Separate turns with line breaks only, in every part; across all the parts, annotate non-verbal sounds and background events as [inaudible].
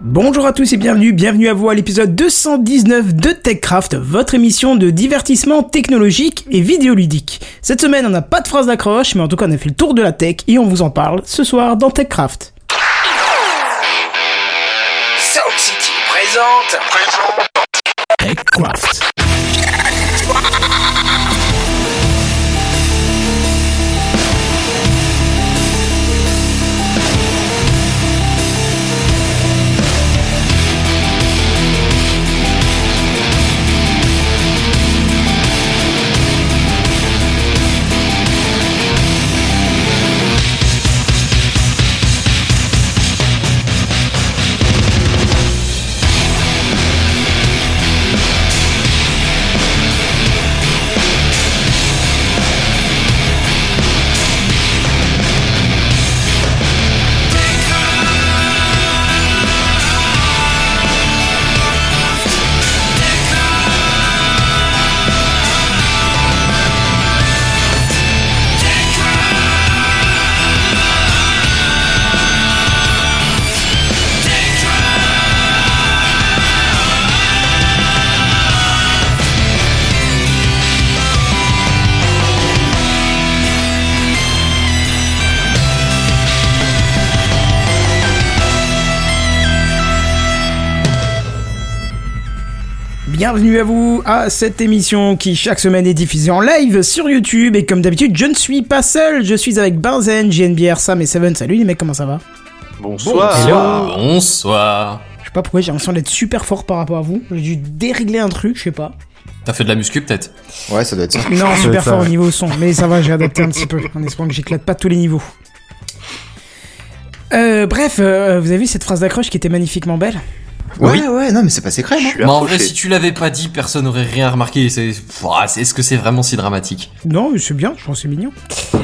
Bonjour à tous et bienvenue, bienvenue à vous à l'épisode 219 de TechCraft, votre émission de divertissement technologique et vidéoludique. Cette semaine, on n'a pas de phrase d'accroche, mais en tout cas, on a fait le tour de la tech et on vous en parle ce soir dans TechCraft.
Sound City présente.
TechCraft.
Bienvenue à vous à cette émission qui chaque semaine est diffusée en live sur YouTube et comme d'habitude, je ne suis pas seul, je suis avec Benzen, JNBR, Sam et Seven. Salut les mecs, comment ça va
Bonsoir. Bonsoir.
Je sais pas pourquoi, j'ai l'impression d'être super fort par rapport à vous. J'ai dû dérégler un truc, je sais pas.
T'as fait de la muscu peut-être
Ouais, ça doit être ça.
Non, super
ça,
fort au
ouais.
niveau son, mais ça va, j'ai adapté un petit peu, en espérant que j'éclate pas tous les niveaux. Euh, bref, euh, vous avez vu cette phrase d'accroche qui était magnifiquement belle
Ouais, ouais, non, mais c'est passé crème. hein.
Mais Bah, en vrai, si tu l'avais pas dit, personne n'aurait rien remarqué. C'est, Pouah, c'est- est-ce que c'est vraiment si dramatique
Non, mais c'est bien, je pense que c'est mignon.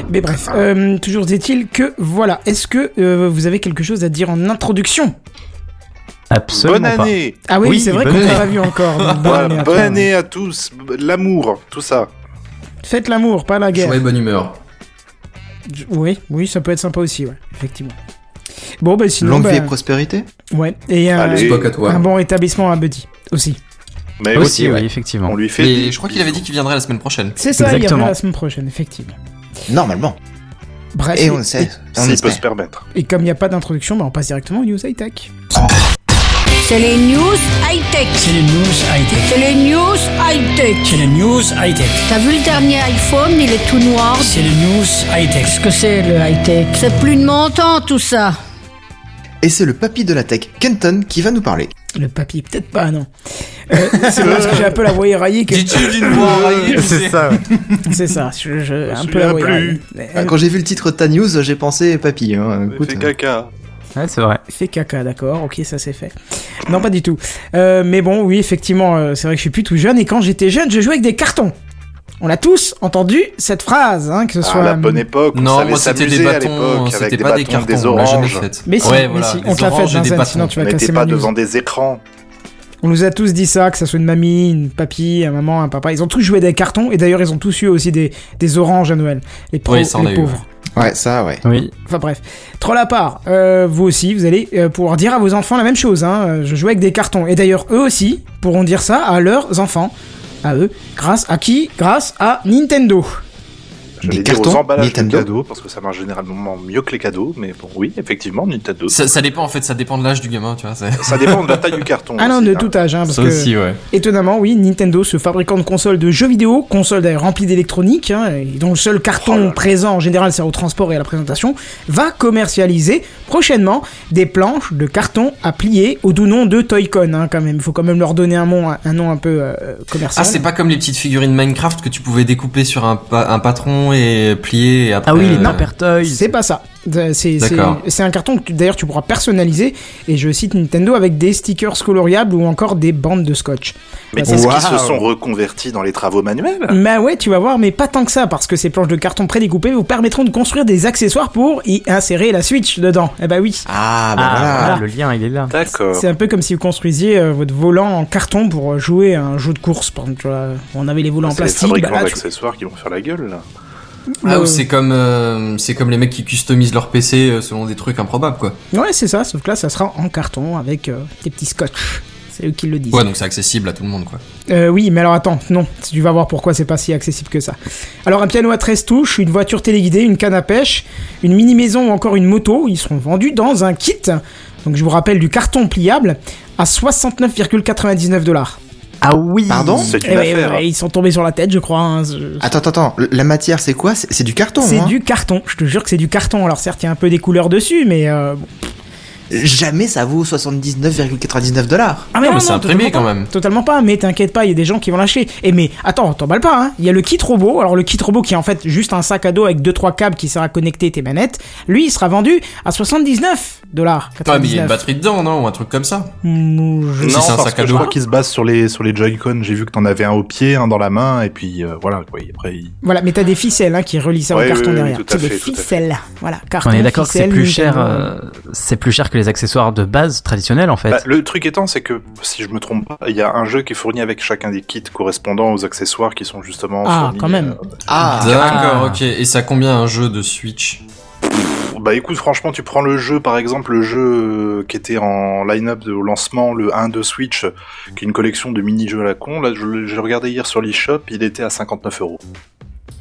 Mais bref, euh, toujours est-il que, voilà, est-ce que euh, vous avez quelque chose à dire en introduction
Absolument
Bonne
pas.
année
Ah oui,
Oui,
c'est vrai
bonne
qu'on t'a
année.
pas vu encore. donc bonne
Voilà,
année à
Bonne
toi.
année à tous L'amour, tout ça.
Faites l'amour, pas la guerre.
Joie et bonne humeur.
Je- Oui, oui, ça peut être sympa aussi, ouais, effectivement. Bon, bah sinon,
Longue
bah,
vie et prospérité.
ouais, et euh, un,
Allez.
Spock à toi.
un bon rétablissement à Buddy aussi.
Mais
Aussi,
ouais.
oui, effectivement.
on lui fait.
Et
des
je crois qu'il avait dit
bisous.
qu'il viendrait la semaine prochaine.
C'est ça, il y
Exactement.
a la semaine prochaine, effectivement.
Normalement.
Bref,
Et on le sait. On
S'il peut se
[laughs]
espère.
permettre.
et comme il n'y a pas d'introduction, bah, on passe directement aux news high-tech.
C'est les news high-tech.
C'est les news high-tech.
C'est les news high-tech.
C'est les news high-tech.
T'as vu le dernier iPhone, il est tout noir.
C'est les news high-tech.
Qu'est-ce que c'est le high-tech C'est plus de mon temps tout ça.
Et c'est le papy de la tech, Kenton, qui va nous parler.
Le papier, peut-être pas, non. Euh, c'est parce que j'ai un peu la voix éraillée que...
Dis-tu
[laughs]
d'une voix enraillée, tu sais.
C'est ça.
C'est ça, je, je- un peu
souviens
la voix
plus.
éraillée.
Ah,
Euh,
Quand j'ai vu le titre de ta news, j'ai pensé papy. hein,
Il
écoute.
fait
euh,
caca.
Ouais, c'est vrai.
Fait caca, d'accord, ok, ça c'est fait. Non, pas du tout. Euh, mais bon, oui, effectivement, euh, c'est vrai que je suis plus tout jeune, et quand j'étais jeune, je jouais avec des cartons. On a tous entendu cette phrase, hein, que ce
Ah,
soit...
la bonne époque, on
Non,
savait
moi c'était des
s'amuser à
bâtons,
l'époque avec
c'était
des
pas des
bâtons,
cartons,
des
on l'a jamais
oranges.
fait.
Mais si,
ouais,
mais
voilà,
si, on
des
te l'a fait,
oranges et des
Vincent,
bâtons.
sinon tu
On
vas casser
n'était
ma
pas
news.
devant des écrans.
On nous a tous dit ça, que ça soit une mamie, une papy, un maman, un papa. Ils ont tous joué des cartons et d'ailleurs ils ont tous eu aussi des, des oranges à Noël. Les, pros,
Oui, ça, on
les
l'a eu,
pauvres.
Ouais, ça, ouais.
Oui.
Enfin bref. Troll à part, euh, vous aussi, vous allez euh, pouvoir dire à vos enfants la même chose. Hein. Euh, Je jouais avec des cartons. Et d'ailleurs eux aussi pourront dire ça à leurs enfants. À eux. Grâce à qui Grâce à Nintendo.
Des
J'allais dire aux
cartons,
emballages
Nintendo.
de cadeaux, parce que ça marche généralement mieux que les cadeaux, mais bon, oui, effectivement, Nintendo.
Ça, ça dépend en fait, ça dépend de l'âge du gamin, tu vois. c'est-
Ça dépend de la taille du carton.
Ah non,
aussi,
de
hein.
tout âge. Hein, parce
Ça
que...
aussi, ouais.
Étonnamment, oui, Nintendo, ce fabricant de consoles de jeux vidéo, console d'ailleurs remplie d'électronique, hein, et dont le seul carton
Oh là là.
présent en général sert au transport et à la présentation, va commercialiser prochainement des planches de carton à plier au doux nom de Toy-Con, hein, quand même. Il faut quand même leur donner un nom, un nom un peu euh, commercial.
Ah, c'est pas comme les petites figurines Minecraft que tu pouvais découper sur un, pa- un patron et plier et après.
Ah oui, les
euh,
Paper Toys.
C'est pas ça. Euh, C'est c'est-
D'accord.
c'est un carton que tu- d'ailleurs tu pourras personnaliser, et je cite Nintendo, avec des stickers coloriables ou encore des bandes de scotch.
Mais
Bah,
est-ce
Waouh.
qu'ils se sont reconvertis dans les travaux manuels
Bah ouais, tu vas voir, mais pas tant que ça, parce que ces planches de carton prédécoupées vous permettront de construire des accessoires pour y insérer la Switch dedans. Eh bah oui.
Ah, bah
Ah,
voilà.
voilà, le lien, il est là.
D'accord.
C'est un peu comme si vous construisiez euh, votre volant en carton pour euh, jouer à un jeu de course. Par exemple, tu vois, on avait les volants en
C'est les
plastique. bah
fabricants
là, tu-
d'accessoires qui vont faire la gueule, là.
Ah,
le-
ou c'est comme, euh, c'est comme les mecs qui customisent leur PC euh, selon des trucs improbables, quoi.
Ouais, c'est ça, sauf que là, ça sera en carton avec euh, des petits scotch. C'est eux qui le disent.
Ouais, donc c'est accessible à tout le monde, quoi.
Ah
Euh, oui, mais alors attends, non, tu vas voir pourquoi c'est pas si accessible que ça. Alors un piano à 13 touches, une voiture téléguidée, une canne à pêche, une mini-maison ou encore une moto, ils seront vendus dans un kit, donc je vous rappelle du carton pliable, à 69,99 dollars.
Ah oui
Pardon
C'est
Eh
une
ouais,
affaire.
ouais, ils sont tombés sur la tête, je crois. hein, je-
Attends, attends, attends. le- La matière, c'est quoi C'est c'est du carton,
C'est
hein
du carton, je te jure que c'est du carton. Alors certes, il y a un peu des couleurs dessus, mais... euh, bon.
Jamais ça vaut 79,99 dollars.
Ah
Non,
non,
mais c'est
non,
imprimé,
totalement pas.
quand même.
Totalement pas, mais t'inquiète pas, il y a des gens qui vont lâcher. Et mais attends, t'emballes pas, hein. Il y a le kit robot. Alors le kit robot qui est en fait juste un sac à dos avec deux trois câbles qui sert à connecter tes manettes. Lui, il sera vendu à 79 dollars.
Ah,
Ouais, mais il y a une batterie dedans, non Ou un truc comme ça.
Non,
Si c'est un
parce
sac à
que je
dos.
crois qu'il se base sur les, sur les Joy-Con. J'ai vu que t'en avais un au pied, un dans la main, et puis euh, voilà, quoi. Et Après, il-
Voilà, mais t'as des ficelles hein, qui relient ça
Ouais,
au carton
oui, oui,
derrière.
tout à
C'est des
fait, tout à fait.
ficelles. Voilà, carton.
On est d'accord que c'est
ficelle,
plus cher,
Nintendo.
euh, c'est plus cher que les accessoires de base traditionnels en fait.
Bah, le truc étant, c'est que si je me trompe pas, il y a un jeu qui est fourni avec chacun des kits correspondants aux accessoires qui sont justement
Ah,
fournis,
quand même.
euh,
Ah
D'accord, ok. Et ça combien un jeu de Switch
Bah écoute, franchement, tu prends le jeu, par exemple, le jeu euh, qui était en line-up de- au lancement, le 1 de Switch, euh, qui est une collection de mini-jeux à la con. Là, je, l'ai- je l'ai regardé hier sur l'eShop, il était à 59 euros.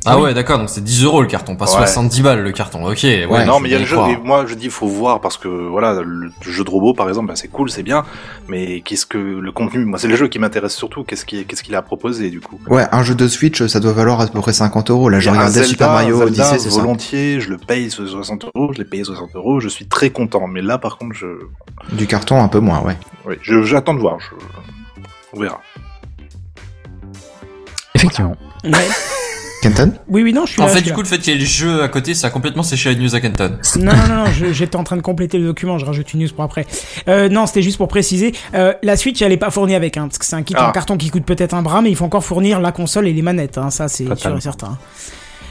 Ah ouais, d'accord, donc c'est 10 euros le carton, pas
Ouais.
70 balles le carton. Ok, ouais.
Ouais,
non,
je
mais il y a
peux
le jeu,
croire.
mais moi je dis, faut voir parce que voilà, le jeu de robot par exemple, bah, c'est cool, c'est bien, mais qu'est-ce que le contenu Moi, c'est le jeu qui m'intéresse surtout, qu'est-ce qu'il qu'est-ce qu'il a proposé du coup
Ouais, un jeu de Switch, ça doit valoir à peu près 50 euros. Là, je
Il y a un
regardais
Ah, Zelda,
Super Mario
un Zelda,
Odyssey, c'est ça.
volontiers, je le paye ce 60 euros, je l'ai payé 60 euros, je suis très content, mais là par contre, je.
Du carton, un peu moins, ouais.
Oui, je- j'attends de voir, je... on verra.
Effectivement.
Ouais.
Kenton
Oui, oui, non, je suis
En
là,
fait,
je suis
du coup, le fait qu'il y ait le jeu à côté, ça a complètement séché la news à Kenton.
Non, non, non, je- j'étais en train de compléter le document, je rajoute une news pour après. Euh, non, c'était juste pour préciser, euh, la Switch, elle est pas fournie avec, hein, parce que c'est un kit en
Ah.
carton qui coûte peut-être un bras, mais il faut encore fournir la console et les manettes, hein, ça c'est sûr et certain.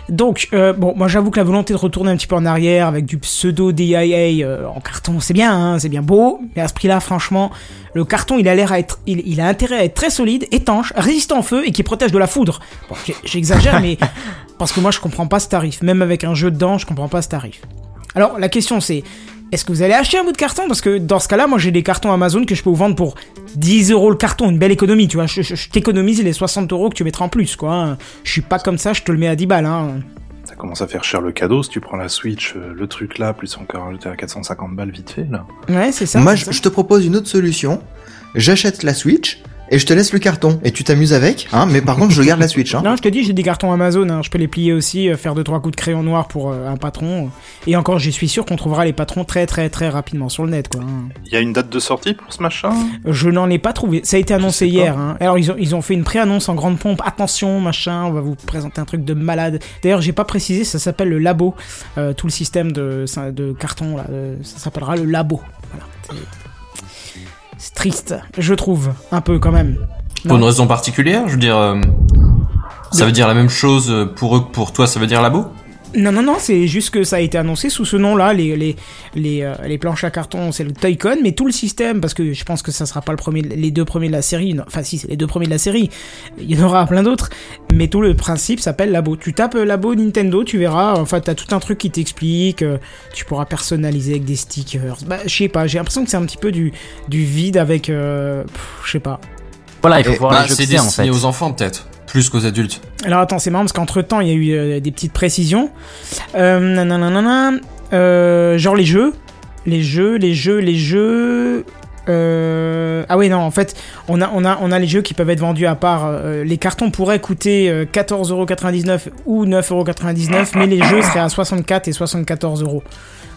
Donc, euh, bon, moi j'avoue que la volonté de retourner un petit peu en arrière avec du pseudo DIA euh, en carton, c'est bien, hein, c'est bien beau, mais à ce prix-là, franchement, le carton, il a l'air à être, il, il a intérêt à être très solide, étanche, résistant au feu et qui protège de la foudre. Bon, j'ai- j'exagère, mais parce que moi je comprends pas ce tarif, même avec un jeu dedans, je comprends pas ce tarif. Alors la question c'est, est-ce que vous allez acheter un bout de carton Parce que dans ce cas-là, moi j'ai des cartons Amazon que je peux vous vendre pour 10 euros le carton, une belle économie, tu vois. Je, je- je t'économise les 60 euros que tu mettras en plus, quoi. hein. Je suis pas comme ça, je te le mets à 10 balles. Hein.
Ça commence à faire cher le cadeau si tu prends la Switch, euh, le truc là, plus encore t'es à 450 balles vite fait là.
Ouais, c'est ça.
Moi,
c'est
je,
ça.
je te propose une autre solution. J'achète la Switch et je te laisse le carton et tu t'amuses avec. Hein, mais par contre, je garde la Switch. Hein.
Non, je te dis, j'ai des cartons Amazon, hein. je peux les plier aussi, euh, faire deux trois coups de crayon noir pour euh, un patron. Et encore, je suis sûr qu'on trouvera les patrons très très très rapidement sur le net, quoi. hein.
Il y a une date de sortie pour ce machin
Je n'en ai pas trouvé. Ça a été annoncé
Je sais pas.
hier. hein. Alors ils ont, ils ont fait une pré-annonce en grande pompe. Attention, machin, on va vous présenter un truc de malade. D'ailleurs, j'ai pas précisé, ça s'appelle le labo. Euh, tout le système de, de carton, là, euh, ça s'appellera le labo. Voilà. C'est- C'est triste, je trouve, un peu quand même.
Pour une raison particulière, je veux dire. euh, ça veut dire la même chose euh, pour eux que pour toi, ça veut dire labo
Non, non, non, c'est juste que ça a été annoncé sous ce nom-là. Les, les, les, euh, les planches à carton, c'est le Toy-Con, mais tout le système, parce que je pense que ça sera pas le premier, de- les deux premiers de la série. non, Enfin, si, c'est les deux premiers de la série. Il y en aura plein d'autres. Mais tout le principe s'appelle Labo. Tu tapes euh, Labo Nintendo, tu verras. Enfin, t'as tout un truc qui t'explique. euh, Tu pourras personnaliser avec des stickers. Bah, je sais pas, j'ai l'impression que c'est un petit peu du, du vide avec. euh, pff, je sais pas.
Voilà, il faut
Et-
voir
Bah,
les jeux que
c'est
c'est en fait.
destiné aux enfants, peut-être. Plus qu'aux adultes.
Alors attends, c'est marrant parce qu'entre temps, il y a eu euh, des petites précisions. Euh, nanana, nanana, euh, genre les jeux. Les jeux, les jeux, les jeux. Euh, ah oui, non, en fait, on a, on, a, on a les jeux qui peuvent être vendus à part. euh, les cartons pourraient coûter euh, 14,99€ ou 9,99€, mais les jeux seraient à 64 et 74€.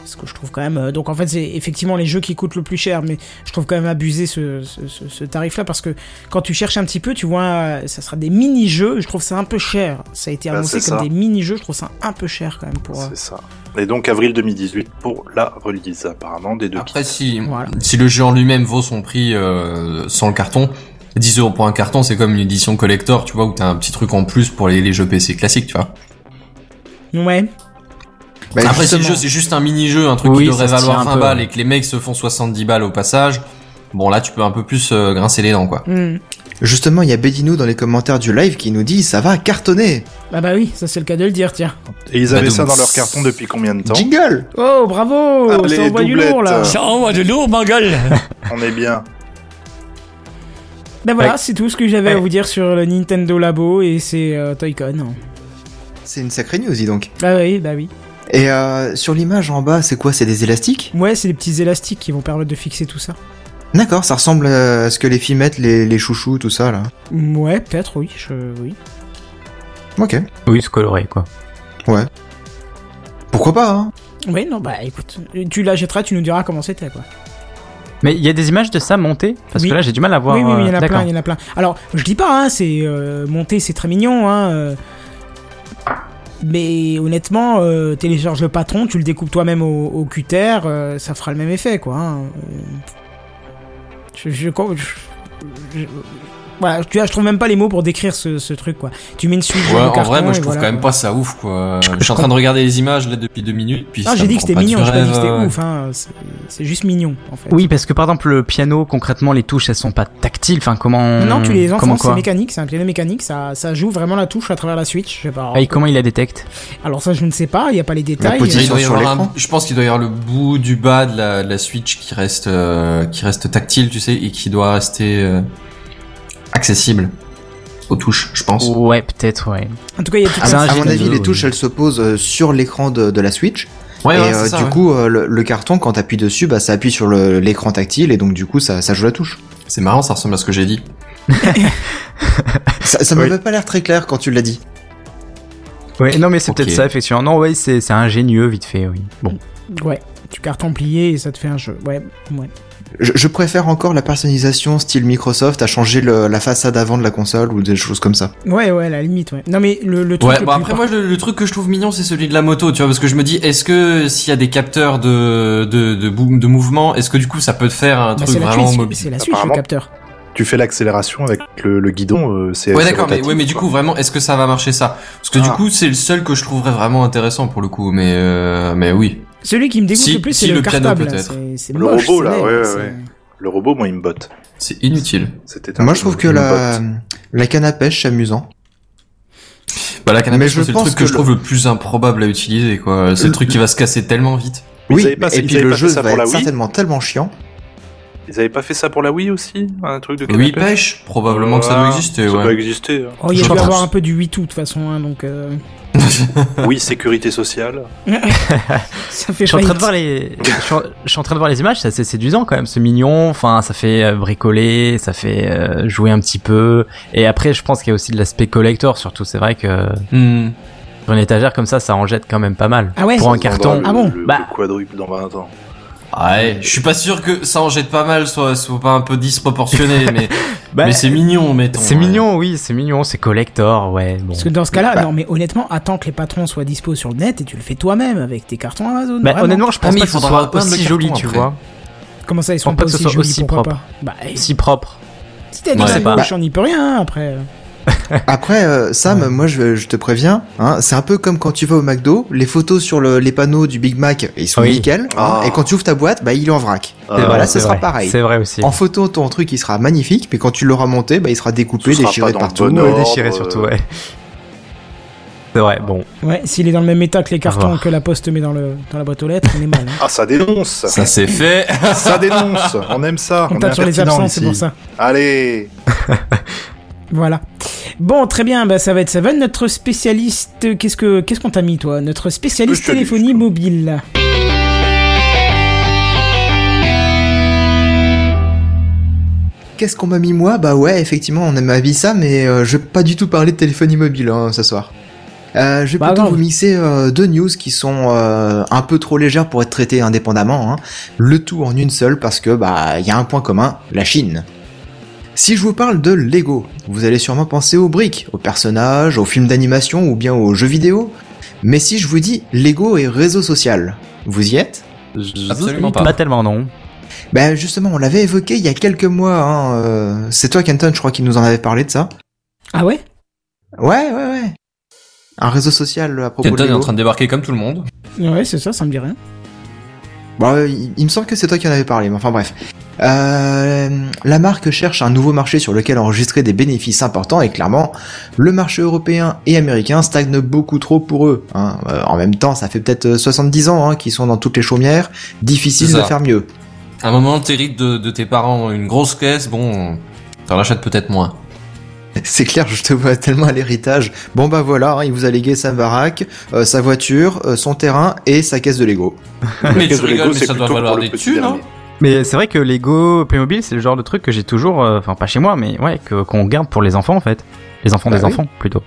Ce que je trouve quand même. euh, donc en fait, c'est effectivement les jeux qui coûtent le plus cher, mais je trouve quand même abusé ce, ce- ce- ce tarif-là parce que quand tu cherches un petit peu, tu vois, euh, ça sera des mini-jeux. Je trouve ça un peu cher. Ça a été
Bah,
annoncé
c'est
comme
ça.
des mini-jeux. Je trouve ça un peu cher quand même pour. euh,
C'est ça. Et donc avril 2018 pour la release apparemment
Ah.
des deux
Après, si,
euh, Voilà.
si le jeu en lui-même vaut son prix euh, sans le carton, 10 euros pour un carton, c'est comme une édition collector, tu vois, où t'as un petit truc en plus pour les, les jeux PC classiques, tu vois.
Mmh. Ouais.
Bah,
Après, si le
justement.
jeu, c'est juste un mini-jeu, un truc
Oui,
qui devrait
ça se tient
valoir
un
20
peu,
balles
ouais.
et que les mecs se font 70 balles au passage, bon, là, tu peux un peu plus euh,
Mmh.
grincer les dents, quoi.
Hmm.
Justement, il y a Bédinou dans les commentaires du live qui nous dit ça va cartonner.
Ah bah oui, ça c'est le cas de le dire, tiens.
Et ils avaient
Badoum.
ça dans leur carton depuis combien de temps
Jingle
Oh, bravo
Allez,
Ça envoie du
doublette.
lourd, là
Ah.
Ça envoie de l'eau, ma gueule
[laughs] On est bien.
Ben voilà,
Ouais.
c'est tout ce que j'avais à
Ouais.
vous dire sur le Nintendo Labo et ses euh, Toy-Con.
C'est une sacrée news, dis donc.
Ah oui, bah oui.
Et euh, sur l'image en bas, c'est quoi C'est des élastiques
Ouais, c'est les petits élastiques qui vont permettre de fixer tout ça.
D'accord, ça ressemble à ce que les filles mettent, les, les chouchous, tout ça, là.
Mmh, Ouais, peut-être, oui. Je... oui.
Ok.
Oui, c'est coloré, quoi.
Pourquoi pas, hein
Ouais, non, bah écoute, tu la jetteras, tu nous diras comment c'était, quoi.
Mais il y a des images de ça montées Parce
Oui.
que là, j'ai du mal à voir.
oui, oui, oui, il y en
euh,
a
d'accord.
plein, il y en a plein. Alors, je dis pas, hein, c'est euh, monté, c'est très mignon, hein. euh, mais honnêtement, euh, télécharge le patron, tu le découpes toi-même au, au cutter, euh, ça fera le même effet, quoi. hein, euh, je, je, con- je- je- voilà, tu vois, je trouve même pas les mots pour décrire ce, ce truc, quoi. Tu mets une suite
Ouais,
de
en
carton
vrai, moi
et
je trouve
voilà,
quand même
quoi.
pas ça ouf quoi. Je suis en train de regarder les images là depuis deux minutes. Puis
Non,
ça
j'ai
me
dit que
prend
c'était
pas du
mignon, j'ai pas
rêve,
dit que
euh.
c'était ouf, hein. c'est- C'est juste mignon, en fait.
Oui, parce que par exemple, le piano, concrètement, les touches, elles sont pas tactiles. Enfin, comment.
Non, tu les
Comment
enfonces, c'est
Mmh. quoi
mécanique, c'est un piano mécanique, ça, ça joue vraiment la touche à travers la Switch, je sais pas.
Ah, et comment il la détecte
Alors ça, je ne sais pas, il n'y a pas les détails.
position.
Il doit y
sur
avoir
l'écran.
un- je pense qu'il doit y avoir le bout du bas de la, de la Switch qui reste, euh, qui reste tactile, tu sais, et qui doit rester euh, accessible aux touches, je pense.
Oh.
Ouais, peut-être, ouais.
En tout cas, il y a tout
Ah,
À,
ça,
mon- à
j'ai
mon
des
avis,
deux,
les
oui.
touches, elles se posent euh, sur l'écran de, de la Switch.
Ouais,
et
ouais, c'est
euh,
ça,
du
ouais.
coup, euh, le, le carton, quand t'appuies dessus, bah, ça appuie sur le- l'écran tactile, et donc du coup, ça, ça joue la touche.
c'est marrant, ça ressemble à ce que j'ai dit.
Ça, ça m'avait pas l'air très clair quand tu l'as dit.
Ouais, non, mais c'est
Ok.
peut-être ça, effectivement. Non, ouais, c'est c'est ingénieux, vite fait, oui. Bon.
Ouais, tu carton plié et ça te fait un jeu. Ouais, ouais.
Je, je préfère encore la personnalisation style Microsoft à changer le- la façade avant de la console ou des choses comme ça.
Ouais, ouais, à la limite, ouais. Non mais le, le truc
Ouais,
le
bah
plus
après moi le, le truc que je trouve mignon c'est celui de la moto, tu vois, parce que je me dis est-ce que s'il y a des capteurs de de de, boom- de mouvement, est-ce que du coup ça peut te faire un
Bah,
truc
c'est la
vraiment
Switch,
mobile
c'est la Switch le
Apparemment.
capteur.
Tu fais l'accélération avec le, le guidon, euh, c'est.
Ouais
c'est
d'accord, mais
rotatif,
ouais mais du
quoi.
coup vraiment est-ce que ça va marcher ça Parce que du
Ah.
coup c'est le seul que je trouverais vraiment intéressant pour le coup, mais euh, mais oui.
Celui qui me dégoûte
Si-
le plus,
si,
c'est le,
le piano,
cartable. là.
peut-être.
C'est- c'est
Le
moche,
robot,
c'est
là,
laid,
ouais,
c'est-
ouais. Le robot, moi, il me botte.
C'est inutile.
C'était un
Moi,
jeu
je trouve que
qui me
la,
botte.
la canne à pêche, c'est amusant.
Bah la canne à
Mais
pêche,
je
c'est le
pense
truc que,
que
je trouve le plus improbable à utiliser quoi. C'est
Le-
le truc qui va se casser tellement vite.
Ils
Oui,
avaient pas-
mais- et
ils
puis
avaient
le
pas
jeu
fait ça
va
pour la
être
Wii
certainement
[laughs]
tellement chiant.
Ils avaient pas fait ça pour la Wii aussi Un truc de
Oui
canapé
pêche, probablement que ça doit
Ah,
exister.
Ça
ouais.
doit exister. hein.
Oh, il
Je
doit y
pense.
avoir un peu du 8 tout de toute façon, hein, donc euh, [laughs]
[laughs]
hein. Oui, sécurité sociale.
ça
Je
fait
suis, en train
faillite.
de voir les... je, suis en... je suis en train de voir les images, c'est assez séduisant quand même, c'est mignon, enfin ça fait euh, bricoler, ça fait euh, jouer un petit peu, et après je pense qu'il y a aussi de l'aspect collector surtout, c'est vrai que
Hmm.
sur une étagère comme ça, ça en jette quand même pas mal.
Ah ouais.
Pour un
Ça se vendra
carton,
le-
Ah bon
le-
Bah.
le quadruple dans 20 ans.
Ouais, je suis pas sûr que ça en jette pas mal, soit soit pas un peu disproportionné, mais
Bah,
mais c'est mignon mettons.
c'est
ouais.
mignon, oui, c'est mignon, c'est collector, ouais. Bon.
Parce que dans ce cas-là,
Bah.
non mais honnêtement, attends que les patrons soient dispo sur le net et tu le fais toi-même avec tes cartons Amazon.
Bah,
vraiment.
honnêtement, je
Ah,
pense
mais
pas
il
que ce
faudra
soit
plein de
aussi
cartons
joli, tu
après.
vois,
comment ça ils sont
pense
pas
pas que ce
aussi
soit
jolis
aussi
pourquoi
propre.
pas Bah,
si propre.
si t'as
Ouais,
des
c'est
pas-
bouche, on n'y peut rien hein, après.
Après, euh, Sam, moi je, je te préviens, hein, c'est un peu comme quand tu vas au McDo, les photos sur le- les panneaux du Big Mac, ils sont
Oui.
nickel,
Ah.
hein, et quand tu ouvres ta boîte, bah il est en vrac.
Ah,
Et
C'est
voilà,
vrai,
ce
Euh, c'est
sera
vrai.
pareil.
C'est vrai aussi.
En photo, ton truc il sera magnifique, mais quand tu l'auras monté, bah il sera découpé,
Ce sera
déchiré
pas dans le
partout.
bon
Ouais,
ordre,
déchiré surtout,
euh,
ouais. C'est vrai, bon.
Ouais, s'il est dans le même état que les cartons
revoir.
que la poste met dans, le, dans la boîte aux lettres, on est mal. hein.
Ah, ça dénonce
Ça c'est fait.
Ça dénonce Ah, On aime ça
On
est
tape sur les
impertinent
absents, c'est
ici.
pour ça.
Allez
Voilà. Bon, très bien, bah, ça va être Seven, notre spécialiste. Qu'est-ce que qu'est-ce qu'on t'a mis, toi Notre spécialiste
Je te dis,
téléphonie
je te-
mobile.
Qu'est-ce qu'on m'a mis moi Bah ouais, effectivement, on m'a mis ça, mais euh, je vais pas du tout parler de téléphonie mobile hein, ce soir. Euh, je vais
Bah,
plutôt
non.
vous mixer euh, deux news qui sont euh, un peu trop légères pour être traitées indépendamment, hein. le tout en une seule parce que bah il y a un point commun, la Chine. Si je vous parle de Lego, vous allez sûrement penser aux briques, aux personnages, aux films d'animation ou bien aux jeux vidéo. Mais si je vous dis Lego et réseau social, vous y êtes
Absolument pas.
Pas tellement, non.
ben justement, on l'avait évoqué il y a quelques mois. Hein, euh, c'est toi, Kenton, je crois, qui nous en avait parlé de ça.
Ah ouais
Ouais, ouais, ouais. Un réseau social à propos
Kenton
de
est en
Lego.
train de débarquer comme tout le monde.
Ouais, c'est ça, ça me dit rien.
Bah, Bon, euh, il, il me semble que c'est toi qui en avais parlé, mais enfin bref. Euh, la marque cherche un nouveau marché sur lequel enregistrer des bénéfices importants et clairement, le marché européen et américain stagne beaucoup trop pour eux. hein. Euh, en même temps, ça fait peut-être 70 ans hein, qu'ils sont dans toutes les chaumières, difficile
C'est
de
ça.
faire mieux.
À un moment, t'hérites de, de tes parents une grosse caisse, bon, t'en achètes
[laughs]
peut-être moins.
[laughs] C'est clair, je te vois tellement à l'héritage. Bon bah voilà, hein, il vous a légué sa baraque, euh, sa voiture, euh, son terrain et sa caisse de Lego.
Mais
caisse
tu
de Lego,
rigoles, mais
c'est
ça doit
plutôt
valoir
pour le
des
petit
thunes, hein. non
dernier. Oh
Mais c'est vrai que Lego Playmobil, c'est le genre de truc que j'ai toujours, euh, enfin pas chez moi, mais ouais, que qu'on garde pour les enfants en fait, les enfants
Bah
des
oui.
enfants plutôt.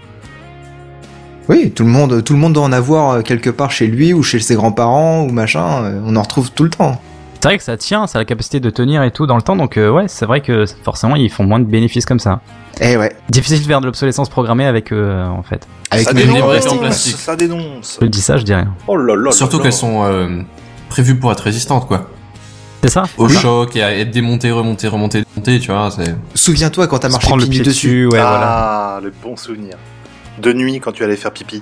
Oui, tout le monde, tout le monde doit en avoir euh, quelque part chez lui ou chez ses grands-parents ou machin. euh, On en retrouve tout le temps.
C'est vrai que ça tient, ça a la capacité de tenir et tout dans le temps, donc euh, ouais, c'est vrai que forcément ils font moins de bénéfices comme ça.
Eh ouais,
Difficile de faire de l'obsolescence programmée avec eux euh, en fait.
avec
ça
mes
dénonce.
livres.
livres en
dénonce,
plastique.
ça dénonce.
Je dis ça, je dis rien.
Oh là là.
Surtout qu'elles sont euh, prévues pour être résistantes, quoi.
C'est ça
Au choc et à être démontées, remontées, remontées, démontées, tu vois. C'est...
Souviens-toi quand t'as
Se
marché
prendre le
pieds nus
pied
dessus.
dessus, ouais, voilà.
Ah, le bon souvenir. De nuit, quand tu allais faire pipi.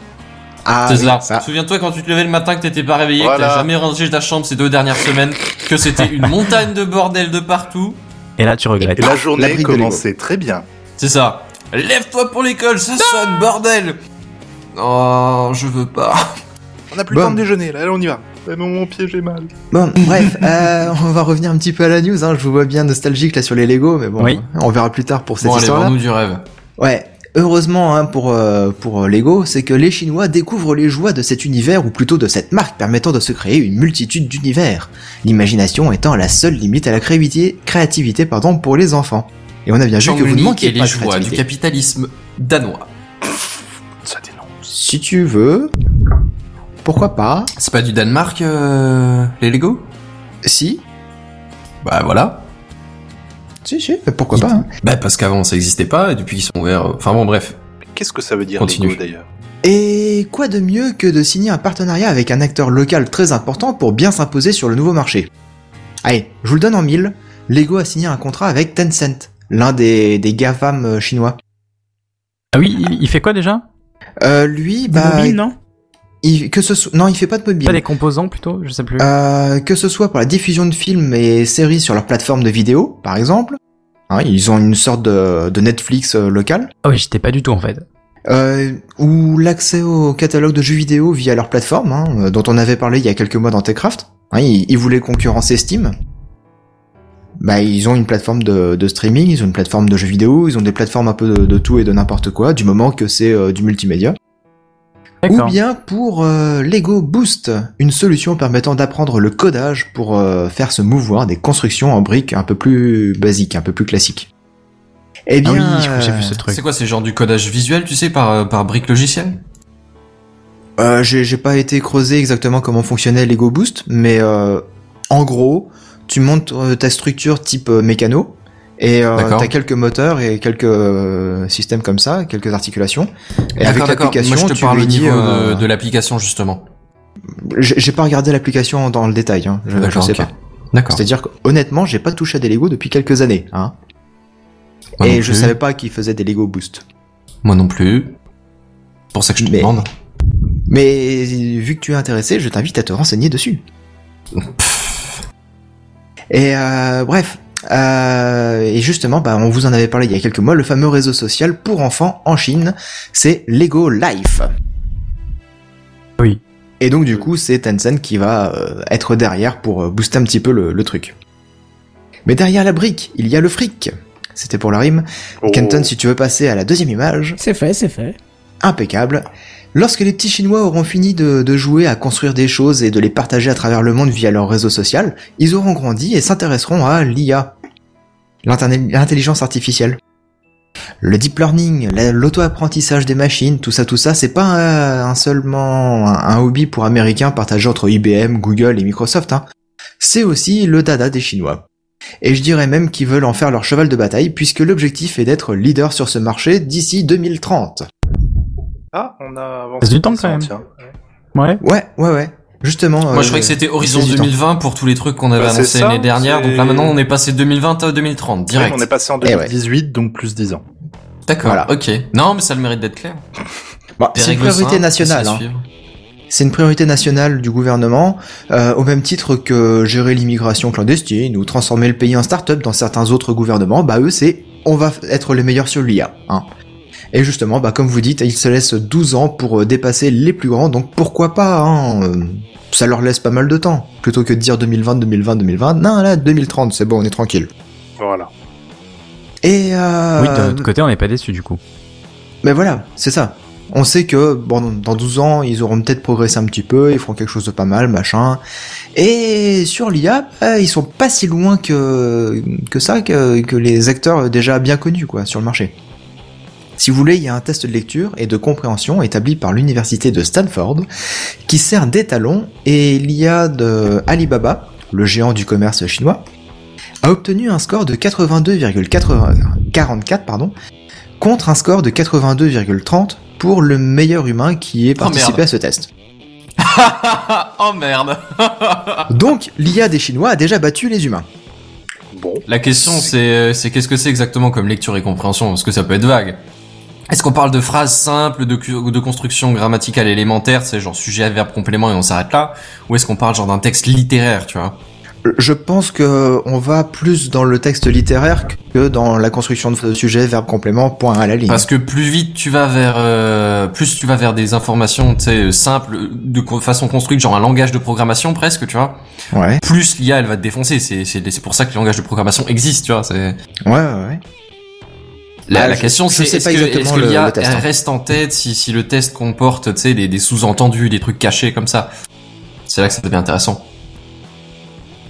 Ah,
C'est
oui,
cela.
ça.
Souviens-toi quand tu te levais le matin que t'étais pas réveillé, que
Voilà.
t'as jamais rangé ta chambre ces deux dernières semaines, que c'était une montagne de bordel de partout.
Et là tu regrettes.
Et la
la
journée
brique de
commençait très bien.
C'est ça. Lève-toi pour l'école, ce sonne, bordel Oh, je veux pas.
On a plus
Bon.
le temps de déjeuner, là, allez, on y va. Mais mon, mon pied, j'ai mal.
Bon, bref, [laughs] euh, on va revenir un petit peu à la news. Hein. Je vous vois bien nostalgique là sur les Lego, mais bon,
Oui.
on verra plus tard pour cette
bon, allez,
histoire-là.
vends-nous du rêve.
Ouais. Heureusement hein, pour, euh, pour Lego, c'est que les Chinois découvrent les joies de cet univers, ou plutôt de cette marque, permettant de se créer une multitude d'univers, l'imagination étant la seule limite à la créativité, créativité pardon, pour les enfants. Et on a bien vu
Jean
que vous ne
Munich
manquiez
et les
pas de
joies du
créativité.
capitalisme danois.
Ça dénonce.
Si tu veux, pourquoi pas
C'est pas du Danemark, euh, les Lego
Si,
Bah voilà.
si, si, pourquoi
Il-
pas hein.
Bah parce qu'avant ça existait pas et depuis qu'ils sont ouverts. euh, Enfin bon bref.
Qu'est-ce que ça veut dire,
Continue.
Lego, d'ailleurs
Et quoi de mieux que de signer un partenariat avec un acteur local très important pour bien s'imposer sur le nouveau marché Allez, je vous le donne en mille, Lego a signé un contrat avec Tencent, l'un des, des GAFAM euh, chinois.
Ah oui, il, il fait quoi déjà
Euh,
Des
lui, bah,
mobiles, non
il, que ce soit, non, il fait pas de mobile.
Pas des composants plutôt, je sais plus.
Euh, que ce soit pour la diffusion de films et séries sur leur plateforme de vidéo, par exemple. Hein, ils ont une sorte de, de Netflix euh, local.
Ah oui, j'étais pas du tout en fait.
Euh, ou l'accès au catalogue de jeux vidéo via leur plateforme, hein, euh, dont on avait parlé il y a quelques mois dans Techcraft. Hein, ils, ils voulaient concurrencer Steam. Bah, ils ont une plateforme de, de streaming, ils ont une plateforme de jeux vidéo, ils ont des plateformes un peu de, de tout et de n'importe quoi, du moment que c'est euh, du multimédia. Ou
D'accord.
bien pour euh, Lego Boost, une solution permettant d'apprendre le codage pour euh, faire se mouvoir des constructions en briques un peu plus basiques, un peu plus classiques. Eh
Ah
bien,
oui, je crois que j'ai vu ce
C'est
truc.
quoi ces genre du codage visuel tu sais par euh, par brique logicielle
Euh, j'ai j'ai pas été creusé exactement comment fonctionnait Lego Boost, mais euh, en gros, tu montes euh, ta structure type euh, mécano et euh,
D'accord.
t'as quelques moteurs et quelques euh, systèmes comme ça, quelques articulations. Et
D'accord,
avec
d'accord.
l'application,
Moi je te
tu
parle
lui
au
dis,
niveau
euh,
de, de l'application justement.
J'ai j'ai pas regardé l'application dans le détail, hein, je, je
D'accord,
sais
ok.
pas.
D'accord.
C'est-à-dire que honnêtement, j'ai pas touché à des Lego depuis quelques années, hein.
Moi non
et je
plus.
savais pas qu'ils faisaient des Lego Boost.
Moi non plus. C'est Pour ça que je te
Mais- oh,
demande.
Mais vu que tu es intéressé, je t'invite à te renseigner dessus. et euh, bref. Euh, et justement, bah, on vous en avait parlé il y a quelques mois, le fameux réseau social pour enfants en Chine, c'est Lego Life.
Oui.
Et donc du coup, c'est Tencent qui va euh, être derrière pour euh, booster un petit peu le, le truc. Mais derrière la brique, il y a le fric. C'était pour la rime.
Oh.
Kenton, si tu veux passer à la deuxième image
C'est fait, c'est fait.
impeccable. Lorsque les petits Chinois auront fini de, de jouer à construire des choses et de les partager à travers le monde via leur réseau social, ils auront grandi et s'intéresseront à l'IA, l'interne- l'intelligence artificielle. Le deep learning, la- l'auto-apprentissage des machines, tout ça, tout ça, c'est pas euh, un seulement un, un hobby pour Américains partagé entre IBM, Google et Microsoft. hein. C'est aussi le dada des Chinois. Et je dirais même qu'ils veulent en faire leur cheval de bataille puisque l'objectif est d'être leader sur ce marché d'ici 2030.
Ah, on a avancé.
C'est du temps, quand même.
Tiens.
Ouais.
Ouais, ouais, ouais. Justement. euh,
Moi je croyais que c'était Horizon
c'est du temps.
2020 pour tous les trucs qu'on avait
Bah, c'est
annoncés
ça,
l'année dernière.
c'est-
Donc là maintenant on est passé 2020 à 2030 direct.
On est passé en
Eh ouais.
2018, donc plus 10 ans.
D'accord.
Voilà.
Ok. Non mais ça a le mérite d'être clair.
Bon,
Des
Bah, c'est une
règles
priorité
simples,
nationale.
c'est à
hein.
suivre.
C'est une priorité nationale du gouvernement, euh, au même titre que gérer l'immigration clandestine ou transformer le pays en start-up dans certains autres gouvernements, bah eux c'est on va être les meilleurs sur l'IA. Hein. Et justement, bah comme vous dites, ils se laissent 12 ans pour euh, dépasser les plus grands, donc pourquoi pas hein, euh, Ça leur laisse pas mal de temps, plutôt que de dire 2020, 2020, 2020. Non, là, 2030, c'est bon, on est tranquille.
Voilà.
Et euh,
Oui, d'un autre côté, on n'est pas déçu du coup.
mais voilà, c'est ça. On sait que bon, dans 12 ans, ils auront peut-être progressé un petit peu, ils feront quelque chose de pas mal, machin. Et sur l'IA, bah, ils sont pas si loin que, que ça, que, que les acteurs déjà bien connus quoi, sur le marché. Si vous voulez, il y a un test de lecture et de compréhension établi par l'université de Stanford qui sert d'étalon et l'IA de Alibaba, le géant du commerce chinois, a obtenu un score de 82,44 pardon, contre un score de 82,30 pour le meilleur humain qui ait participé
merde.
à ce test.
oh merde
Donc, l'IA des Chinois a déjà battu les humains. [laughs]
Bon.
La question, c'est c'est qu'est-ce que c'est exactement comme lecture et compréhension Parce que ça peut être vague. Est-ce qu'on parle de phrases simples, de, cu- de construction grammaticale élémentaire, c'est genre sujet, verbe, complément et on s'arrête là Ou est-ce qu'on parle genre d'un texte littéraire, tu vois
Je pense que on va plus dans le texte littéraire que dans la construction de sujet, verbe, complément, point à la ligne.
Parce que plus vite tu vas vers, euh, plus tu vas vers des informations, tu sais, simples, de co- façon construite, genre un langage de programmation presque, tu vois
Ouais,
Plus l'IA, elle va te défoncer. C'est c'est- c'est pour ça que les langages de programmation existent, tu vois c'est-
ouais, ouais. ouais.
La,
Bah,
la
je-
question
je
c'est
sais
est-ce
pas
que,
exactement
est-ce que
le-
l'IA
le test, hein.
reste en tête si, si le test comporte tu sais, des, des sous-entendus, des trucs cachés comme ça C'est là que ça devient intéressant.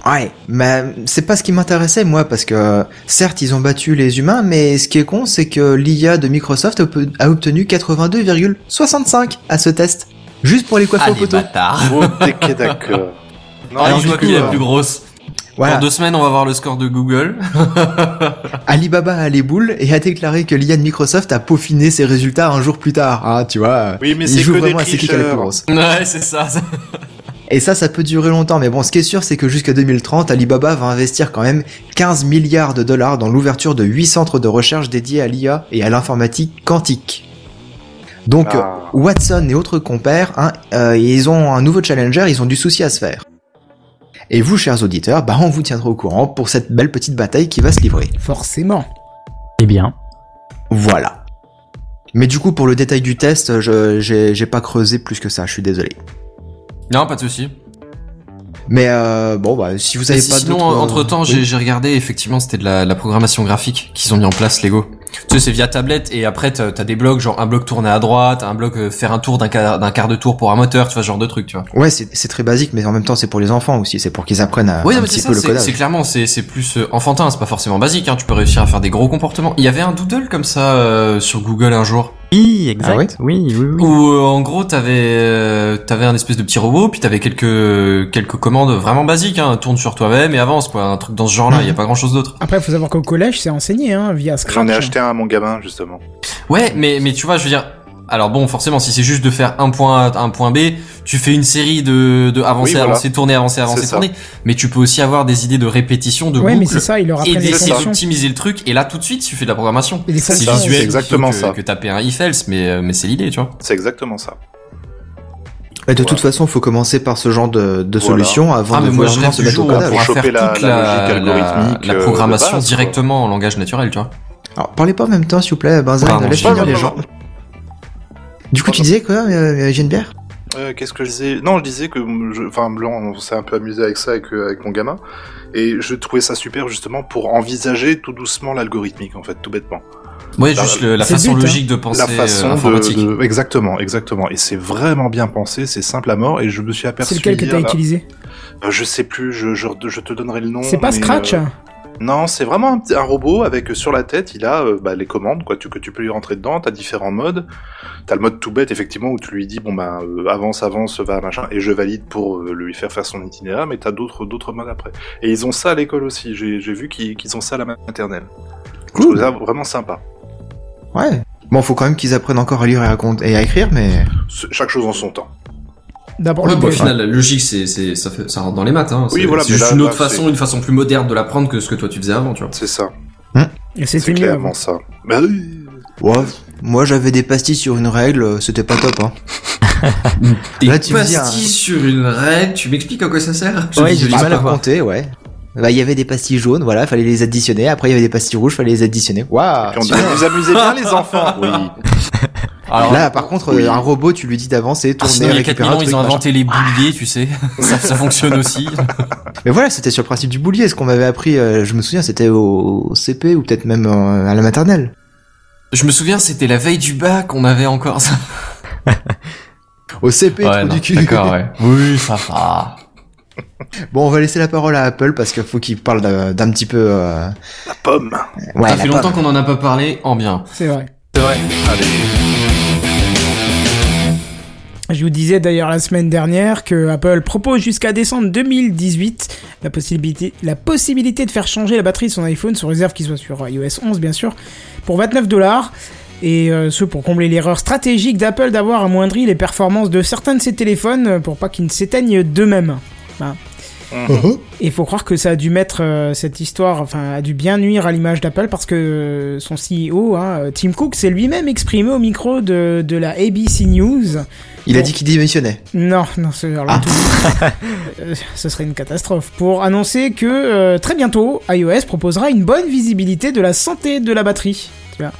Ouais, mais c'est pas ce qui m'intéressait moi parce que certes ils ont battu les humains, mais ce qui est con c'est que l'IA de Microsoft a ob- a obtenu 82,65 à ce test, juste pour les coiffer au poteau.
bâtards
Ok, d'accord. Non,
Alors
du
je vois
coup,
qui est la
euh,
plus grosse. Dans
Voilà,
deux semaines on va voir le score de Google. [laughs]
Alibaba a les boules et a déclaré que l'IA de Microsoft a peaufiné ses résultats un jour plus tard. Ah, tu vois.
Oui, mais
ils
c'est
jouent
que des
vraiment à c'est qui qui a la plus
tricheurs.
grosse.
ouais c'est ça. ça.
Et ça, ça peut durer longtemps, mais bon, ce qui est sûr, c'est que jusqu'à 2030, Alibaba va investir quand même 15 milliards de dollars dans l'ouverture de 8 centres de recherche dédiés à l'IA et à l'informatique quantique. Donc,
Ah.
euh, Watson et autres compères, hein, euh, ils ont un nouveau challenger, ils ont du souci à se faire. Et vous, chers auditeurs, bah, on vous tiendra au courant pour cette belle petite bataille qui va se livrer.
Forcément.
Eh bien,
Voilà. Mais du coup, pour le détail du test, je, j'ai, j'ai pas creusé plus que ça, je suis désolé.
Non pas de souci.
Mais euh, bon, bah, si vous avez
Si-
pas
sinon
d'autres, euh,
entre temps
oui.
j'ai regardé effectivement c'était de la, la programmation graphique qu'ils ont mis en place Lego. Tu sais c'est via tablette et après t'as t'as des blocs genre un bloc tourné à droite, un bloc euh, faire un tour d'un quart, d'un quart de tour pour un moteur, tu vois ce genre de truc tu vois.
Ouais, c'est c'est très basique, mais en même temps, c'est pour les enfants aussi. C'est pour qu'ils apprennent à,
Oui,
Ah, un
non, mais
petit
c'est
peu
ça,
le
c'est-
codage.
c'est clairement, c'est c'est plus euh, enfantin, c'est pas forcément basique, hein, tu peux réussir à faire des gros comportements. Il y avait un doodle comme ça euh, sur Google un jour,
oui,
Ah
exact. oui, oui, oui.
où euh, en gros t'avais euh, t'avais un espèce de petit robot, puis t'avais quelques quelques commandes vraiment basiques, hein, tourne sur toi-même et avance quoi, un truc dans ce
Mm.
genre-là, il y a pas grand-chose d'autre.
Après, faut savoir qu'au collège, c'est enseigné, hein, via Scratch.
J'en ai acheté un à mon gamin, justement.
Ouais, mais mais tu vois, je veux dire, alors bon, forcément, si c'est juste de faire un point A, un point B, tu fais une série de, de avancer,
voilà.
avancer, tourner, avancer, avancer,
C'est ça.
tourner, mais tu peux aussi avoir des idées de répétition, de
Ouais, mais
boucles,
c'est ça, ils leur
et
apprennent les
d'essayer
fonctions.
d'optimiser le truc. Et là, tout de suite, tu fais de la programmation.
Et des
C'est
fonctions.
ça,
visuel,
c'est exactement
plutôt que,
ça.
Que taper un ifels, mais euh, mais c'est l'idée, tu vois.
C'est exactement ça.
Mais de toute façon, faut commencer par ce genre de, de
Voilà.
solution avant
Ah,
de
mais moi,
vouloir
je
vraiment
rêve
se
du
mettre au
jour où on
codage.
pour
pourra faire
choper
toute
la- la
la,
logique
la-
algorithmique,
la
euh, de
programmation
base, quoi.
directement en langage naturel, tu vois.
Alors, parlez pas en même temps, s'il vous plaît, Benzen,
Pardon,
laisse
pardon,
finir les gens.
pardon.
Du coup, tu
Pardon.
disais quoi, euh, euh, Geneviève
Euh, Qu'est-ce que je disais Non, je disais que, je- enfin, Blanc, on s'est un peu amusé avec ça, avec, euh, avec mon gamin, et je trouvais ça super justement pour envisager tout doucement l'algorithmique, en fait, tout bêtement.
Ouais,
Bah,
juste le- la
c'est le
façon
but, hein.
logique de penser
La
euh,
façon
informatique.
de, de- exactement, exactement. Et c'est vraiment bien pensé, c'est simple à mort, et je me suis aperçu.
C'est lequel que
hier,
t'as
là-
utilisé
Euh, Je sais plus, je, je, je te donnerai le nom.
C'est pas
mais,
Scratch
euh, Non, c'est vraiment un, petit- un robot avec euh, sur la tête, il a euh, bah, les commandes quoi, tu, que tu peux lui rentrer dedans, t'as différents modes. T'as le mode tout bête effectivement où tu lui dis bon bah euh, avance, avance, va machin et je valide pour euh, lui faire faire son itinéraire, mais t'as d'autres d'autres modes après. Et ils ont ça à l'école aussi, j'ai j'ai vu qu'ils qu'ils ont ça à la maternelle. Je trouve ça vraiment sympa.
Ouais. Bon, faut quand même qu'ils apprennent encore à lire et à, compte- et à écrire, mais
C'est- Chaque chose en son temps.
D'abord,
Ouais,
le
bah, au
bleu.
final, la logique, c'est, c'est, ça, fait, ça rentre dans les maths. Hein.
Oui,
C'est-
voilà,
c'est
mais
juste
là-
une autre
là,
façon,
c'est-
une façon plus moderne de l'apprendre que ce que toi tu faisais avant, tu vois.
C'est ça.
Et
C'est
c'était mieux. avant.
clairement ça. Bah oui.
ouais. Moi, j'avais des pastilles sur une règle, euh, c'était pas top. Hein.
Des
Là, tu me dis,
pastilles sur une règle, tu m'expliques à quoi ça sert Je
Ouais,
visualise
j'ai du
Bah,
mal à
pour
voir.
compter, ouais. Bah, il y avait des pastilles jaunes, voilà, fallait les additionner. Après, il y avait des pastilles rouges, fallait les additionner. Waouh!
Puis on dit, vous vous amusez bien les enfants
[laughs]
Oui.
Alors,
Là, par contre,
Oui.
un robot, tu lui dis d'avancer,
ah, sinon,
tourner,
il y a
récupérer
4000
un
ans,
truc.
ils ont
machin.
inventé les bouliers, tu sais. ça, ça fonctionne aussi.
Mais voilà, c'était sur le principe du boulier. Ce qu'on m'avait appris, euh, je me souviens, c'était au au CP ou peut-être même euh, à la maternelle.
Je me souviens, c'était la veille du bac, on avait encore ça.
Au CP, trou
non,
du cul. [laughs]
d'accord, ouais. Oui, ça va.
bon, on va laisser la parole à Apple parce qu'il faut qu'il parle d'un d'un petit peu. euh,
La pomme.
Ouais,
ça
la
fait
pomme.
longtemps qu'on en a pas parlé, en bien.
C'est vrai.
Allez.
Je vous disais d'ailleurs la semaine dernière que Apple propose jusqu'à décembre 2018 la possibilité, la possibilité de faire changer la batterie de son iPhone, sous réserve qu'il soit sur iOS 11 bien sûr, pour 29 dollars. Et euh, ce pour combler l'erreur stratégique d'Apple d'avoir amoindri les performances de certains de ses téléphones euh, pour pas qu'ils ne s'éteignent d'eux-mêmes. Bah. Et faut croire que ça a dû mettre euh, cette histoire, enfin, a dû bien nuire à l'image d'Apple parce que euh, son CEO, hein, euh, Tim Cook, s'est lui-même exprimé au micro de, de la ABC News.
Il a dit qu'il démissionnait.
Non, non, ce, alors,
Ah.
tout-
[laughs]
Euh, ce serait une catastrophe. Pour annoncer que euh, très bientôt, iOS proposera une bonne visibilité de la santé de la batterie. Tu vois.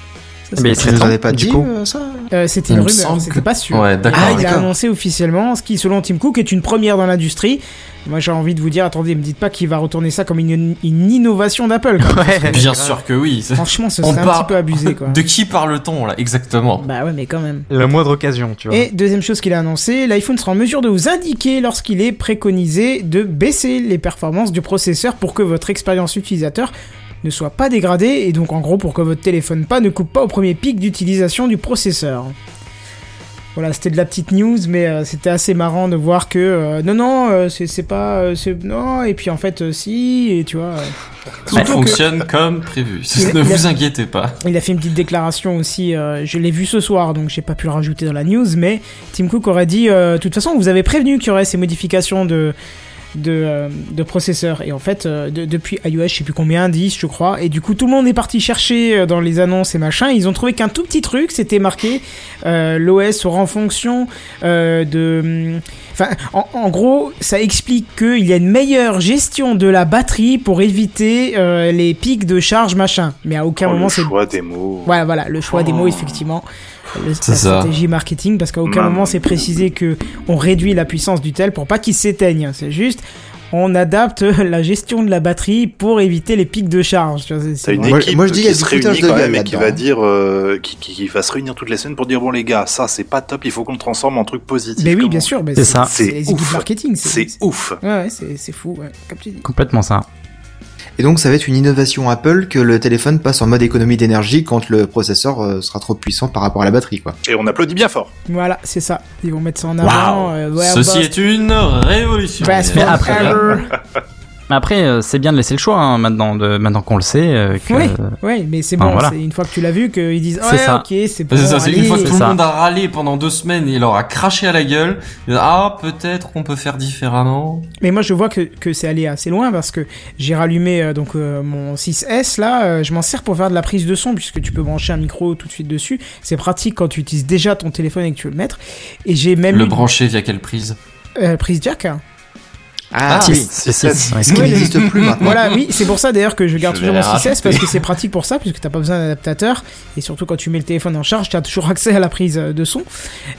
Ça, c'est-
Mais
Tu
c'est
nous en avais pas
du
dit,
coup.
euh, ça?
Euh, C'était
Il
une
me
rumeur,
semble
c'était
que-
pas sûr.
Ouais, d'accord.
Ah,
il a
d'accord.
annoncé officiellement ce qui, selon Tim Cook, est une première dans l'industrie. Moi, j'ai envie de vous dire, attendez, me dites pas qu'il va retourner ça comme une, une innovation d'Apple.
[laughs]
quoi.
Ouais.
Bien sûr que oui. ça-
Franchement, ce
On
serait un
parle-
petit peu abusé, quoi.
[laughs] De qui parle-t-on, là, exactement
Bah ouais, mais quand même.
La moindre occasion, tu vois.
Et deuxième chose qu'il a annoncé, l'iPhone sera en mesure de vous indiquer lorsqu'il est préconisé de baisser les performances du processeur pour que votre expérience utilisateur ne soit pas dégradée et donc en gros pour que votre téléphone pas ne coupe pas au premier pic d'utilisation du processeur. Voilà, c'était de la petite news, mais euh, c'était assez marrant de voir que euh, non, non, euh, c'est c'est pas, euh, c'est non, et puis en fait euh, si, et tu vois. euh.
Tout
Surtout que-
fonctionne comme
[laughs]
prévu. [laughs]
Il-
ne
il a-
vous inquiétez pas.
il a fait une petite déclaration aussi, euh, je l'ai vu ce soir, donc j'ai pas pu le rajouter dans la news, mais Tim Cook aurait dit, euh, de toute façon, on vous avez prévenu qu'il y aurait ces modifications de, de, euh, de processeurs. Et en fait, euh, de- depuis iOS, je sais plus combien, 10 je crois, et du coup tout le monde est parti chercher euh, dans les annonces et machin, ils ont trouvé qu'un tout petit truc, c'était marqué, euh, l'OS sera en fonction euh, de... Enfin, en, en gros, ça explique qu'il y a une meilleure gestion de la batterie pour éviter euh, les pics de charge, machin. Mais à aucun
Oh,
moment
le
c'est
choix des mots.
voilà, voilà, le choix des mots, effectivement. Le- la
Oh. ça. Bah,
stratégie marketing, parce qu'à aucun
Maman.
moment c'est précisé que on réduit la puissance du tel pour pas qu'il s'éteigne. C'est juste, on adapte [laughs] la gestion de la batterie pour éviter les pics de charge. Tu vois, c'est-
T'as
c'est
une
vraiment-
Moi-
équipe
moi, je dis, il y a
qui
du
se
foutage
réunit
de
quand
gueule
même et qui
là-dedans.
va dire, euh, qui, qui, qui va se réunir toutes les semaines pour dire bon les gars, ça c'est pas top, il faut qu'on le transforme en truc positif.
Mais Ben oui,
Comment-
bien sûr, mais
C'est ça.
C'est
C'est
les équipes
ouf.
marketing.
C'est ouf.
Ouais, ouais, c'est c'est fou, ouais, comme tu dis.
Complètement ça.
Et donc ça va être une innovation Apple que le téléphone passe en mode économie d'énergie quand le processeur euh, sera trop puissant par rapport à la batterie quoi.
Et on applaudit bien fort.
Voilà, c'est ça. Ils vont mettre ça en avant. euh, ouais,
Ceci
bah,
est une révolution.
best
Mais
phone
après-
ever.
Mais après, euh, c'est bien de laisser le choix hein, maintenant, de, maintenant qu'on le sait. euh, que...
Oui, oui, mais c'est
Enfin,
bon.
voilà.
c'est une fois que tu l'as vu, qu'ils disent
C'est
ouais,
ça.
ok, c'est bon.
C'est ça, c'est une
allez.
fois que
c'est
tout le
ça.
monde a râlé pendant deux semaines et il leur a craché à la gueule. il a dit, Ah, peut-être qu'on peut faire différemment.
Mais moi, je vois que, que c'est allé assez loin parce que j'ai rallumé euh, donc euh, mon 6S là. euh, je m'en sers pour faire de la prise de son puisque tu peux brancher un micro tout de suite dessus. C'est pratique quand tu utilises déjà ton téléphone et que tu veux le mettre. Et j'ai même
Le
eu,
brancher via quelle prise
euh, prise jack.
Ah,
Si, si, si, si,
ce
oui.
qui
Oui.
n'existe
[laughs]
plus maintenant.
Voilà, oui, c'est pour ça d'ailleurs que je garde
Je
toujours
vais
mon
la
6S parce que c'est pratique pour ça, puisque t'as pas besoin d'adaptateur et surtout quand tu mets le téléphone en charge, t'as toujours accès à la prise euh, de son.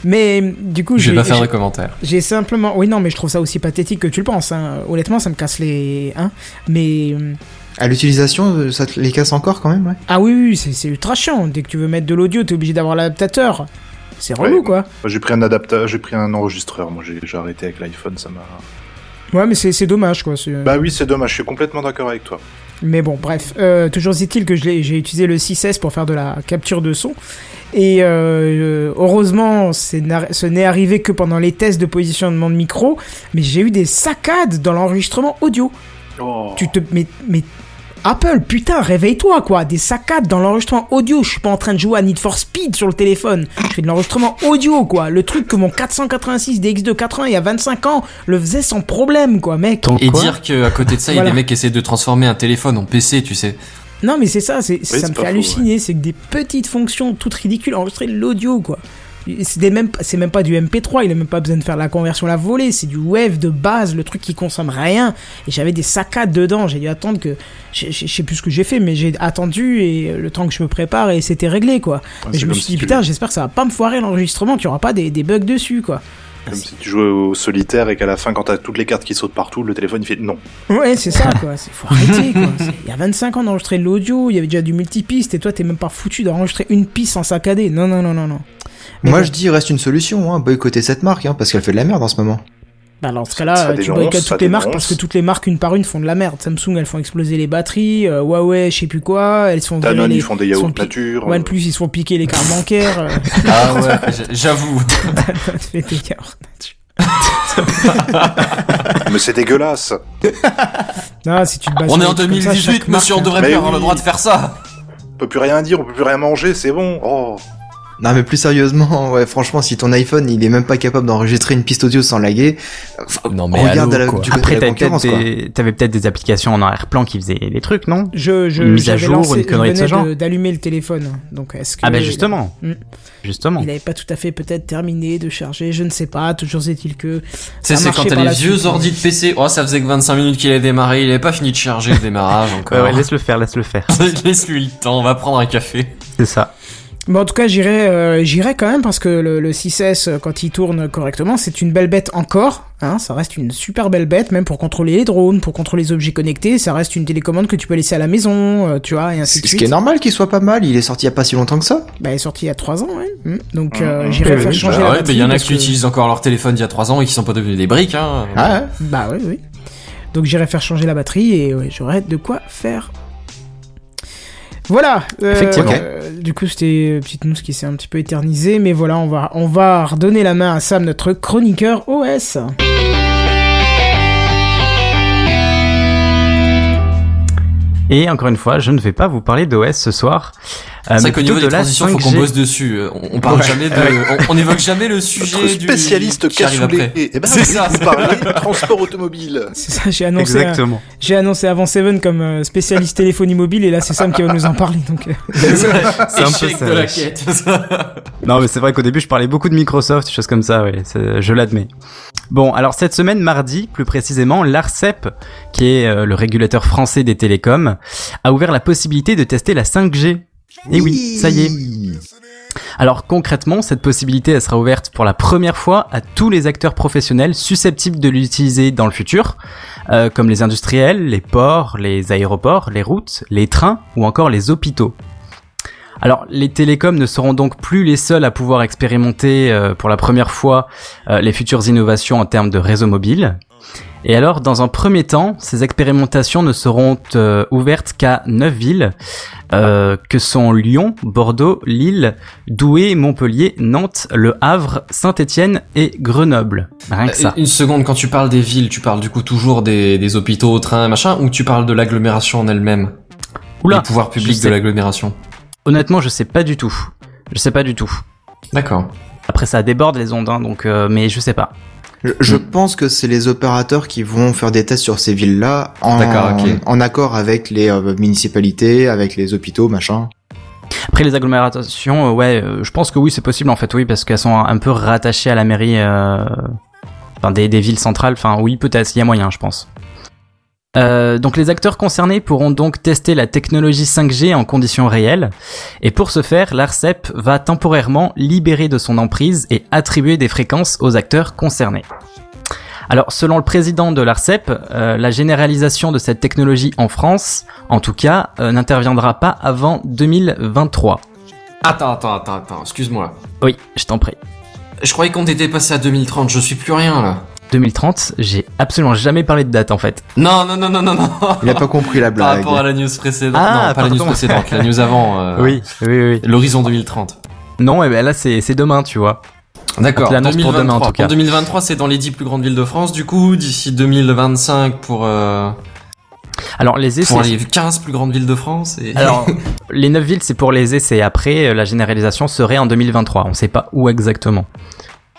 Mais euh, du coup,
Je
j'ai
vais pas faire de
j'ai-
commentaires.
j'ai simplement, oui non, mais je trouve ça aussi pathétique que tu le penses. hein. Honnêtement, ça me casse les, hein. Mais euh,
À l'utilisation, euh, ça te les casse encore quand même, ouais.
Ah oui, oui, c'est c'est ultra chiant. Dès que tu veux mettre de l'audio, t'es obligé d'avoir l'adaptateur. C'est relou,
Ouais.
quoi.
Moi, J'ai pris un adaptateur, j'ai pris un enregistreur. Moi j'ai j'ai arrêté avec l'iPhone, ça m'a.
Ouais, mais c'est c'est dommage, quoi. c'est-
Bah oui, c'est dommage. Je suis complètement d'accord avec toi.
Mais bon, bref. Euh, toujours est-il que je l'ai- j'ai utilisé le 6S pour faire de la capture de son. Et euh, heureusement, c'est n'a- ce n'est arrivé que pendant les tests de positionnement de micro. Mais j'ai eu des saccades dans l'enregistrement audio.
Oh.
Tu te. Mais. mais... Apple, putain, réveille-toi quoi, des saccades dans l'enregistrement audio, je suis pas en train de jouer à Need for Speed sur le téléphone, je fais de l'enregistrement audio quoi, le truc que mon 486 DX280 il y a 25 ans le faisait sans problème quoi mec.
Ton
Et
quoi
dire qu'à côté de ça, il y a
Voilà.
des mecs qui essaient de transformer un téléphone en PC,
[laughs]
tu sais.
Non mais c'est ça, c'est, ça me
c'est pas
fait
faux,
halluciner, c'est que des petites fonctions toutes ridicules enregistrer de l'audio quoi. c'est des même, c'est même pas du MP3, il a même pas besoin de faire la conversion la volée, c'est du WAV de base, le truc qui consomme rien. Et j'avais des saccades dedans, j'ai dû attendre que, je je- je sais plus ce que j'ai fait, mais j'ai attendu et euh, le temps que je me prépare et c'était réglé quoi. mais
Ah, c'est
je me
comme
suis
si
dit
tu-
putain, j'espère que ça va pas me foirer l'enregistrement, qu'il y aura pas des, des bugs dessus quoi.
Comme si tu jouais au solitaire et qu'à la fin, quand t'as toutes les cartes qui sautent partout, le téléphone il fait non.
Ouais, c'est ça, [laughs] quoi. C'est- Faut arrêter, quoi. C'est- Il y a 25 ans d'enregistrer de l'audio, il y avait déjà du multipiste, et toi, t'es même pas foutu d'enregistrer une piste sans saccader. Non, non, non, non, non. Mais
Moi,
bon.
je dis, il reste une solution, hein, boycotter cette marque, hein, parce qu'elle fait de la merde en ce moment.
Bah, alors, dans ce
Ça
cas-là, euh, tu
dénonce,
boycottes
ça
toutes les marques
dénonce.
parce que toutes les marques, une par une, font de la merde. Samsung, elles font exploser les batteries, euh, Huawei, je sais plus quoi, elles se font virer
Danone,
les...
ils font des
sont
yaourts
pi-
nature. euh,
OnePlus, ils se font piquer les cartes bancaires. euh, [laughs]
Ah [laughs] ouais, j'- j'avoue.
ça fait des cartes.
Mais c'est dégueulasse.
Non, si tu te bases sur
On est
Bah, des
en
trucs comme ça,
2018,
chaque marque,
monsieur, on
hein.
devrait
Mais
plus avoir
oui.
le droit de faire ça.
On peut plus rien dire, on peut plus rien manger, c'est bon. Oh.
Non, mais plus sérieusement, [laughs] ouais, franchement, si ton iPhone, il est même pas capable d'enregistrer une piste audio sans laguer, euh,
Non,
mais Regarde allô, à la- quoi. du côté
Après,
de la
t'avais peut-être
concurrence,
des... t'avais peut-être des applications en arrière-plan qui faisaient les trucs, non
Je, je,
Une mise à
j'avais
jour,
lancé-
une connerie de ce
je venais
genre.
D'allumer le téléphone. Donc, est-ce que.
Ah, bah justement.
Mm.
Justement.
Il avait pas tout à fait peut-être terminé de charger, je ne sais pas, toujours est-il que.
Tu
Ça
sais, c'est
marchait
quand t'as
par
les
la
vieux
suite,
ordi
ouais.
de PC. Oh, ça faisait que 25 minutes qu'il avait démarré, il avait pas fini de charger le démarrage encore.
Ouais, ouais, laisse-le faire, laisse-le faire.
[laughs] Laisse-lui le temps, on va prendre un café.
C'est ça.
Bon, en tout cas, j'irai, euh, j'irai quand même parce que le, le 6S, euh, quand il tourne correctement, c'est une belle bête encore. Hein, ça reste une super belle bête, même pour contrôler les drones, pour contrôler les objets connectés. Ça reste une télécommande que tu peux laisser à la maison, euh, tu vois, et ainsi de
ce
suite.
qui est normal qu'il soit pas mal, il est sorti il y a pas si longtemps que ça.
Bah, elle est sortie il y a 3 ans, ouais. Mm. Donc,
Mm,
euh,
mm.
j'irai
Oui,
faire
oui,
changer
bah
la
ouais, mais
batterie
il y en a
parce
qui
que-
utilisent encore leur téléphone d'il y a 3 ans et qui sont pas devenus des briques, hein.
Ah, ouais.
Bah oui, oui. Donc j'irai faire changer la batterie et ouais, j'aurai de quoi faire. Voilà. euh,
Effectivement.
euh, du coup, c'était euh, petite news qui s'est un petit peu éternisée, mais voilà, on va, on va redonner la main à Sam, notre chroniqueur OS.
Et encore une fois, je ne vais pas vous parler d'OS ce soir. euh,
C'est
mais
vrai qu'au
plutôt
niveau des
de la
transitions, faut qu'on
5G.
bosse dessus. Euh, On, on parle jamais de, on, on évoque jamais le sujet
Notre
du
spécialiste
qui arrive
cassoulet.
après.
[laughs] Et ben,
C'est ça.
vous parlez [laughs] transport automobile.
C'est ça, j'ai annoncé, euh,
Exactement.
j'ai annoncé avant Seven comme euh, spécialiste téléphonie mobile et là c'est Sam qui va nous en parler. Donc, euh,
[laughs] C'est
un peu
Échec
ça,
de la
ouais.
quête.
Non, mais c'est vrai qu'au début, je parlais beaucoup de Microsoft, des choses comme ça, oui, c'est- je l'admets. Bon, alors cette semaine, mardi, plus précisément, l'ARCEP, E qui est euh, le régulateur français des télécoms, a ouvert la possibilité de tester la 5G. Et Eh oui, ça y est. Alors concrètement, cette possibilité elle sera ouverte pour la première fois à tous les acteurs professionnels susceptibles de l'utiliser dans le futur, euh, comme les industriels, les ports, les aéroports, les routes, les trains ou encore les hôpitaux. Alors les télécoms ne seront donc plus les seuls à pouvoir expérimenter euh, pour la première fois euh, les futures innovations en termes de réseau mobile. Et alors, dans un premier temps, ces expérimentations ne seront euh, ouvertes qu'à 9 villes, euh, que sont Lyon, Bordeaux, Lille, Douai, Montpellier, Nantes, Le Havre, Saint-Étienne et Grenoble. Rien que ça.
Une seconde, quand tu parles des villes, tu parles du coup toujours des, des hôpitaux, trains, machin, ou tu parles de l'agglomération en elle-même
Oula,
Les pouvoirs
je
publics
sais.
de l'agglomération.
honnêtement, je sais pas du tout. Je sais pas du tout.
D'accord.
Après, ça déborde les ondes, hein, donc, euh, mais je sais pas.
Je, je pense que c'est les opérateurs qui vont faire des tests sur ces villes-là en,
D'accord, ok.
en accord avec les euh, municipalités, avec les hôpitaux, machin.
Après les agglomérations, euh, ouais, euh, je pense que oui, c'est possible en fait, oui, parce qu'elles sont un- un peu rattachées à la mairie, euh, enfin des, des villes centrales. Enfin, oui, peut-être, il y a moyen, je pense. Euh, donc les acteurs concernés pourront donc tester la technologie 5G en conditions réelles et pour ce faire l'ARCEP E va temporairement libérer de son emprise et attribuer des fréquences aux acteurs concernés. Alors selon le président de l'ARCEP, euh, la généralisation de cette technologie en France en tout cas, euh, n'interviendra pas avant 2023.
Attends, attends, attends, attends, excuse-moi.
Oui, je t'en prie.
Je croyais qu'on était passé à 2030, je suis plus rien là.
2030, j'ai absolument jamais parlé de date en fait.
Non, non, non, non, non, non.
Il a pas compris la
Par
blague.
rapport à la news précédente.
Ah,
non, pas la news
pardon.
précédente, la news avant. euh,
[laughs] oui, oui.
L'horizon 2030.
Non, et ben là c'est c'est demain, tu vois.
D'accord.
On te l'annonce pour
2023.
demain, en tout cas.
2023, c'est dans les 10 plus grandes villes de France. Du coup, d'ici 2025 pour, euh,
Alors les essais,
pour les 15 plus grandes villes de France. Et...
alors les 9 villes c'est pour les essais. Après, euh, la généralisation serait en 2023. On sait pas où exactement.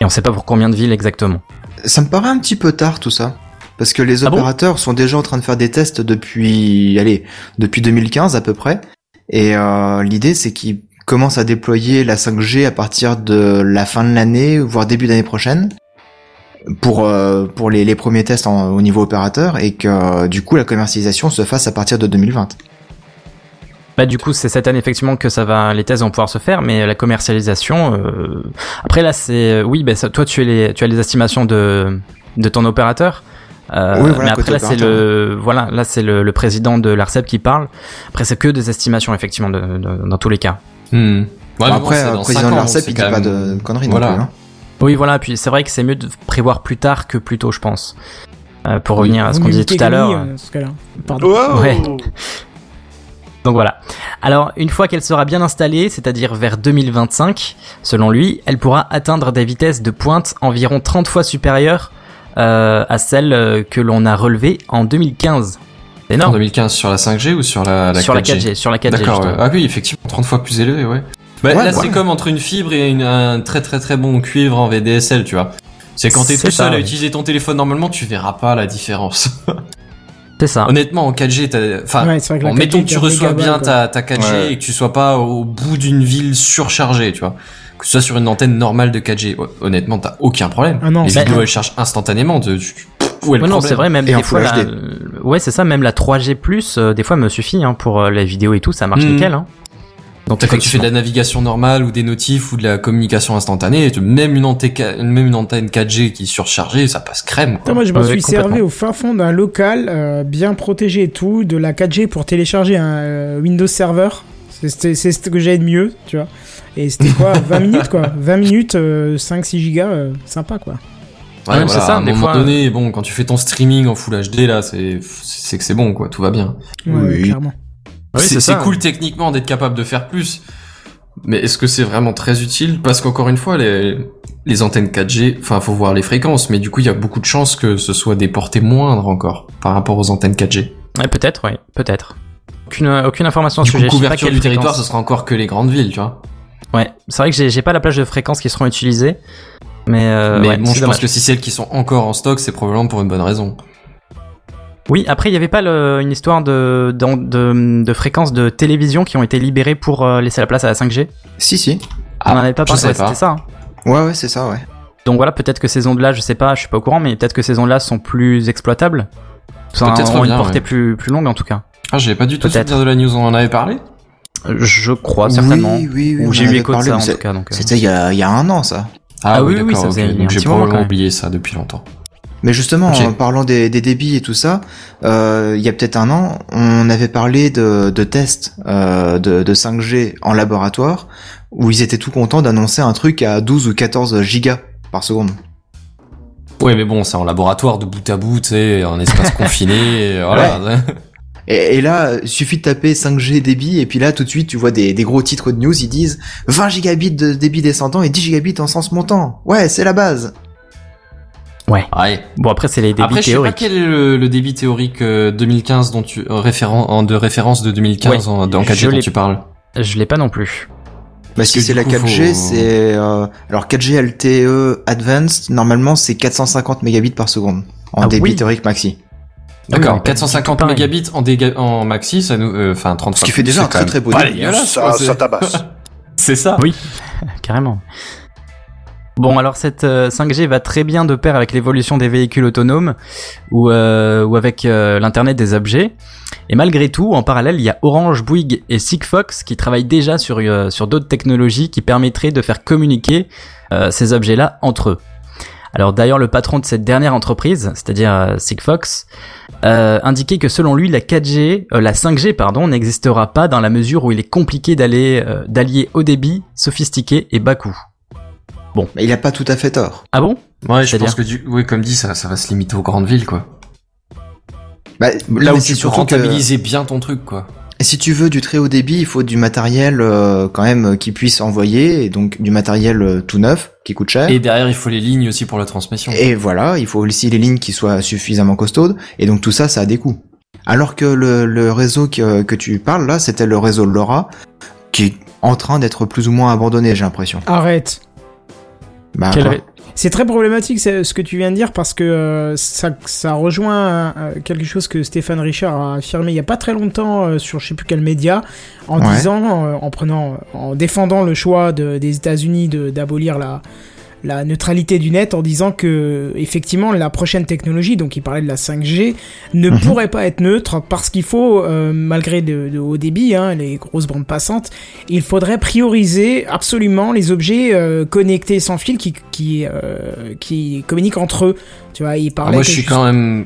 Et on sait pas pour combien de villes exactement.
Ça me paraît un petit peu tard tout ça. Parce que les
Ah bon
opérateurs sont déjà en train de faire des tests depuis, allez, depuis 2015 à peu près. Et euh, l'idée c'est qu'ils commence à déployer la 5G à partir de la fin de l'année, voire début d'année prochaine, pour euh, pour les, les premiers tests en- au niveau opérateur, et que euh, du coup la commercialisation se fasse à partir de 2020.
Bah du coup c'est cette année effectivement que ça va les thèses vont pouvoir se faire mais euh, la commercialisation euh, après là c'est oui bah ça, toi tu as les tu as les estimations de de ton opérateur euh,
Oui, voilà,
mais après
côté
là c'est le voilà là c'est le, le président de l'Arcep E qui parle après c'est que des estimations effectivement de- de- dans tous les cas
Hmm. Ouais, mais bon,
Après,
c'est
euh,
dans
président
cinq
de
ans,
E
l'ARCEP,
c'est
il dit
quand
pas
même-
de conneries
Voilà.
non plus. hein.
oui voilà puis c'est vrai que c'est mieux de prévoir plus tard que plus tôt je pense Euh, pour
Oui.
revenir à ce
Vaut
qu'on
mieux
disait
éviter
tout à
que lui,
l'heure
euh, dans ce cas-là. Pardon.
Wow
Ouais. Donc voilà. Alors, une fois qu'elle sera bien installée, c'est-à-dire vers 2025, selon lui, elle pourra atteindre des vitesses de pointe environ 30 fois supérieures euh, à celles euh, que l'on a relevées en 2015. C'est
En
énorme.
2015 sur la 5G ou sur Ah, la,
sur la 4G, sur la 4G.
D'accord. ouais.
justement.
Ah oui, effectivement, 30 fois plus élevé, ouais. Bah,
Ouais,
là,
ouais.
c'est comme entre une fibre et une- un très très très bon cuivre en VDSL, tu vois. C'est quand t'es
C'est
tout
ça,
seul à
ouais.
utiliser ton téléphone normalement, tu verras pas la différence.
C'est ça.
Honnêtement, en 4G, t'as- enfin,
Ouais, c'est vrai que la
bon, mettons
4G,
que tu
t'as
reçois
méga
bien
balle,
ta, ta 4G
Ouais.
et que tu sois pas au bout d'une ville surchargée, tu vois. Que ce soit sur une antenne normale de 4G, ouais, honnêtement, t'as aucun problème.
Ah non,
Les
bah-
vidéos, elles chargent instantanément. De, tu- tu- où est le
Ouais, non,
problème
c'est vrai, même
Et en
des fois,
Full
la- ouais, c'est ça, même la 3G+, euh, des fois, me suffit hein, pour euh, les vidéos et tout, ça marche
Mhm.
nickel. Hein. Donc,
T'as quand tu fais de la navigation normale ou des notifs ou de la communication instantanée, tu- même une antenne, même une antenne 4G qui est surchargée, ça passe crème.
Putain,
Quoi.
moi, je me
Ouais,
suis
complètement.
servi au fin fond d'un local euh, bien protégé et tout, de la 4G pour télécharger un euh, Windows Server. C'est- C'était c'est ce que j'avais de mieux, tu vois. Et c'était
[laughs]
quoi 20 minutes, quoi. 20 minutes, 5-6 gigas, euh, sympa, quoi.
Ouais, Ah, mais c'est ça,
à un
des
moment
fois- euh,
donné, bon, quand tu fais ton streaming en Full HD là, c'est c'est que c'est bon quoi, tout va bien.
Ouais,
Oui.
ouais, clairement.
Ah Oui,
c'est
c'est
c'est
ça. hein.
cool techniquement d'être capable de faire plus, mais est-ce que c'est vraiment très utile Parce qu'encore une fois, les les antennes 4G, enfin, faut voir les fréquences, mais du coup, il y a beaucoup de chances que ce soit des portées moindres encore par rapport aux antennes 4G.
Ouais, peut-être, oui, peut-être. Aucune, euh, aucune information
Du
sur
coup,
le sujet. je sais pas
couverture
quelle
du territoire,
fréquence.
ce sera encore que les grandes villes, tu vois.
Ouais, c'est vrai que j'ai- j'ai pas la plage de fréquences qui seront utilisées. Mais, euh,
mais
ouais,
bon,
c'est
je
dommage.
pense que si celles qui sont encore en stock, c'est probablement pour une bonne raison.
Oui, après, il y avait pas le- une histoire de, d'en- de, de fréquences de télévision qui ont été libérées pour euh, laisser la place à la 5G
Si si.
On en avait pas
je
parlé,
sais
ouais,
pas.
c'était ça. hein.
Ouais ouais c'est ça ouais.
Donc voilà, peut-être que ces ondes-là, je sais pas, je suis pas au courant, mais peut-être que ces ondes-là sont plus exploitables. Enfin,
Peut-être
ont
bien,
une portée
ouais.
plus, plus longue en tout cas.
Ah, j'avais pas du tout
Peut-être.
souvenir de la news, on en avait parlé
Euh, Je crois, certainement.
Oui oui oui. on
Ou j'ai
en
eu
avait
écho de
parlé,
ça
mais
en
c'est-
tout cas. Donc, euh,
C'était il y a il y a un an ça.
Ah oui, oui,
d'accord,
ça
ok.
faisait un
Donc j'ai
petit moment,
probablement
quand même.
oublié ça depuis longtemps.
Mais justement,
Ok.
en parlant des, des débits et tout ça, euh, il y a peut-être un an, on avait parlé de, de tests euh, de, de 5G en laboratoire, où ils étaient tout contents d'annoncer un truc à 12 ou 14 gigas par seconde.
Ouais, mais bon, c'est en laboratoire, de bout à bout, tu sais,
[laughs]
en espace confiné, et voilà.
Et, et là, il suffit de taper 5G débit, et puis là, tout de suite, tu vois des, des gros titres de news, ils disent 20 gigabits de débit descendant et 10 gigabits en sens montant. Ouais, c'est la base.
Ouais.
Bon, après, c'est les débits
Après, je sais pas
théoriques.
quel est le, le débit théorique euh, 2015 dont tu, euh, référen- en- de référence de 2015
Ouais,
en, dans
je
4G dont
l'ai- Ah
tu parles.
Je l'ai pas non plus.
Bah,
Parce
si
que
c'est
du
la
coup,
4G,
faut-
c'est... euh, alors 4G LTE E Advanced, normalement c'est 450 mégabits par seconde en
Ah
débit
oui.
théorique maxi.
D'accord,
mais pas du tout
450
pareil.
mégabits en, déga- en maxi, ça nous, euh, enfin 30
Ce qui fait déjà un très très beau
pas
débit.
dégueulasse,
ça,
quoi, c'est-
ça tabasse.
C'est ça.
Carrément. Bon, alors cette euh, 5G va très bien de pair avec l'évolution des véhicules autonomes ou, euh, ou avec euh, l'Internet des objets. Et malgré tout, en parallèle, il y a Orange, Bouygues et Sigfox qui travaillent déjà sur, euh, sur d'autres technologies qui permettraient de faire communiquer euh, ces objets-là entre eux. Alors d'ailleurs, le patron de cette dernière entreprise, c'est-à-dire euh, Sigfox, euh, indiquait que selon lui, la 4G, euh, la 5G, pardon, n'existera pas dans la mesure où il est compliqué d'aller euh, d'allier haut débit, sophistiqué et bas coût.
Mais il a pas tout à fait tort.
Ah bon
Ouais, je pense
C'est-à-dire
que du, oui, comme dit, ça, ça va se limiter aux grandes villes, quoi.
Bah,
Là
mais
où
c'est
tu peux
surtout que
rentabiliser bien ton truc, quoi.
si tu veux du très haut débit, il faut du matériel euh, quand même euh, qui puisse envoyer, et donc du matériel euh, tout neuf qui coûte cher.
Et
Et...
derrière, il faut les lignes aussi pour la transmission.
voilà, il faut aussi les lignes qui soient suffisamment costaudes, et donc tout ça, ça a des coûts. Alors que le, le réseau que, que tu parles là, c'était le réseau de LoRa, qui est en train d'être plus ou moins abandonné, j'ai l'impression.
Arrête.
Bah,
Quel
quoi.
ré-
C'est très problématique c'est- ce que tu viens de dire parce que euh, ça, ça rejoint euh, quelque chose que Stéphane Richard a affirmé il y a pas très longtemps euh, sur je sais plus quel média en
Ouais.
disant euh, en prenant en défendant le choix de- des États-Unis de- d'abolir la la neutralité du net en disant que effectivement la prochaine technologie donc il parlait de la 5G ne
Mhm.
pourrait pas être neutre parce qu'il faut euh, malgré le, le haut débit hein, les grosses bandes passantes il faudrait prioriser absolument les objets euh, connectés sans fil qui, qui, euh, qui communiquent entre eux. Tu vois, il
Alors
parlait.
Ah, moi,
que
je suis
juste-
quand même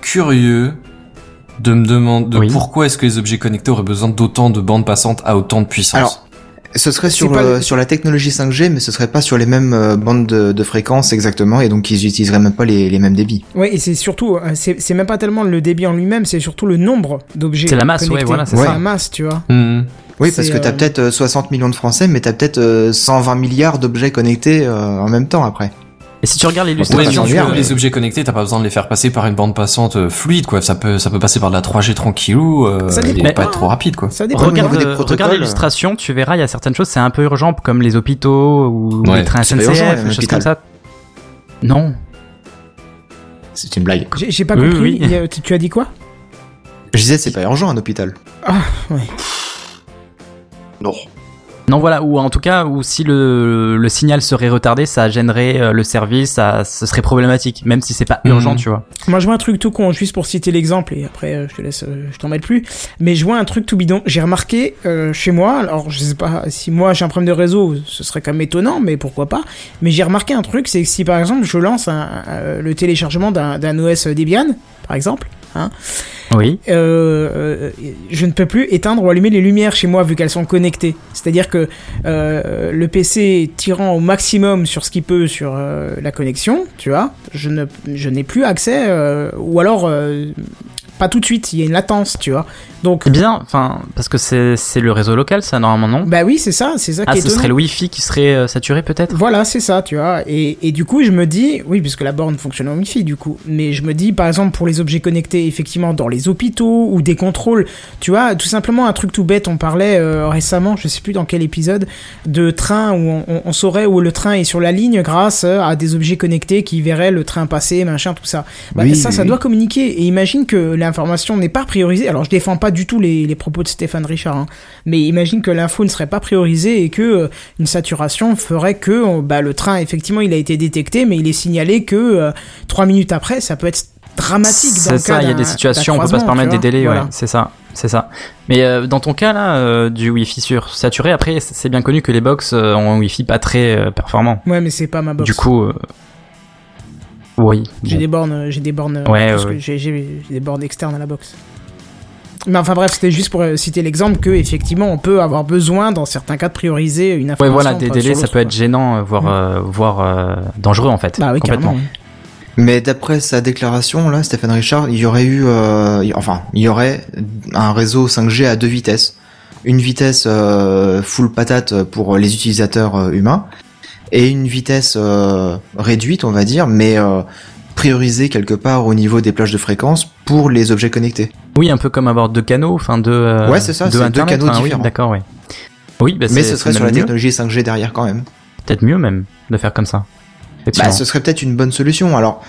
curieux de me demander de
Oui.
pourquoi est-ce que les objets connectés auraient besoin d'autant de bandes passantes à autant de puissance.
Alors, Ce serait sur,
C'est pas
euh,
le-
sur la technologie 5G, mais ce serait pas sur les mêmes euh, bandes de, de fréquences exactement, et donc ils utiliseraient même pas les, les mêmes débits.
Ouais, et c'est surtout, euh, c'est c'est même pas tellement le débit en lui-même, c'est surtout le nombre d'objets.
C'est la masse, ouais,
connectés.
voilà, c'est
ça.
la masse, tu vois.
Hmm.
Oui, parce
C'est,
que t'as
euh,
peut-être euh, 60 millions de Français, mais t'as peut-être euh, 120 milliards d'objets connectés euh, en même temps après.
Et si tu regardes
Ouais,
Ouais,
pas
mais
l'illustration,
sans
si tu
lien,
veux,
mais-
les objets connectés, t'as pas besoin de les faire passer par une bande passante euh, fluide, quoi. Ça peut, ça peut passer par de la 3G tranquillou, euh,
Ça dépend
et pas
pas,
être trop rapide, quoi.
Ça dépend.
Regarde-
vraiment
Regarde,
niveau des
euh,
protocoles,
regarde l'illustration, tu verras, il y a certaines choses, c'est un peu urgent, comme les hôpitaux ou
Ouais,
les trains
c'est pas urgent,
SNCF,
un
des choses
hôpital.
comme ça. Non.
C'est une blague.
J'ai j'ai pas
Oui,
compris.
oui.
il y a- tu, tu as dit quoi
Je disais, c'est pas urgent un hôpital.
Non.
Non, voilà, ou en tout cas, ou si le, le signal serait retardé, ça gênerait euh, le service, ça, ce serait problématique, même si c'est pas
Mhm.
urgent, tu vois.
Moi, je vois un truc tout con, juste pour citer l'exemple, et après, euh, je te laisse, euh, je t'emmêle plus. Mais je vois un truc tout bidon. J'ai remarqué euh, chez moi, alors je sais pas si moi j'ai un problème de réseau, ce serait quand même étonnant, mais pourquoi pas. Mais j'ai remarqué un truc, c'est que si par exemple je lance un- un- le téléchargement d'un d'un OS Debian, par exemple,
Oui.
euh, euh, je ne peux plus éteindre ou allumer les lumières chez moi vu qu'elles sont connectées. C'est-à-dire que euh, le PC tirant au maximum sur ce qu'il peut sur euh, la connexion, tu vois, je ne je n'ai plus accès euh, ou alors euh, pas tout de suite, il y a une latence, tu vois. Donc
Eh bien, enfin, parce que c'est c'est le réseau local, ça, normalement, non
bah oui, c'est ça, c'est ça
Ah,
qui est
ce
étonnant.
serait le Wi-Fi qui serait euh, saturé, peut-être
Voilà, c'est ça, tu vois. Et, et du coup, je me dis, oui, puisque la borne fonctionne en Wi-Fi, du coup. Mais je me dis, par exemple, pour les objets connectés, effectivement, dans les hôpitaux ou des contrôles, tu vois, tout simplement un truc tout bête. On parlait euh, récemment, je sais plus dans quel épisode, de train où on, on- on saurait où le train est sur la ligne grâce euh, à des objets connectés qui verraient le train passer, machin, tout ça. Bah,
Oui,
ça,
oui,
ça
oui.
doit communiquer. Et imagine que l'information n'est pas priorisée. Alors, je défends pas du tout les, les propos de Stéphane Richard, hein. mais imagine que l'info ne serait pas priorisée et que euh, une saturation ferait que oh, bah, le train, effectivement, il a été détecté, mais il est signalé que euh, trois minutes après, ça peut être dramatique. dans
C'est
le
ça,
cas
il y a
d'un-
des situations,
d'un
on peut pas se
croisement,
permettre
tu
des
vois.
délais,
Voilà.
ouais, c'est ça, c'est ça. Mais euh, dans ton cas là, euh, du Wi-Fi sur saturé, après c'est c'est bien connu que les box euh, ont un Wi-Fi pas très euh, performant.
Ouais, mais c'est pas ma box.
Du coup, euh, oui.
j'ai
bon.
des bornes, euh, j'ai des bornes,
Ouais,
parce
ouais,
que
ouais.
j'ai- j'ai j'ai des bornes externes à la box. Mais enfin bref, c'était juste pour euh, citer l'exemple que effectivement on peut avoir besoin dans certains cas de prioriser une
Ouais,
information.
voilà, des
pas
délais,
sur
ça
l'autre,
peut être
quoi.
gênant, euh, voire,
Mm.
euh, voire euh, dangereux en fait.
Bah oui,
complètement.
carrément. ouais.
Mais d'après sa déclaration, là, Stéphane Richard, il y aurait eu, euh, il- enfin, il y aurait un réseau 5G à deux vitesses. Une vitesse euh, full patate pour les utilisateurs euh, humains et une vitesse euh, réduite, on va dire, mais euh, priorisée quelque part au niveau des plages de fréquence pour les objets connectés.
Oui, un peu comme avoir deux canaux, enfin deux. euh,
Ouais, c'est ça, c'est deux
Internet,
canaux
enfin, oui,
différents.
D'accord, oui. Oui, bah, c'est-
mais ce serait
c'est
sur la
même mieux,
technologie 5G derrière quand même.
Peut-être mieux même de faire comme ça.
Bah,
Effectivement.
ce serait peut-être une bonne solution. Alors,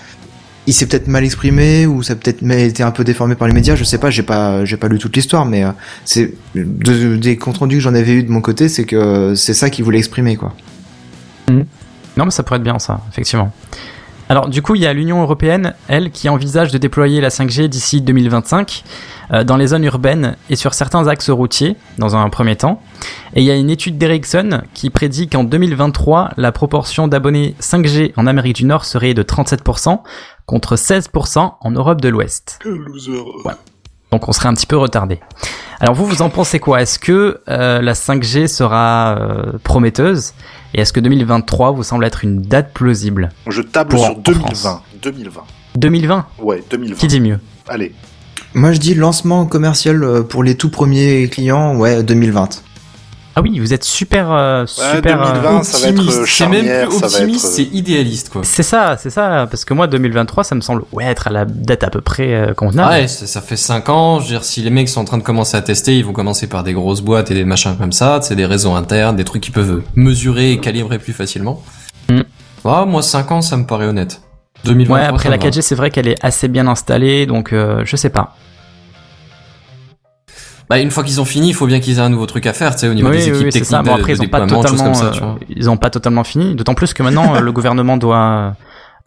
il s'est peut-être mal exprimé ou ça a peut-être mais- été un peu déformé par les médias. Je sais pas, j'ai pas, j'ai pas lu toute l'histoire, mais euh, c'est de- des comptes rendus que j'en avais eu de mon côté, c'est que c'est ça qu'il voulait exprimer, quoi.
Non, mais ça pourrait être bien ça, effectivement. Alors du coup, il y a l'Union européenne, elle, qui envisage de déployer la 5G d'ici 2025 euh, dans les zones urbaines et sur certains axes routiers, dans un premier temps. Et il y a une étude d'Ericsson qui prédit qu'en 2023, la proportion d'abonnés 5G en Amérique du Nord serait de 37% contre 16% en Europe de l'Ouest.
Que loser.
Donc on serait un petit peu retardé. Alors vous, vous en pensez quoi Est-ce que euh, la 5G sera euh, prometteuse Et est-ce que 2023 vous semble être une date plausible
Je table
Pour
sur
en
2020.
France.
2020.
2020
Ouais, 2020.
Qui dit mieux
Allez.
Moi, je dis lancement commercial euh, pour les tout premiers clients, ouais, 2020.
Ah oui, vous êtes super, euh,
Ouais,
super. euh,
2020, ça va être euh,
c'est même
charnière,
plus
ça va
optimiste, c'est
être... euh,
idéaliste, quoi.
C'est ça, c'est ça, parce que moi 2023, ça me semble ouais être à la date à peu près euh, convenable.
Ouais, ça, ça fait 5 ans. Je veux dire, si les mecs sont en train de commencer à tester, ils vont commencer par des grosses boîtes et des machins comme ça. C'est des réseaux internes, des trucs qui peuvent mesurer et calibrer plus facilement.
Mm.
Ah, moi, 5 ans, ça me paraît honnête. 2020.
Ouais, après la 4G, c'est vrai qu'elle est assez bien installée, donc euh, je sais pas.
Bah, une fois qu'ils ont fini, il faut bien qu'ils aient un nouveau truc à faire, tu sais, au niveau des
Oui,
équipes
oui, oui, c'est
techniques,
ça. Bon,
de-
après,
de
ils ont pas
déploiement, de choses
totalement,
comme ça,
euh,
tu vois.
ils ont pas totalement fini. D'autant plus que maintenant, euh, le gouvernement doit,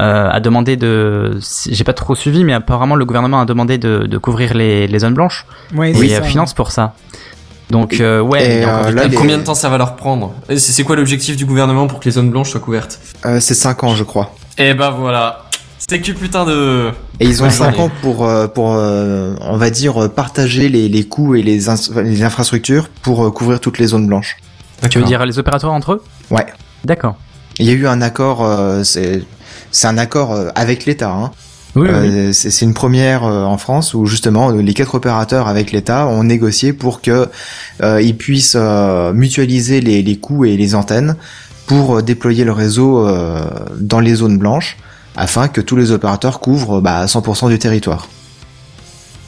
euh, a demandé de, si- j'ai pas trop suivi, mais apparemment, le gouvernement a demandé de, de couvrir les, les zones blanches
Ouais,
et
c'est
euh,
ça.
finance pour ça. Donc, euh, ouais,
Et,
il y a encore
euh,
du
là,
Et
les-
Combien de temps ça va leur prendre Et C'est c'est quoi l'objectif du gouvernement pour que les zones blanches soient couvertes
Euh, c'est 5 ans, je crois.
Eh ben voilà. C'est que putain de.
Et ils ont
Ouais,
5
ouais.
ans pour, euh, pour euh, on va dire, euh, partager les, les coûts et les, ins- les infrastructures pour euh, couvrir toutes les zones blanches.
Tu veux dire les opérateurs entre eux
Ouais.
D'accord.
Il y a eu un accord, euh, c'est c'est un accord euh, avec l'État. Hein.
Oui, oui, oui.
Euh, c'est c'est une première euh, en France où justement euh, les quatre opérateurs avec l'État ont négocié pour que euh, ils puissent euh, mutualiser les, les coûts et les antennes pour euh, déployer le réseau euh, dans les zones blanches afin que tous les opérateurs couvrent euh, bah, 100% du territoire.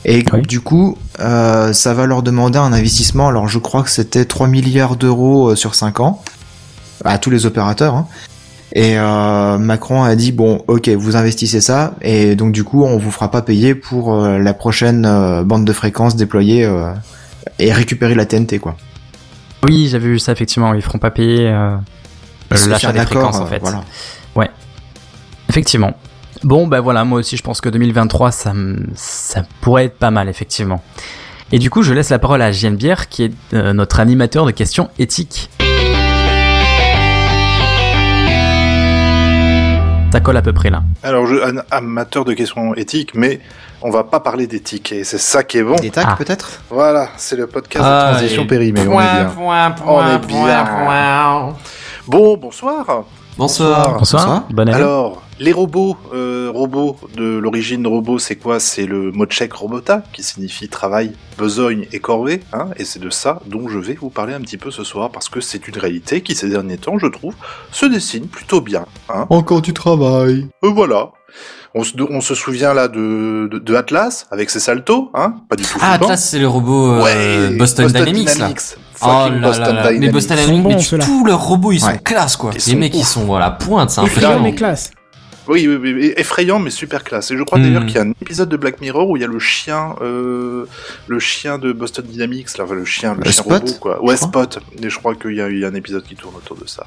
Et
Oui.
du coup, euh, ça va leur demander un investissement. Alors je crois que c'était 3 milliards d'euros euh, sur 5 ans à tous les opérateurs. hein. Et euh, Macron a dit bon, ok, vous investissez ça, et donc du coup, on vous fera pas payer pour euh, la prochaine euh, bande de fréquences déployée euh, et récupérer la TNT quoi.
Euh, Oui, j'avais vu ça effectivement. Ils feront pas payer euh,
Parce que c'est
l'achat
un
des
accord,
fréquences en
euh,
fait.
voilà.
Effectivement. Bon, bah voilà, moi aussi je pense que 2023, ça, me- ça pourrait être pas mal, effectivement. Et du coup, je laisse la parole à Geneviève, qui est euh, notre animateur de questions éthiques. Ça colle à peu près là.
Alors, je un amateur de questions éthiques, mais on va pas parler d'éthique, et c'est ça qui est bon.
Des tacs
Ah.
peut-être.
Voilà, c'est le podcast
Ah,
de transition
et-
périmée, on est bien. Oh, On est bien. Bon, bonsoir.
Bonsoir.
Bonsoir,
Bonsoir.
bonne année.
Alors, les robots, euh, robots, de l'origine robot, c'est quoi C'est le mot tchèque robota, qui signifie travail, besogne et corvée, hein, et c'est de ça dont je vais vous parler un petit peu ce soir, parce que c'est une réalité qui, ces derniers temps, je trouve, se dessine plutôt bien, hein.
Encore du travail.
Euh, voilà. On se, on se souvient là de, de, de Atlas, avec ses saltos, hein, pas du tout
Ah,
flippant.
Atlas, c'est le robot euh,
Ouais,
Boston, Dynamics, là. Oh
Fucking
là
Boston
là là. Mais
Dynamics.
Boston
Ils sont
Dynamics, mais
bons,
tu-
ceux-là.
tous leurs robots, ils sont
Ouais.
classe, quoi.
Ils
Les
sont
mecs, ils
ouf.
sont à la pointe, c'est un fait.
Effrayant
Clairement.
mais classe.
Oui, oui, oui, oui, effrayant mais super classe. Et je crois
Hmm.
d'ailleurs qu'il y a un épisode de Black Mirror où il y a le chien, euh, le chien de Boston Dynamics, là, enfin, le chien, le,
Le
chien
Spot,
robot, quoi. Ouais,
je crois.
Spot. Et je crois qu'il y, a il y a un épisode qui tourne autour de ça.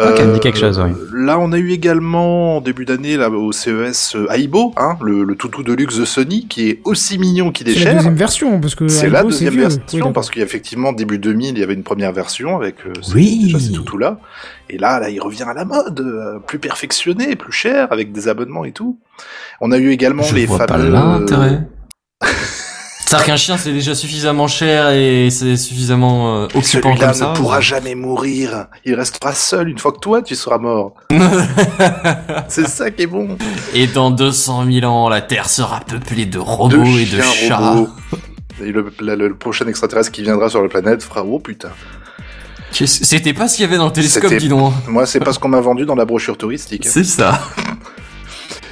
Euh,
ça me dit quelque chose, oui.
Là, on a eu également en début d'année là au CES euh, Aibo, hein, le, le toutou de luxe de Sony, qui est aussi mignon qu'il est
C'est la
cher.
deuxième version, parce
Euh,
que
C'est la
Haribo,
deuxième
vieux. Oui,
version
d'accord.
parce qu'effectivement début 2000 il y avait une première version avec euh, ces-
Oui.
déjà ces toutous là et là là il revient à la mode euh, plus perfectionné plus cher avec des abonnements et tout. On a eu également les
Je vois pas
fameux [laughs] euh,
l'intérêt. C'est-à-dire qu'un chien, c'est déjà suffisamment cher et c'est suffisamment euh, occupant
Celui-là
comme ça.
ne pourra jamais mourir. Il restera seul une fois que toi tu seras
[laughs]
mort. C'est ça qui est bon.
Et dans 200 000 ans, la Terre sera peuplée de robots
Deux
et de
chiens
chats.
robots. Et le, le- le prochain extraterrestre qui viendra sur la planète fera oh putain.
Qu'est-ce- C'était pas ce qu'il y avait dans le télescope,
C'était-
dis donc.
Moi c'est pas ce qu'on m'a vendu dans la brochure touristique. hein.
C'est ça.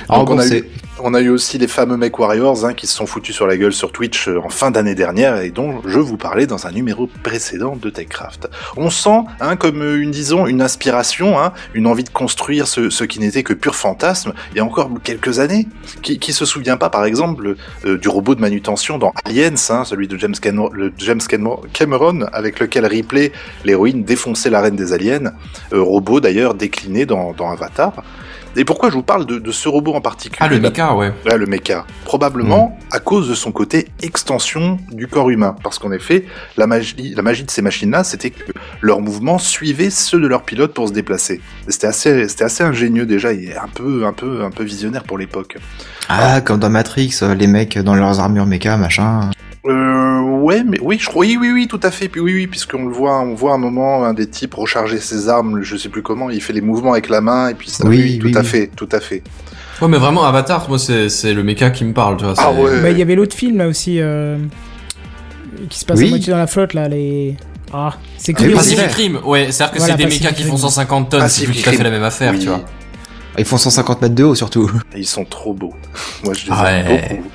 En
Donc, on
gros,
Ah, a eu-
c'est
On a eu aussi les fameux Mech Warriors hein, qui se sont foutus sur la gueule sur Twitch euh, en fin d'année dernière et dont je vous parlais dans un numéro précédent de TechCraft. On sent hein, comme euh, une disons une inspiration, hein, une envie de construire ce, ce qui n'était que pur fantasme il y a encore quelques années. Qui, qui se souvient pas par exemple euh, du robot de manutention dans Aliens, hein, celui de James, Cano- le James Canmo- Cameron avec lequel Ripley, l'héroïne, défonçait la reine des aliens, euh, robot d'ailleurs décliné dans, dans Avatar. Et pourquoi je vous parle de, de ce robot en particulier
Ah, le
Bah,
mecha, ouais.
Ouais, le mecha. Probablement à cause de son côté extension du corps humain. Parce qu'en effet, la magie, la magie de ces machines-là, c'était que leurs mouvements suivaient ceux de leurs pilotes pour se déplacer. Et C'était assez, c'était assez ingénieux déjà et un peu, un peu, un peu visionnaire pour l'époque.
ah comme dans Matrix, euh, les mecs dans leurs armures méca machin.
Euh, ouais, mais oui, je crois, oui, oui, oui, tout à fait. Puis oui, oui, puisqu'on le voit, on voit à un moment un des types recharger ses armes, je sais plus comment, il fait les mouvements avec la main et puis ça.
Oui,
tout
oui,
à
oui.
fait, tout à fait.
Ouais, mais vraiment, Avatar, moi, c'est c'est le mecha qui me parle, tu vois.
Ah
c'est-
ouais.
Bah, il y avait l'autre film là aussi euh, qui se passe à
Oui.
moitié dans la flotte là les ah c'est
oui,
curieux
parce
Pacific
Ouais.
Crime, ouais, c'est-à-dire que
Voilà,
c'est des
Pacific
mechas qui font
Rim.
150 tonnes, c'est
Pacific
plus tout à fait
Rim.
la même affaire, tu vois.
Ils font 150 mètres de haut surtout.
Ils sont trop beaux. [laughs] Moi, je les
Ouais.
aime beaucoup.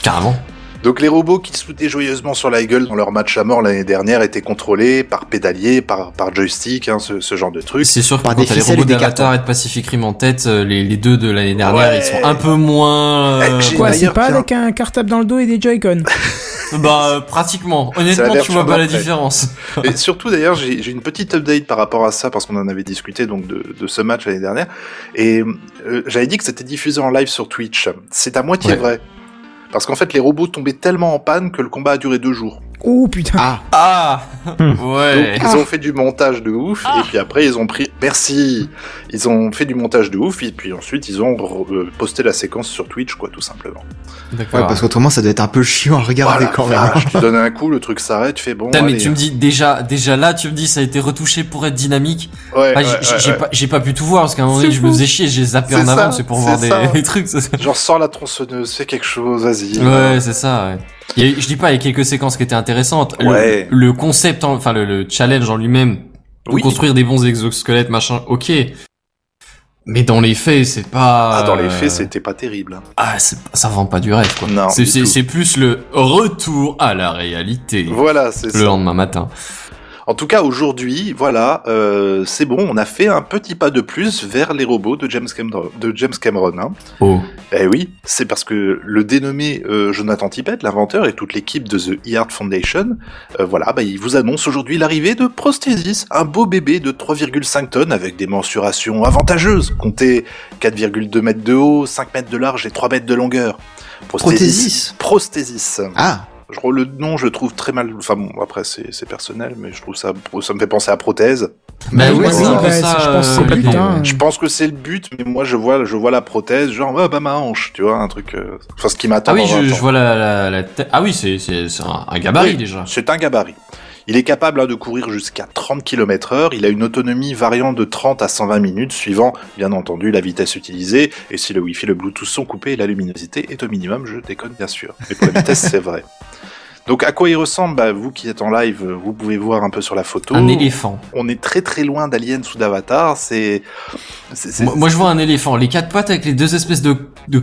Carrément.
Donc les robots qui se foutaient joyeusement sur la gueule dans leur match à mort l'année dernière étaient contrôlés par pédalier, par, par joystick, hein, ce, ce genre de truc.
C'est sûr que
Par
quand
des
t'as les
ficelles
robots
et des
d'Avatar
cartons.
et de Pacific Rim en tête, euh, les, les deux de l'année dernière,
Ouais.
ils sont un peu moins... euh,
Eh, j'ai-
Quoi, c'est
D'ailleurs,
pas
tiens.
avec un cartable dans le dos et des Joy-Con
bah, euh, pratiquement.
C'est la
Honnêtement, tu
version
vois pas la
d'après.
différence.
Et surtout d'ailleurs, j'ai j'ai une petite update par rapport à ça parce qu'on en avait discuté donc de, de ce match l'année dernière. Et euh, j'avais dit que c'était diffusé en live sur Twitch. C'est à moitié
Ouais.
vrai. Parce qu'en fait, les robots tombaient tellement en panne que le combat a duré deux jours.
Oh putain
[laughs] Ah,
Ah Ouais.
Donc, ils ont fait du montage de ouf, et puis après, ils ont pris. Merci Ils ont fait du montage de ouf, et puis ensuite, ils ont re- euh, posté la séquence sur Twitch, quoi, tout simplement.
ouais,
D'accord.
parce qu'autrement, ça doit être un peu chiant à regarder
Voilà, Ah.
quand même.
vache, tu donnes un coup, le truc s'arrête, tu fais bon.
Putain, mais
allez.
tu me dis déjà, déjà là, tu me dis ça a été retouché pour être dynamique.
Ouais,
Ah,
ouais,
j'ai- j'ai
ouais,
j'ai
ouais.
pas, j'ai pas pu tout voir parce qu'à un moment donné,
C'est
je me
fou.
faisais chier, j'ai zappé en
C'est
avant,
ça,
c'est pour
c'est
voir des,
ça.
[laughs] des trucs. ça.
Genre, sors la tronçonneuse, fais quelque chose, vas-y.
Ouais, c'est ça. Ouais. Il y a eu- je dis pas, il y a quelques séquences qui étaient intéressantes. Le,
Ouais.
le concept, en- enfin le, le challenge en lui-même, de
Oui.
construire des bons exosquelettes, machin, ok. Mais dans les faits, c'est pas.
Ah, dans les
euh,
faits, c'était pas terrible. hein.
Ah, c'est pas- ça vend pas du rêve, quoi.
Non,
C'est-
du
C'est
tout.
c'est plus le retour à la réalité.
Voilà, c'est
Le
ça.
lendemain matin.
En tout cas, aujourd'hui, voilà, euh, c'est bon, on a fait un petit pas de plus vers les robots de James Cameron. De James Cameron hein.
Oh.
Eh oui, c'est parce que le dénommé euh, Jonathan Tippett, l'inventeur, et toute l'équipe de The E-Art Foundation, euh, voilà, bah, ils vous annoncent aujourd'hui l'arrivée de Prosthesis, un beau bébé de 3,5 tonnes avec des mensurations avantageuses, comptez 4,2 mètres de haut, 5 mètres de large et 3 mètres de longueur.
Prosthesis
Prosthesis.
Ah,
Je re- le nom, je le trouve très mal. Enfin bon, après c'est c'est personnel, mais je trouve ça, ça me fait penser à prothèse. Ah,
Bah
oui,
ouais,
oui,
c'est un
bah,
peu
c'est-
ça,
je pense que
euh,
c'est
l'idée,
putain.
ouais.
Je pense que c'est le but, mais moi je vois, je vois la prothèse, genre ah, bah ma hanche, tu vois, un truc. euh, Enfin ce qui m'attend.
Ah oui,
dans
je,
20
je
ans.
vois la, la, la tête. Ah oui, c'est c'est c'est un, un gabarit
Oui,
déjà.
C'est un gabarit. Il est capable hein, de courir jusqu'à 30 km heure. Il a une autonomie variant de 30 à 120 minutes, suivant bien entendu la vitesse utilisée et si le Wi-Fi, le Bluetooth sont coupés et la luminosité est au minimum. Je déconne bien sûr, mais pour la vitesse c'est vrai. Donc à quoi il ressemble Bah, Vous qui êtes en live, euh, vous pouvez voir un peu sur la photo.
Un éléphant.
On est très très loin d'Alien ou d'Avatar. C'est c'est- c'est-
Moi, moi, je vois un éléphant. Les quatre pattes avec les deux espèces de, de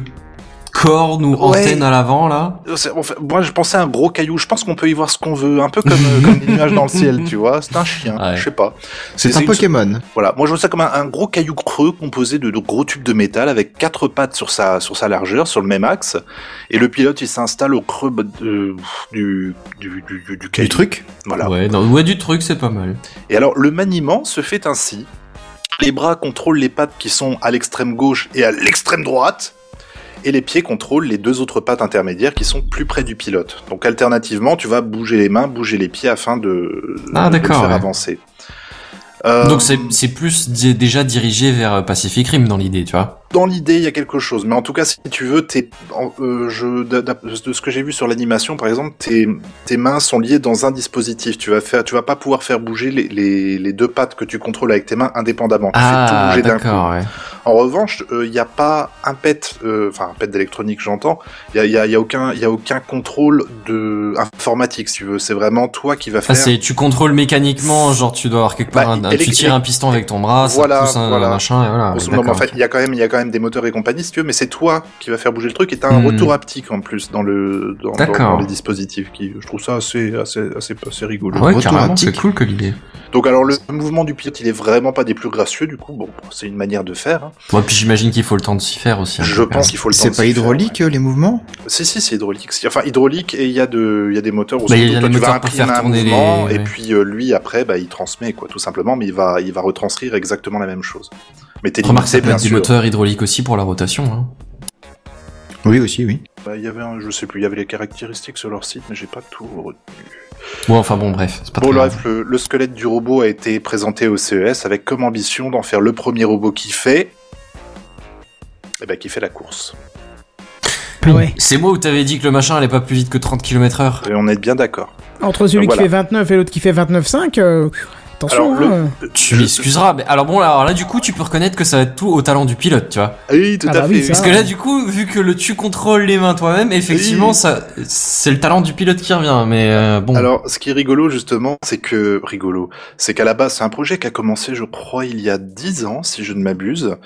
cornes ou
Ouais.
antennes à l'avant là.
C'est- enfin, moi, je pensais à un gros caillou. Je pense qu'on peut y voir ce qu'on veut, un peu comme, euh, comme des nuages dans le ciel, tu vois. C'est un chien,
Ouais.
je sais pas.
c'est un
une-
Pokémon.
Voilà, moi je vois ça comme un, un gros caillou creux composé de, de gros tubes de métal avec quatre pattes sur sa sur sa largeur, sur le même axe. Et le pilote, il s'installe au creux bah, de- du du du du, du caillou.
truc
Voilà.
Ouais, dans, ouais, du truc, c'est pas mal.
Et alors, le maniement se fait ainsi. Les bras contrôlent les pattes qui sont à l'extrême gauche et à l'extrême droite. Et les pieds contrôlent les deux autres pattes intermédiaires qui sont plus près du pilote. Donc, alternativement, tu vas bouger les mains, bouger les pieds afin de,
Ah,
de le
d'accord,
faire
ouais.
avancer. Euh,
Donc c'est c'est plus di- déjà dirigé vers euh, Pacific Rim dans l'idée, tu vois.
dans l'idée, il y a quelque chose. Mais en tout cas, si tu veux, t'es, en- euh, je, d'a- d'a- de ce que j'ai vu sur l'animation, par exemple, tes, tes mains sont liées dans un dispositif. Tu vas faire, tu vas pas pouvoir faire bouger les, les, les deux pattes que tu contrôles avec tes mains indépendamment. Tu
Ah,
fais tout bouger d'un coup.
d'accord, ouais.
En revanche, il n'y a pas un pet, euh, enfin un pet d'électronique, j'entends. Il y a, y a- y a aucun, y a aucun contrôle de informatique, si tu veux. C'est vraiment toi qui vas
Ah,
faire.
c'est tu contrôles mécaniquement, genre tu dois avoir quelque part
Bah,
un- un-
élec-
tu tires un piston avec ton bras,
Voilà,
ça pousse un
voilà.
machin et voilà.
En
ouais,
ce moment, en
Ah, d'accord.
fait, il y a quand même, il y a quand même des moteurs et compagnie, si tu veux, mais c'est toi qui vas faire bouger le truc. Et t'as un
Hmm.
retour haptique en plus dans le, dans, dans-
D'accord.
dans les dispositifs. Qui, je trouve ça assez, assez, assez, assez rigolo.
Ah ouais,
retour
carrément,
haptique.
c'est cool que l'idée.
Donc alors le mouvement du pilote, il est vraiment pas des plus gracieux. Du coup, bon, c'est une manière de faire. hein.
Moi, puis j'imagine qu'il faut le temps de s'y faire aussi. hein.
Je pense qu'il faut le. temps
C'est
de
pas
s'y faire,
hydraulique euh, les mouvements
Si, si, c'est hydraulique. C'est- Enfin, hydraulique, et il y, a de- il y a des moteurs où
Bah, il y a
surtout, toi,
des
tu vas
moteurs pour
imprimer
faire
un
tourner les-
mouvement, et
ouais.
puis euh, lui, après, bah, il transmet, quoi, tout simplement, mais il va, il va retranscrire exactement la même chose. Mais t'es
Remarque, ça
limité,
peut
bien
être du
sûr.
moteur hydraulique aussi pour la rotation. Hein.
Oui, aussi, oui.
Bah, il y avait un, je sais plus, il y avait les caractéristiques sur leur site, mais j'ai pas tout retenu.
Ouais, enfin bon, bref, c'est pas
Bon,
très grave.
bref, le, le squelette du robot a été présenté au CES avec comme ambition d'en faire le premier robot qui fait. Eh ben, qui fait la course.
Ah ouais.
C'est moi où t'avais dit que le machin allait pas plus vite que 30 km heure
Et on est bien d'accord.
Entre celui
Voilà.
qui fait 29 et l'autre qui fait 29,5, euh, Attention,
Alors, le-
hein.
Tu m'excuseras, mais alors bon, là, alors là, du coup, tu peux reconnaître que ça va être tout au talent du pilote, tu vois.
Oui, tout
Ah
à
bah
fait.
oui,
oui.
ça.
Parce que là, du coup, vu que le tu contrôles les mains toi-même, effectivement,
Oui.
ça, c'est le talent du pilote qui revient, mais euh, bon. [laughs]
Alors, ce qui est rigolo justement, c'est que rigolo, c'est qu'à la base, c'est un projet qui a commencé, je crois, il y a dix ans, si je ne m'abuse,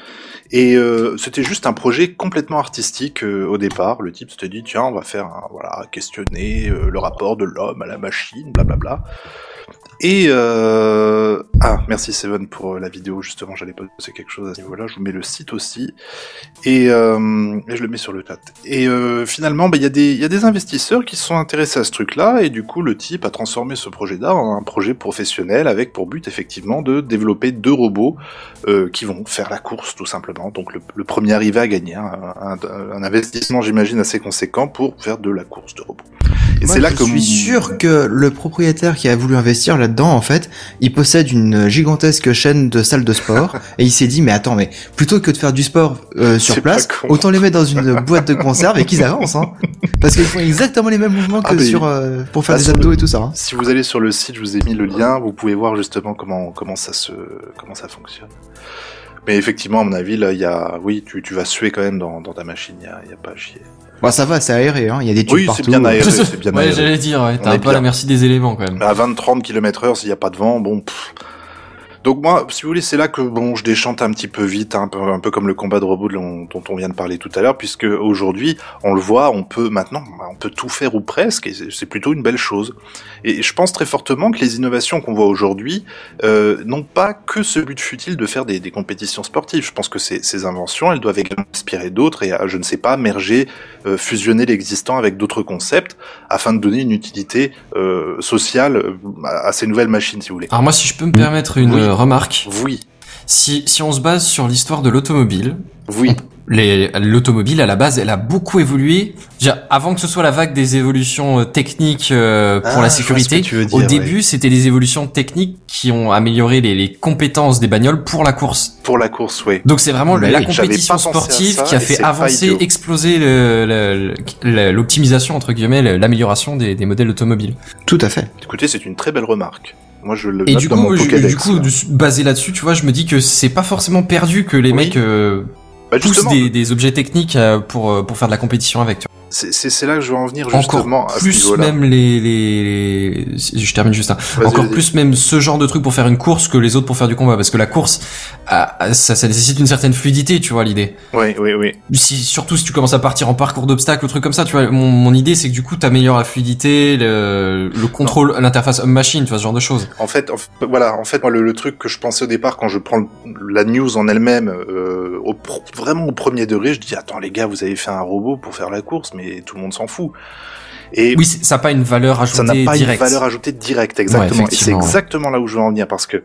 et euh, c'était juste un projet complètement artistique euh, au départ. Le type s'était dit, tiens, on va faire, un, voilà, questionner euh, le rapport de l'homme à la machine, blablabla. Et euh... ah merci Seven pour euh, la vidéo justement j'allais poster quelque chose à ce niveau-là je vous mets le site aussi et, euh, et je le mets sur le chat. Et euh, finalement, bah, il y, a des- il y a des investisseurs qui se sont intéressés à ce truc-là, et du coup, le type a transformé ce projet d'art en un projet professionnel avec pour but effectivement de développer deux robots euh, qui vont faire la course tout simplement. Donc le, le premier arrivé à gagner, hein, un, un investissement j'imagine assez conséquent pour faire de la course de robots. Et
Moi,
c'est là
je
que
suis sûr que le propriétaire qui a voulu investir là-dedans, en fait, il possède une gigantesque chaîne de salles de
[laughs]
sport et il s'est dit mais attends mais plutôt que de faire du sport euh,
C'est
sur
pas
place,
con.
autant les mettre dans une boîte de conserve et qu'ils avancent hein, parce qu'ils font exactement les mêmes mouvements que
Ah, mais-
sur euh, pour faire
Ah,
des
sur
abdos
le-
et tout ça. hein.
Si vous allez sur le site, je vous ai mis le lien, vous pouvez voir justement comment, comment ça se, comment ça fonctionne. Mais effectivement, à mon avis, là, il y a, oui, tu, tu vas suer quand même dans, dans ta machine, il y a, il y a pas à chier.
Bon ça va, c'est aéré hein, il y a des tubes
Oui,
partout.
c'est bien aéré, c'est bien
ouais,
aéré.
j'allais dire, ouais,
On
t'as
est
un peu
bien.
à
Bah.
la merci des éléments quand même.
Mais à 20-30 km heure, s'il n'y a pas de vent, bon, pff. Donc moi, si vous voulez, c'est là que bon, je déchante un petit peu vite, hein, un, peu, un peu comme le combat de robots dont, dont on vient de parler tout à l'heure, puisque aujourd'hui, on le voit, on peut maintenant, bah, on peut tout faire ou presque, et c'est- c'est plutôt une belle chose. Et je pense très fortement que les innovations qu'on voit aujourd'hui euh, n'ont pas que ce but futile de faire des, des compétitions sportives. Je pense que ces, ces inventions, elles doivent également inspirer d'autres et, euh, je ne sais pas, merger, euh, fusionner l'existant avec d'autres concepts afin de donner une utilité euh, sociale euh, à, à ces nouvelles machines, si vous voulez.
Alors moi, si je peux me permettre une
Oui.
euh, remarque,
Oui,
si, si on se base sur l'histoire de l'automobile,
oui,
les- l'automobile à la base, elle a beaucoup évolué. Je veux dire, Avant que ce soit la vague des évolutions euh, techniques euh, pour
Ah,
la
je vois
sécurité,
ce que tu veux
au
dire,
début, c'était des évolutions techniques qui ont amélioré les, les compétences des bagnoles pour la course.
pour la course, oui.
Donc c'est vraiment
Mais
la
oui, j'avais
compétition
pas pensé à
sportive
ça,
qui a
et c'est
fait
pas
avancer,
idiot.
exploser le- le- le- l'optimisation entre guillemets, le- l'amélioration des, des modèles automobiles.
Tout à fait.
Écoutez, c'est une très belle remarque. Moi, je le
Et
note
du
dans
coup,
mon
je-
Pokédex.
du coup,
là.
de- basé là-dessus, tu vois, je me dis que c'est pas forcément perdu que les
Oui.
mecs euh,
Bah,
poussent
justement,
des, des objets techniques euh, pour euh, pour faire de la compétition avec. Tu vois.
c'est- c'est c'est là que je veux en venir justement à
Encore
ce
plus
niveau-là.
même les, les, les- si- je termine juste un.
Vas-y,
Encore
vas-y.
plus même ce genre de truc pour faire une course que les autres pour faire du combat parce que la course ah, ah, ça ça nécessite une certaine fluidité, tu vois l'idée.
Oui, oui, oui.
Si surtout si tu commences à partir en parcours d'obstacles ou truc comme ça, tu vois mon, mon idée c'est que du coup t'améliores la fluidité, le, le contrôle, l'interface homme-machine, tu vois ce genre de choses.
En fait, en fait, voilà, en fait, moi, le, le truc que je pensais au départ, quand je prends le- la news en elle-même, euh, au pr- vraiment au premier degré, je dis, attends, les gars, vous avez fait un robot pour faire la course, mais tout le monde s'en fout. Et
Oui, c'est- ça n'a pas une valeur ajoutée
ça n'a pas
directe.
une valeur ajoutée directe,
Ouais,
exactement. et c'est
effectivement, ouais.
exactement là où je veux en venir, parce que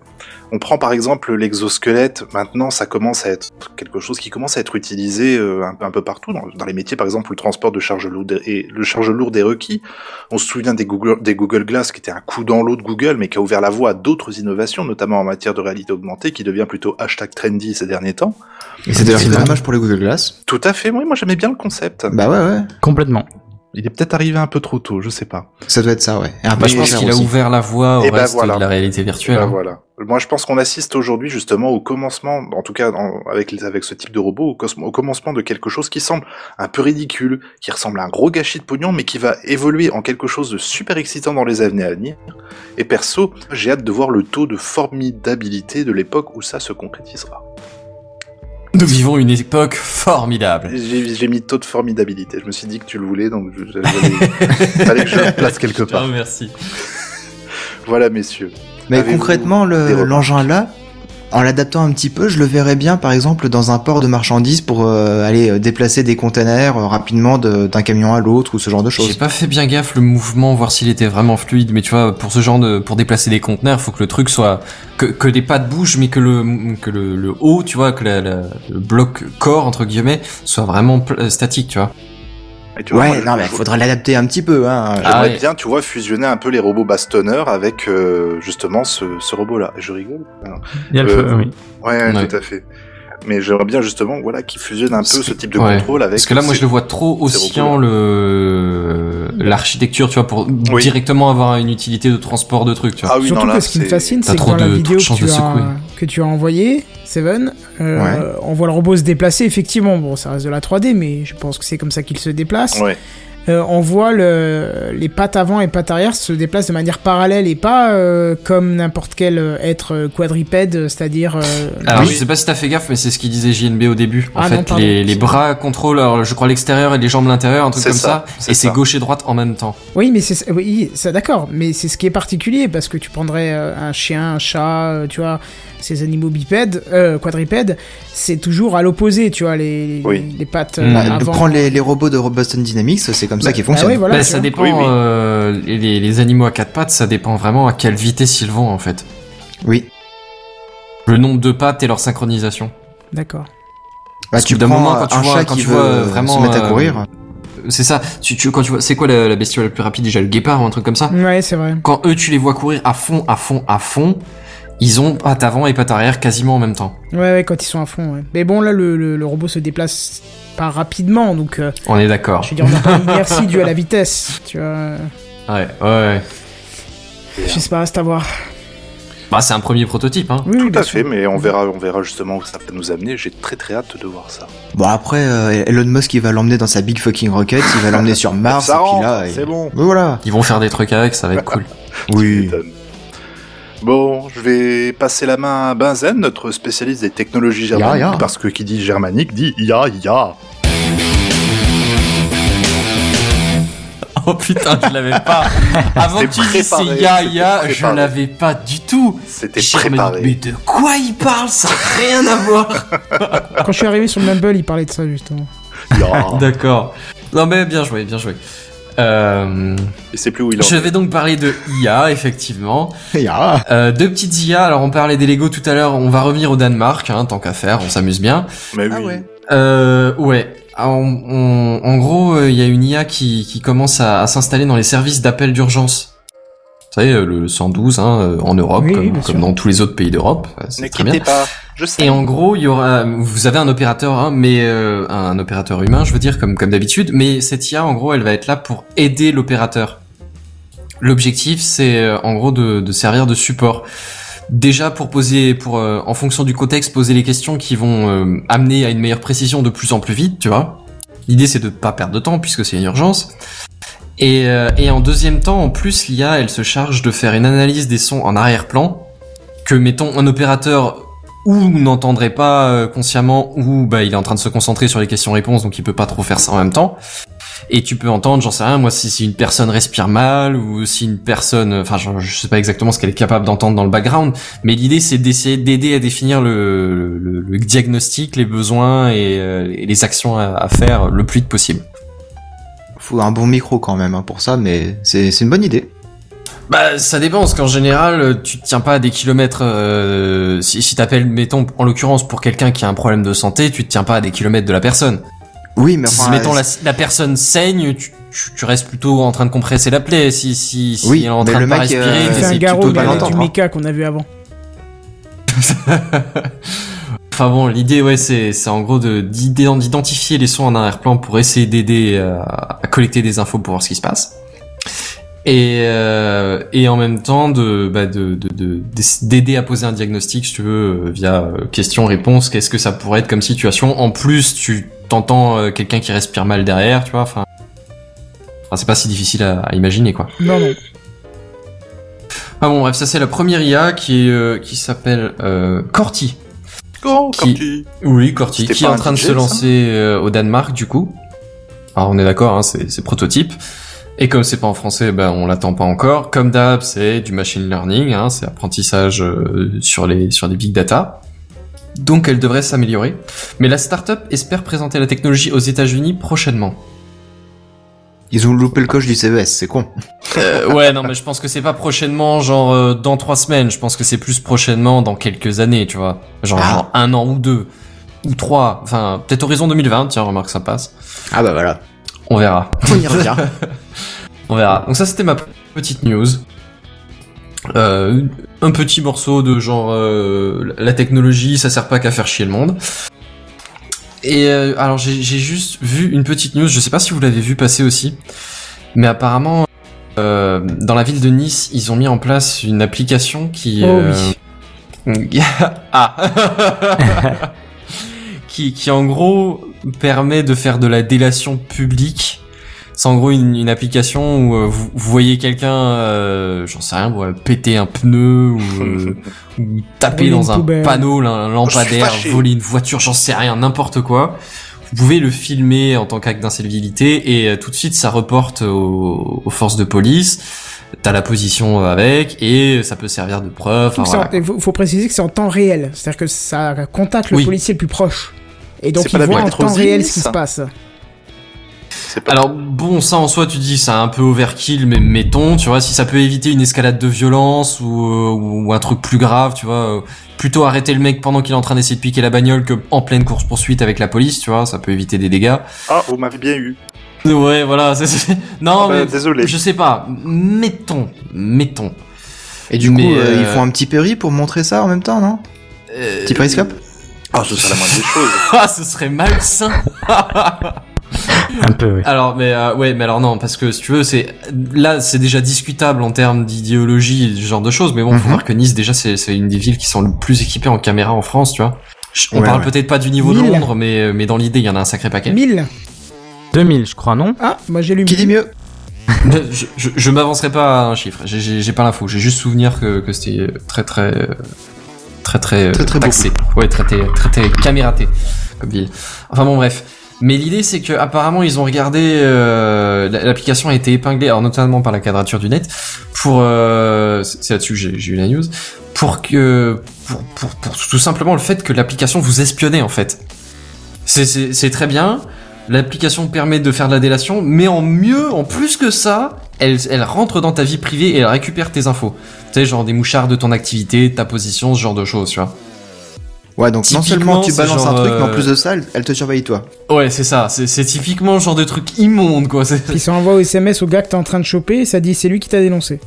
on prend par exemple l'exosquelette, maintenant ça commence à être quelque chose qui commence à être utilisé euh, un, un peu partout, dans, dans les métiers par exemple où le transport de charges lourdes et le charge lourde est requis. On se souvient des Google, des Google Glass qui était un coup dans l'eau de Google, mais qui a ouvert la voie à d'autres innovations, notamment en matière de réalité augmentée, qui devient plutôt hashtag trendy ces derniers temps.
Et c'est d'ailleurs
C'est
très
vrai.
dommage pour le Google Glass.
Tout à fait, oui, moi j'aimais bien le concept.
Bah ouais ouais,
Complètement.
Il est peut-être arrivé un peu trop tôt, je sais pas.
ça doit être ça ouais. Et un
Bah, je
peu
pense
cher
qu'il a
aussi.
ouvert la voie au
Eh ben
reste
voilà.
de la réalité virtuelle.
Ben
hein.
voilà. Moi, je pense qu'on assiste aujourd'hui justement au commencement, en tout cas en- avec les- avec ce type de robot, au, cosmo- au commencement de quelque chose qui semble un peu ridicule, qui ressemble à un gros gâchis de pognon, mais qui va évoluer en quelque chose de super excitant dans les années à venir. Et perso, j'ai hâte de voir le taux de formidabilité de l'époque où ça se concrétisera.
Nous vivons une époque formidable.
J'ai j'ai mis taux de formidabilité. Je me suis dit que tu le voulais, donc je- j'allais- fallait que je le place quelque
Ah,
part.
merci.
Voilà, messieurs.
Mais
Avez-vous
concrètement,
des
le-
remarques
l'engin là, en l'adaptant un petit peu, je le verrais bien, par exemple, dans un port de marchandises pour euh, aller euh, déplacer des containers euh, rapidement de- d'un camion à l'autre ou ce genre de
J'ai
choses.
pas fait bien gaffe le mouvement, voir s'il était vraiment fluide, mais tu vois, pour ce genre de, pour déplacer des conteneurs, faut que le truc soit, que, que les pattes bougent, mais que le, que le, le haut, tu vois, que la- la- le bloc corps, entre guillemets, soit vraiment pl- euh, statique, tu vois.
Et tu vois, moi,
Ouais,
je-
non, mais
je-
faudra l'adapter un petit peu, hein.
Ah
J'aimerais
ouais.
bien, tu vois, fusionner un peu les robots bastonneurs avec euh, justement ce, ce robot-là. Je rigole. Non.
Il y a le
Euh,
feu, oui.
Ouais,
Ouais.
tout à fait. Mais j'aimerais bien justement, voilà, qu'ils fusionnent un peu
Parce
ce
que-
type de
ouais.
contrôle avec.
Parce que là, moi,
ces-
je le vois trop
c'est
oscillant
beaucoup,
le, l'architecture, tu vois, pour
Oui.
directement avoir une utilité de transport de trucs, tu vois.
Ah oui,
Surtout
non, là,
que ce qui me
c'est-
fascine,
t'as
c'est que
trop
dans la
de- trop de
vidéo que
chances
tu,
de secouer.
as, que tu as envoyée, Seven, euh, on voit le robot se déplacer, effectivement. Bon, ça reste de la 3D, mais je pense que c'est comme ça qu'il se déplace.
Ouais.
Euh, on voit le, les pattes avant et pattes arrière se déplacent de manière parallèle et pas euh, comme n'importe quel euh, être euh, quadrupède, euh, c'est-à-dire... euh,
Ah,
Alors,
oui.
je sais pas si t'as fait gaffe, mais c'est ce qu'il disait JNB au début. En
Ah non,
fait,
pardon.
les, les bras contrôlent, alors, je crois, l'extérieur et les jambes l'intérieur, un truc
C'est
comme
ça,
ça.
c'est
Et c'est
ça.
gauche et droite en même temps.
Oui, mais c'est oui, ça d'accord, mais c'est ce qui est particulier parce que tu prendrais euh, un chien, un chat, euh, tu vois, ces animaux bipèdes, euh, quadrupèdes, c'est toujours à l'opposé, tu vois, les
Oui.
les pattes euh,
Mm.
Bah,
avant.
Prends les, les robots de Boston Dynamics, c'est comme ça qu'ils
Bah
fonctionnent.
oui, voilà,
Bah,
tu
ça
vois.
dépend,
Oui, oui.
euh, les, les animaux à quatre pattes, ça dépend vraiment à quelle vitesse ils vont, en fait.
oui.
Le nombre de pattes et leur synchronisation.
D'accord.
Bah,
Parce
tu
que d'un
prends
moment, quand tu
un
vois-
chat
quand
qui
tu
veut
vois,
euh,
vraiment,
se mettre à
euh,
courir.
C'est ça. Tu, tu, quand tu vois, c'est quoi la, la bestiole la plus rapide déjà? Le guépard ou un truc comme ça?
Ouais, c'est vrai.
Quand eux, tu les vois courir à fond, à fond, à fond, ils ont pattes avant et pattes arrière quasiment en même temps.
Ouais, ouais, quand ils sont à fond. Ouais. Mais bon, là, le, le, le robot se déplace pas rapidement, donc euh,
On est d'accord.
je veux dire, on n'a pas l'inertie due à la vitesse, tu vois.
Ouais, ouais.
Je sais pas, c'est à voir.
Bah, c'est un premier prototype, hein.
Oui, oui,
Tout
bien
à
sûr.
fait, mais on verra, on verra justement où ça peut nous amener. J'ai très très hâte de voir ça.
Bon après, euh, Elon Musk il va l'emmener dans sa big fucking rocket, il va l'emmener sur
Ah,
Mars,
ça
et puis
rentre,
là,
eh.
il-
c'est bon.
Mais voilà.
Ils vont faire des trucs avec, ça va être cool.
Tu
Oui.
m'étonnes. Bon, je vais passer la main à Benzen, notre spécialiste des technologies
Ya,
germaniques,
ya.
parce que qui dit germanique dit ya ya.
[laughs] Oh putain, je l'avais [laughs] pas. Avant que
C'était
tu dises c'est
préparé,
ya
c'était
ya, je
préparé.
l'avais pas du tout.
C'était
J'ai remis- Mais
préparé.
de quoi il parle Ça n'a rien à voir.
Quand je suis arrivé sur le Mumble, il parlait de ça justement. [laughs]
Ya.
D'accord. Non mais bien joué, bien joué. Euh,
Et c'est plus où il en
je
est.
vais donc parler de IA effectivement.
Ya.
Euh, deux petites IA. Alors on parlait des Lego tout à l'heure. On va revenir au Danemark, hein, tant qu'à faire, on s'amuse bien.
Mais
Ah
oui.
ouais.
Euh, ouais. En, on- en gros, euh, il y a une IA qui, qui commence à, à s'installer dans les services d'appel d'urgence. Vous savez, euh, le 112 hein, euh, en Europe,
Oui, bien
comme,
sûr.
comme dans tous les autres pays d'Europe. Ouais, c'est
Ne
très bien.
quittez pas. Je sais.
Et en gros, il y aura, vous avez un opérateur, hein, mais euh, un opérateur humain, je veux dire, comme comme d'habitude. Mais cette IA, en gros, elle va être là pour aider l'opérateur. L'objectif, c'est euh, en gros de, de servir de support. Déjà pour poser, pour euh, en fonction du contexte, poser les questions qui vont euh, amener à une meilleure précision de plus en plus vite, tu vois. L'idée, c'est de pas perdre de temps puisque c'est une urgence. Et, euh, et en deuxième temps, en plus, l'IA, elle se charge de faire une analyse des sons en arrière-plan que mettons un opérateur ou n'entendrait pas euh, consciemment ou bah il est en train de se concentrer sur les questions-réponses donc il peut pas trop faire ça en même temps. Et tu peux entendre, j'en sais rien, moi si, si une personne respire mal ou si une personne, enfin je, je sais pas exactement ce qu'elle est capable d'entendre dans le background, mais l'idée c'est d'essayer d'aider à définir le, le- le diagnostic, les besoins et, euh, et les actions à, à faire le plus vite possible.
Faut un bon micro quand même hein, pour ça, mais c'est c'est une bonne idée.
Bah ça dépend, parce qu'en général euh, tu te tiens pas à des kilomètres. euh, si si t'appelles, mettons en l'occurrence pour quelqu'un qui a un problème de santé, tu te tiens pas à des kilomètres de la personne.
Oui, mais
si
enfin,
mettons la,
c'est-
la personne saigne, tu, tu, tu restes plutôt en train de compresser la plaie. Si si si
Oui,
elle est en
mais
train
le
de pas
mec, euh,
respirer,
il
C'est
c'est
un
t'essayes
garrot mais
plutôt de
avec
pas
du
l'entendre, hein.
méca qu'on a vu avant.
Enfin bon, l'idée ouais, c'est c'est en gros de d'idée- d'identifier les sons en arrière-plan pour essayer d'aider euh, à collecter des infos pour voir ce qui se passe. Et euh, et en même temps de bah de de- de- d'aider à poser un diagnostic si tu veux euh, via euh, question-réponse. Qu'est-ce que ça pourrait être comme situation En plus, tu t'entends euh, quelqu'un qui respire mal derrière, tu vois. Enfin, enfin, c'est pas si difficile à- à imaginer quoi.
Non, non.
Ah bon, bref, ça c'est la première IA qui est, euh, qui s'appelle euh, Corti.
Quand, quand
Qui-
tu-
Oui, Corti,
C'était
qui est
pas
en
un
train de
DJ,
se
ça
lancer euh, au Danemark du coup. Alors on est d'accord, hein, c'est c'est prototype. Et comme c'est pas en français, ben on l'attend pas encore. Comme d'hab, c'est du machine learning, hein, c'est apprentissage euh, sur les sur des big data. Donc elle devrait s'améliorer. Mais la startup espère présenter la technologie aux États-Unis prochainement.
ils ont loupé le coche du CES, c'est con.
Euh, ouais, non, mais je pense que c'est pas prochainement, genre euh, dans trois semaines. Je pense que c'est plus prochainement dans quelques années, tu vois. Genre,
Ah.
genre un an ou deux. Ou trois. Enfin, peut-être horizon 2020. Tiens, remarque, ça passe.
Ah bah voilà.
On verra.
[laughs] On y revient.
On verra. Donc ça, c'était ma petite news. Euh, un petit morceau de genre euh, la technologie, ça sert pas qu'à faire chier le monde. Et euh, alors j'ai j'ai juste vu une petite news, je sais pas si vous l'avez vu passer aussi. Mais apparemment, euh, dans la ville de Nice, ils ont mis en place une application qui.
Oh
euh, [laughs] ah. qui, qui en gros permet de faire de la délation publique. C'est en gros une, une application où euh, vous, vous voyez quelqu'un, euh, j'en sais rien, moi, péter un pneu ou, euh,
[laughs]
ou taper
Voler
dans
une
un
poubelle.
panneau, un
Je suis
lampadaire,
fâché.
voler une voiture, j'en sais rien, n'importe quoi. Vous pouvez le filmer en tant qu'acte d'incivilité et euh, tout de suite ça reporte aux, aux forces de police. T'as la position avec et ça peut servir de preuve.
Tout
enfin,
ça en-
voilà.
et faut, faut préciser que c'est en temps réel, c'est-à-dire que ça contacte le
Oui.
policier le plus proche. Et donc
C'est
il
pas la
voit en temps
Biatrosis,
réel ce qui se
ça
passe.
C'est pas
Alors bon, ça en soi, tu dis, c'est un peu overkill, mais mettons, tu vois, si ça peut éviter une escalade de violence ou, euh, ou un truc plus grave, tu vois, euh, plutôt arrêter le mec pendant qu'il est en train d'essayer de piquer la bagnole que en pleine course poursuite avec la police, tu vois, ça peut éviter des dégâts.
Ah, vous m'avez bien eu.
Ouais, voilà, [laughs] c'est- c'est... Non,
Ah bah,
Oh, mais
désolé.
je sais pas, mettons, mettons.
Et du
Mais,
coup, euh,
euh,
ils font un petit péri pour montrer ça en même temps, non
Euh, [laughs]
Petit périscope
Ah, ce serait la moindre des choses.
Ah, ce serait malsain.
Un peu, oui.
Alors, mais euh, ouais, mais alors non, parce que si tu veux, c'est là, c'est déjà discutable en termes d'idéologie, et ce genre de choses. Mais bon, faut
Mhm.
voir que Nice, déjà, c'est c'est une des villes qui sont le plus équipées en caméra en France, tu vois. On
Ouais,
parle
ouais.
peut-être pas du niveau de
Mille.
Londres, mais mais dans l'idée, il y en a un sacré paquet.
1000
2000, je crois, non
Ah, moi j'ai lu
Qui dit
1000.
mieux
je je, je m'avancerai pas à un chiffre. J'ai- J'ai j'ai pas l'info. J'ai juste souvenir que que c'était très très euh, très très euh,
Très, très
taxé. Ouais, traité traité camératé comme ville. Enfin bon, bref. Mais l'idée, c'est que apparemment, ils ont regardé. euh, l- L'application a été épinglée, alors notamment par la quadrature du net, pour. euh, c'est c'est là-dessus que j'ai j'ai eu la news. Pour que, pour, pour, pour tout simplement le fait que l'application vous espionnait en fait. C'est- C'est c'est très bien. L'application permet de faire de la délation, mais en mieux, en plus que ça, elle, elle rentre dans ta vie privée et elle récupère tes infos. Tu sais, genre des mouchards de ton activité, ta position, ce genre de choses, tu vois.
Ouais, donc non
Typiquement,
seulement tu
c'est
balances
genre,
un truc, mais en
euh,
plus de ça, elle- elle te surveille toi.
Ouais, c'est ça. C'est c'est typiquement le genre de truc immonde, quoi. C'est-
Puis ça envoie au SMS au gars que t'es en train de choper et ça dit c'est lui qui t'a dénoncé.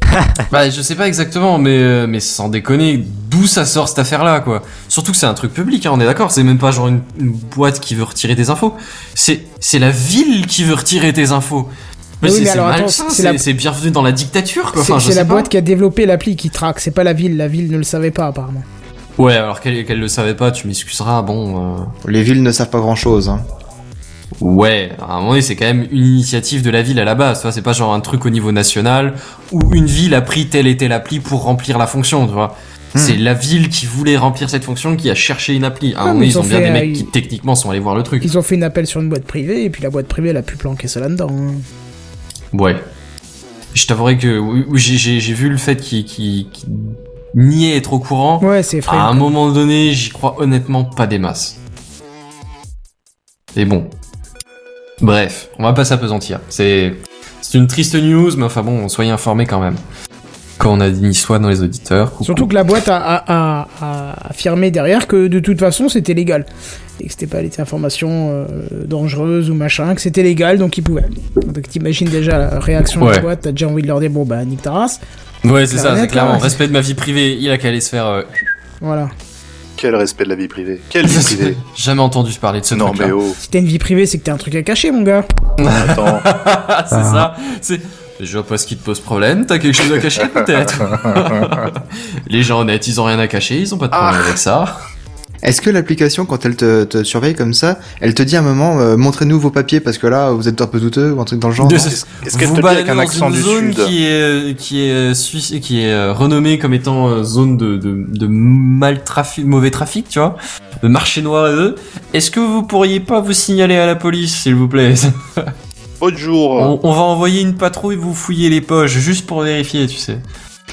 [laughs] Bah, je sais pas exactement, mais, euh, mais sans déconner, d'où ça sort cette affaire-là, quoi. Surtout que c'est un truc public, hein, on est d'accord. C'est même pas genre une, une boîte qui veut retirer tes infos. C'est, c'est la ville qui veut retirer tes infos.
Mais Ah
Mais
oui,
c'est
mais
c'est
alors, attends,
malsain,
c'est
c'est
la-
c'est bienvenu dans la dictature, quoi.
C'est
Enfin, je
c'est
sais
la
pas.
boîte qui a développé l'appli qui traque, c'est pas la ville, la ville ne le savait pas apparemment.
Ouais, alors qu'elle qu'elle le savait pas, tu m'excuseras, bon... euh,
Les villes ne savent pas grand chose. Hein.
Ouais, à un moment donné, c'est quand même une initiative de la ville à la base, tu vois, c'est pas genre un truc au niveau national où une ville a pris telle et telle appli pour remplir la fonction, tu vois.
Hmm.
C'est la ville qui voulait remplir cette fonction qui a cherché une appli. À un
Ah,
moment
mais
donné,
ils
ils
ont
ont bien
fait,
des
euh,
mecs qui
ils-
techniquement sont allés voir le truc.
Ils ont fait une appel sur une boîte privée et puis la boîte privée elle a pu planquer ça là-dedans. hein.
Ouais. Je t'avouerai que oui, oui, j'ai- j'ai j'ai vu le fait qu'ils qu'ils- qu'ils niaient être au courant.
Ouais, c'est
À
effrayant.
un moment donné, j'y crois honnêtement pas des masses. Et bon. Bref, on va pas s'apesantir. C'est c'est une triste news, mais enfin bon, soyez informés quand même. Quand on a des niçois dans les auditeurs. coucou.
Surtout que la boîte a, a- a- a affirmé derrière que de toute façon c'était légal. Et que c'était pas des informations euh, dangereuses ou machin, que c'était légal donc ils pouvaient. Donc t'imagines déjà la réaction de la
Ouais.
boîte, t'as déjà envie de leur dire bon bah nique ta race.
Ouais, c'est ça,
Clarinette,
c'est clairement.
là.
Respect de ma vie privée, il a qu'à aller se faire. euh,
Voilà.
Quel respect de la vie privée. Quelle
[laughs]
vie privée.
Jamais entendu parler de ce
non,
truc-là.
mais oh.
Si t'as une vie privée, c'est que t'as un truc à cacher mon gars.
Attends.
Ah, [laughs] c'est ça. C'est. Je vois pas ce qui te pose problème. T'as quelque chose à cacher peut-être. les gens honnêtes, ils ont rien à cacher, ils ont pas de problème
Ah.
avec ça.
Est-ce que l'application, quand elle te, te surveille comme ça, elle te dit à un moment, euh, montrez-nous vos papiers parce que là, vous êtes un peu douteux ou un truc dans le
[laughs] [laughs]
genre
De-
non
Est-ce est-ce qu'elle
vous
te dit
baladez
avec un
dans
accent
une
du
zone
sud
qui est euh, qui est suisse et qui est euh, renommée comme étant euh, zone de de, de mal trafic, mauvais trafic, tu vois, de marché noir. euh. Est-ce que vous pourriez pas vous signaler à la police, s'il vous plaît
Bonjour.
on, on va envoyer une patrouille vous fouiller les poches juste pour vérifier, tu sais.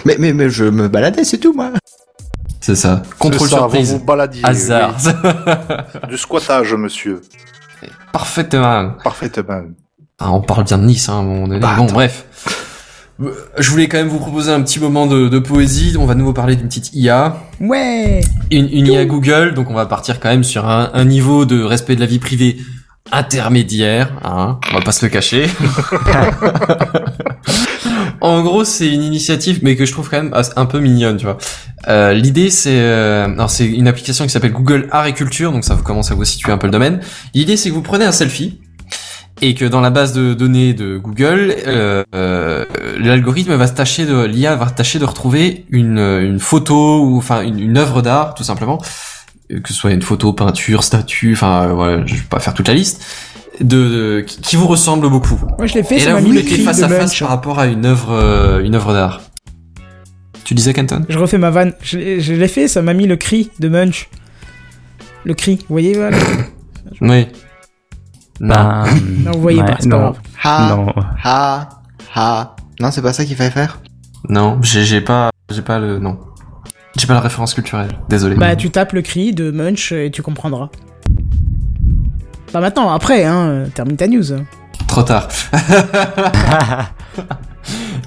mais, mais, mais je me baladais, c'est tout, moi.
C'est ça. Contrôle
Ce soir,
surprise.
Vous vous baladiez.
Hasard.
oui. Du squattage, monsieur.
[laughs] Parfaitement.
Parfaitement.
Ah, on parle bien de Nice hein, à un moment donné.
Bah,
bon,
attends.
bref. Euh, Je voulais quand même vous proposer un petit moment de, de poésie. On va de nouveau parler d'une petite IA.
Ouais.
une, une IA Google, donc on va partir quand même sur un, un niveau de respect de la vie privée intermédiaire, hein, on va pas se le cacher. en gros, c'est une initiative, mais que je trouve quand même as- un peu mignonne, tu vois. Euh, L'idée, c'est, euh, alors c'est une application qui s'appelle Google Agriculture, donc ça vous commence à vous situer un peu le domaine. L'idée, c'est que vous prenez un selfie et que dans la base de données de Google, euh, euh, l'algorithme va se tâcher de l'IA va tâcher de retrouver une, une photo ou enfin une, une œuvre d'art tout simplement, euh, que ce soit une photo, peinture, statue, enfin euh, voilà, je vais pas faire toute la liste de, de- qui, qui vous ressemble beaucoup.
Moi, je l'ai fait,
Et
ça
là
m'a
vous
mis le
mettez
cri
face
de
à face
lunch.
par rapport à une œuvre euh, une œuvre d'art. Tu disais Canton
Je refais ma vanne. Je, l'ai- je l'ai fait, ça m'a mis le cri de Munch. Le cri, vous voyez voilà.
Oui. Non.
Ben,
Non, vous voyez
ouais,
pas, c'est pas
non,
grave.
Ha,
non.
ha, ha. Non, c'est pas ça qu'il fallait faire
Non, j'ai j'ai pas j'ai pas le non. J'ai pas la référence culturelle. Désolé.
Bah, tu tapes le cri de Munch et tu comprendras. Bah, maintenant, après, hein, euh, termine ta news. [laughs]
Trop tard.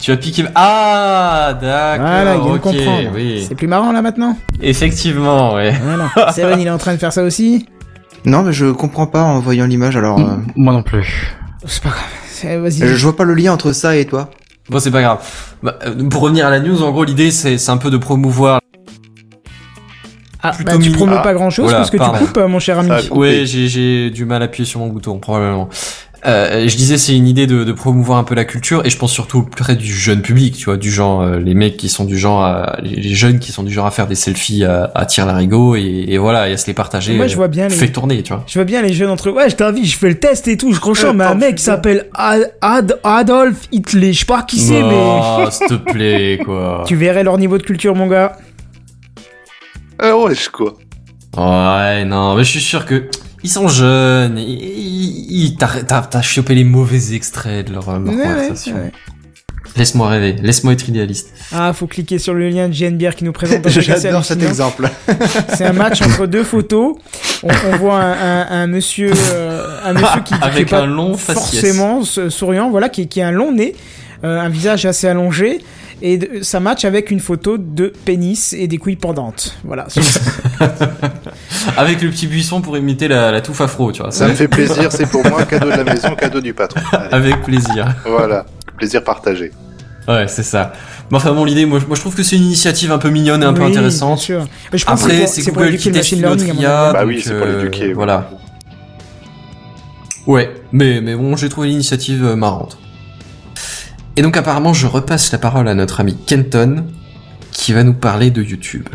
tu as piqué. Ah, d'accord.
Voilà, il vient
ok,
de comprendre.
oui.
C'est plus marrant là maintenant
Effectivement, ouais. [laughs]
Voilà. Seven, il est en train de faire ça aussi
Non, mais je comprends pas en voyant l'image, alors... euh,
Mm.
Moi non plus.
C'est pas grave. C'est- Vas-y.
Je, je vois pas le lien entre ça et toi.
Bon, c'est pas grave. Bah, euh, pour revenir à la news, en gros, l'idée, c'est c'est un peu de promouvoir.
Ah,
plutôt
bah, tu
mignon.
promeux
Ah,
pas grand chose
voilà,
parce que
pardon.
tu coupes, euh, mon cher ami.
Ça a coupé.
Ouais, j'ai- j'ai du mal à appuyer sur mon bouton, probablement. Euh, je disais, c'est une idée de, de promouvoir un peu la culture, et je pense surtout auprès du jeune public, tu vois, du genre, euh, les mecs qui sont du genre, à- les les jeunes qui sont du genre à faire des selfies à, à tir larigot, et, et voilà, et à se les partager.
Moi, je vois bien les-
Fait tourner, tu vois.
Je vois bien les jeunes entre eux. Ouais, je t'invite, je fais le test et tout, je rechange,
Euh,
mais un
attends,
mec qui s'appelle Ad- Ad- Adolf Hitler, je sais pas qui c'est, mais.
Oh, s'il te plaît, quoi.
[laughs] Tu verrais leur niveau de culture, mon gars.
Eh ouais, je quoi.
Ouais, non, mais je suis sûr que ils sont jeunes. Ils, ils- t'as, t'as- t'as chopé les mauvais extraits de leur, euh, leur
Ouais, ouais,
conversation.
ouais.
Laisse-moi rêver, laisse-moi être idéaliste.
Ah, faut cliquer sur le lien de JNBR qui nous
[laughs]
présente. un truc assez
J'adore cet
hallucinant.
exemple.
C'est un match entre deux photos. On, on voit un, un- un monsieur, euh, un monsieur
[laughs]
qui, qui
Avec
est pas
un long faciès.
forcément s- souriant, voilà, qui, qui a un long nez, euh, un visage assez allongé, et de- ça match avec une photo de pénis et des couilles pendantes.
[laughs]
Voilà.
Avec le petit buisson pour imiter la, la touffe afro, tu vois.
Ça
c'est-
me fait plaisir, c'est pour moi, cadeau de la maison, cadeau du patron. Allez,
[laughs] Avec plaisir.
voilà, plaisir partagé.
Ouais, c'est ça. Mais enfin bon, l'idée, moi, je- moi je trouve que c'est une initiative un peu mignonne et un peu
Oui,
intéressante.
bien sûr. Mais je pense que
Après,
pour-
c'est
pour
Google
éduquer
qui
le
teste
machine
notre
learning, à mon
IA.
avis.
Bah oui,
donc,
c'est pour
euh,
l'éduquer, oui.
Voilà. Ouais, mais, mais bon, j'ai trouvé l'initiative euh, marrante. Et donc apparemment, je repasse la parole à notre ami Kenton, qui va nous parler de YouTube.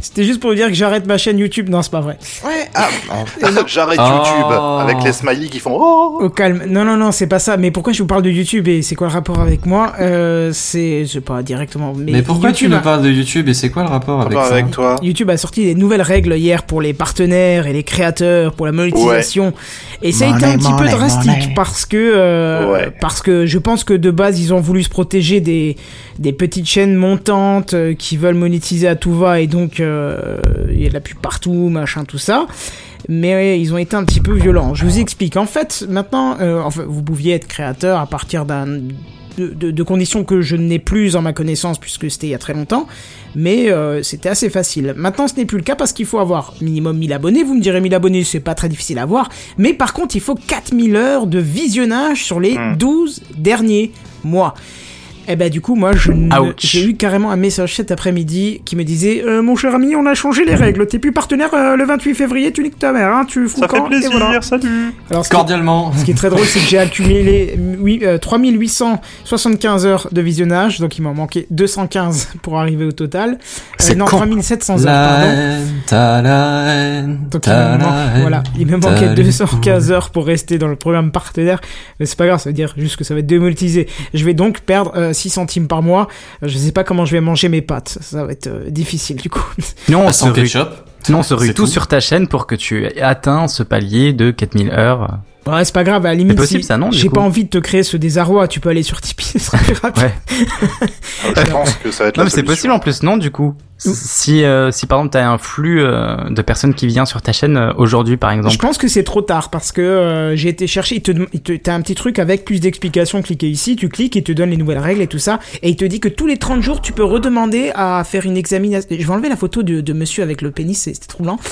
C'était juste pour vous dire que j'arrête ma chaîne YouTube. Non, c'est pas vrai.
Ouais, ah, oh,
J'arrête
Oh.
YouTube avec les smileys qui font oh
Au calme. Non, non, non, c'est pas ça. Mais pourquoi je vous parle de YouTube et c'est quoi le rapport avec moi euh, C'est, je sais pas directement. Mais,
Mais, pourquoi
YouTube
tu
a-
nous parles de YouTube et c'est quoi le rapport avec
Rapport
ça
oh, avec
[laughs]
toi.
YouTube a sorti des nouvelles règles hier pour les partenaires et les créateurs, pour la monétisation. Et ça a été un
Money,
petit peu
money,
drastique
money.
parce que euh,
Ouais.
parce que je pense que de base ils ont voulu se protéger des des petites chaînes montantes euh, qui veulent monétiser à tout va et donc euh, il y a de la pub partout, machin, tout ça. Mais euh, ils ont été un petit peu violents. Je vous explique. En fait, maintenant, euh, enfin, vous pouviez être créateur à partir d'un de, de- de conditions que je n'ai plus en ma connaissance puisque c'était il y a très longtemps mais euh, c'était assez facile. Maintenant, ce n'est plus le cas parce qu'il faut avoir minimum 1000 abonnés. Vous me direz 1000 abonnés, c'est pas très difficile à voir, mais par contre, il faut 4000 heures de visionnage sur les
Mm.
12 derniers mois. Et ben du coup, moi, je ne-
Ouch.
j'ai eu carrément un message cet après-midi qui me disait euh, mon cher ami, on a changé les règles. T'es plus partenaire euh, le 28 février, tu niques ta mère, hein, tu fous
Ça
le camp,
fait
et
plaisir,
voilà.
salut
Alors, ce qui est-
Cordialement.
ce qui est très drôle, c'est que j'ai accumulé oui, euh, 3875 heures de visionnage, donc il m'en manquait 215 pour arriver au total. Euh,
C'est
non,
con.
3700 heures,
La
pardon.
haine, ta la haine,
Donc il
ta
me,
la
manque-
haine.
voilà, il me
t'as
manquait
les
215 heures pour rester dans le programme partenaire, mais c'est pas grave, ça veut dire juste que ça va être démonétisé. Je vais donc perdre euh, 6 centimes par mois, je sais pas comment je vais manger mes pâtes, ça va être euh, difficile du coup. [laughs]
Non, on se
Sans
rue,
ketchup.
non, on se rue
Ah, C'est
tout
tout.
sur ta chaîne pour que tu atteins ce palier de 4000 heures.
Ouais, c'est pas grave, à la limite,
possible,
si-
ça, non, du
j'ai
coup
pas envie de te créer ce désarroi, tu peux aller sur Tipeee, [laughs] ce sera plus rapide.
Ouais.
Je pense que ça va être
Non,
la
mais c'est possible
solution.
en plus, non, du coup. Si, euh, si par exemple, t'as un flux euh, de personnes qui vient sur ta chaîne euh, aujourd'hui, par exemple.
Je pense que c'est trop tard parce que euh, j'ai été chercher. Il te, dem- il te- t'as un petit truc avec plus d'explications. Cliquez ici, tu cliques, il te donne les nouvelles règles et tout ça. Et il te dit que tous les 30 jours, tu peux redemander à faire une examination. Je vais enlever la photo de, de monsieur avec le pénis, c'est- c'était troublant.
[laughs]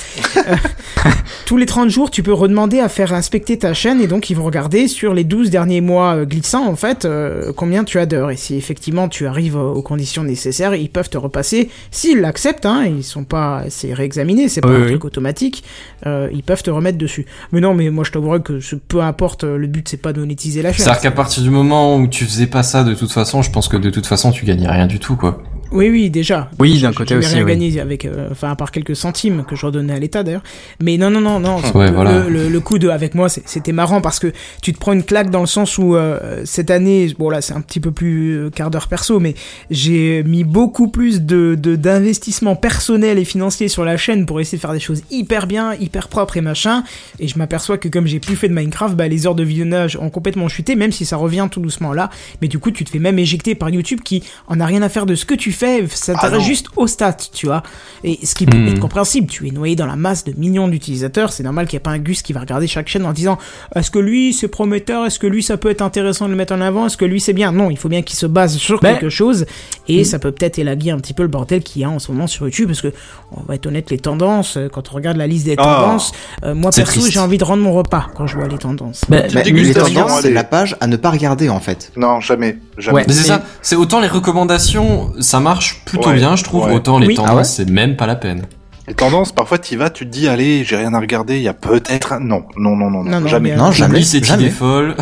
Euh, tous les 30 jours, tu peux redemander à faire inspecter ta chaîne et donc ils vont regarder sur les 12 derniers mois euh, glissants, en fait, euh, combien tu as d'heures. Et si effectivement tu arrives euh, aux conditions nécessaires, ils peuvent te repasser. S'ils l'acceptent, hein, ils sont pas, c'est réexaminé, c'est pas
Oui,
un
oui.
truc automatique, euh, ils peuvent te remettre dessus. Mais non, mais moi je t'avouerais que ce- peu importe, euh, le but c'est pas de monétiser la chaîne.
C'est-à-dire qu'à partir du moment où tu faisais pas ça, de toute façon, je pense que de toute façon, tu gagnais rien du tout, quoi.
Oui, oui, déjà.
Oui,
Je-
d'un
je-
côté
j'avais
aussi,
rien
oui.
gagné avec, euh, enfin, à part quelques centimes que je redonnais à l'État d'ailleurs. Mais non, non, non, non.
Ouais,
le,
voilà.
le, le coup de avec moi, c'est- c'était marrant parce que tu te prends une claque dans le sens où euh, cette année, bon là, c'est un petit peu plus euh, quart d'heure perso, mais j'ai mis beaucoup plus de de- d'investissement personnel et financier sur la chaîne pour essayer de faire des choses hyper bien, hyper propres et machin. Et je m'aperçois que comme j'ai plus fait de Minecraft, bah, les heures de visionnage ont complètement chuté, même si ça revient tout doucement là. Mais du coup, tu te fais même éjecter par YouTube qui en a rien à faire de ce que tu fais, ça
Ah non.
t'intéresse juste aux stats, tu vois. Et ce qui peut
Hmm.
être compréhensible, tu es noyé dans la masse de millions d'utilisateurs, c'est normal qu'il n'y ait pas un Gus qui va regarder chaque chaîne en disant est-ce que lui c'est prometteur, est-ce que lui ça peut être intéressant de le mettre en avant, est-ce que lui c'est bien. Non, il faut bien qu'il se base sur
Ben,
quelque chose et ça peut peut-être élaguer un petit peu le bordel qu'il y a en ce moment sur YouTube parce que on va être honnête, les tendances, euh, quand on regarde la liste des tendances, euh, moi
C'est
perso
triste.
j'ai envie de rendre mon repas quand je vois les tendances.
Bah, bah,
Mais les
dégustation,
tendances, c'est
allez.
la page à ne pas regarder en fait.
Non, jamais. Jamais.
Ouais.
Mais c'est
Mais-
ça, c'est autant les recommandations, ça marche plutôt
Ouais,
bien, je trouve,
ouais.
autant les
Oui.
tendances,
Ah ouais
c'est même pas la peine.
Les tendances, parfois, t'y vas, tu te dis, allez, j'ai rien à regarder, il y a peut-être un... Non, non, non, non, non,
Non, non,
jamais.
mais-
Non, jamais.
Oublie cette idée
jamais.
folle.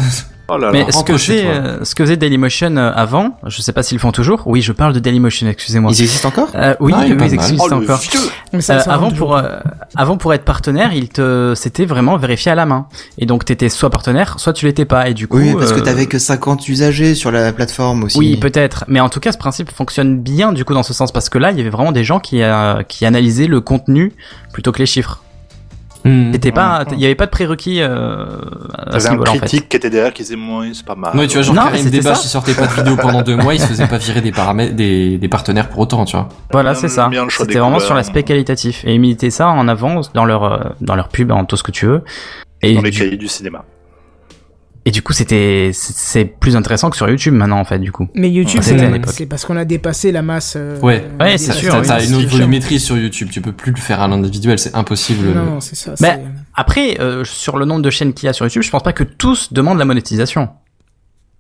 Oh là
Mais
là.
ce
rentre
que,
chez
faisait,
toi.
euh, ce que faisait Dailymotion euh, avant, je sais pas s'ils le font toujours. Oui, je parle de Dailymotion, excusez-moi.
Ils existent encore
Euh, oui,
Ah, il est
oui,
pas
ils
mal.
existent
Oh, le
encore.
vieux
Mais ça,
Euh,
ça
avant
rentre
pour euh, avant pour être partenaire, il te c'était vraiment vérifié à la main. Et donc t'étais soit partenaire, soit tu l'étais pas. Et du coup,
Oui, parce que
euh,
t'avais que 50 usagers sur la plateforme aussi.
Oui, peut-être. Mais en tout cas, ce principe fonctionne bien du coup dans ce sens parce que là, il y avait vraiment des gens qui euh, qui analysaient le contenu plutôt que les chiffres.
Mm.
Hmm.
T'étais
Mm.
pas, il y avait pas de prérequis euh, à
T'avais
ce
un
niveau-là en
critique
fait.
qui était derrière qui disait, moi, c'est pas mal.
Ouais, tu vois, genre
Non, mais
Karim
c'était
Debache,
ça.
il sortait pas de vidéo pendant deux mois, il se faisait pas virer des paramètres, des, des partenaires pour autant, tu vois.
Voilà,
Bien-
c'est ça.
bien le euh, choix des
C'était vraiment
couleurs.
sur l'aspect qualitatif et ils militaient ça en avant dans leur euh, dans leur pub, en tout ce que tu veux. Et
Dans les
du,
cahiers du cinéma.
et du coup, c'était c'est- c'est plus intéressant que sur YouTube maintenant en fait du coup.
Mais YouTube,
Ah,
c'est-
c'était à l'époque.
c'est parce qu'on a dépassé la masse. euh,
Ouais.
on a
Ouais, c'est
dépassé
sûr,
la
T'as
oui,
t'as
masse
une autre
des gens.
volumétrie sur YouTube, tu peux plus le faire à l'individuel, c'est impossible.
Non, non, c'est ça.
Bah,
c'est-
Après, euh, sur le nombre de chaînes qu'il y a sur YouTube, je pense pas que tous demandent la monétisation.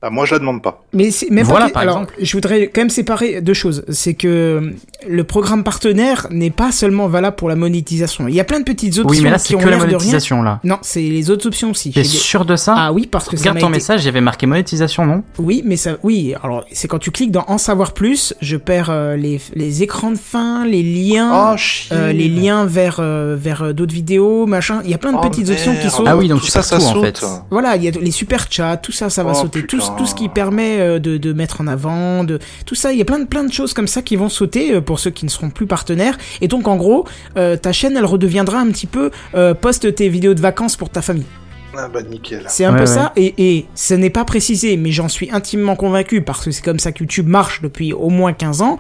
Bah, moi, je la demande pas.
Mais c'est même
Voilà,
pas que-
par
alors,
exemple.
je voudrais quand même séparer deux choses. C'est que euh, le programme partenaire n'est pas seulement valable pour la monétisation. Il y a plein de petites options
Oui, mais là,
qui
c'est
ont
que la
l'air de rien.
monétisation, là.
Non, c'est les autres options aussi.
T'es
J'ai des-
sûr de ça
Ah oui, parce que ça
Regarde
m'a
ton
été-
message, il y avait marqué monétisation, non
Oui, mais ça, oui. Alors, c'est quand tu cliques dans en savoir plus, je perds euh, les, les écrans de fin, les liens,
Oh, chier.
euh, les liens vers euh, vers euh, d'autres vidéos, machin. Il y a plein de
Oh,
petites options qui
merde.
sont
Ah oui, donc
Tout
tu
ça,
perds
ça
tout, en
saute.
fait.
Voilà, il y a les super chats, tout ça, ça va
Oh,
sauter. Tout,
putain.
tout ce qui permet euh, de, de mettre en avant, de tout ça, il y a plein de plein de choses comme ça qui vont sauter euh, pour ceux qui ne seront plus partenaires. Et donc en gros, euh, ta chaîne, elle redeviendra un petit peu euh, poste tes vidéos de vacances pour ta famille.
Ah, bah, nickel.
C'est un
Ouais,
peu
ouais.
ça, et, et ce n'est pas précisé, mais j'en suis intimement convaincu, parce que c'est comme ça que YouTube marche depuis au moins 15 ans,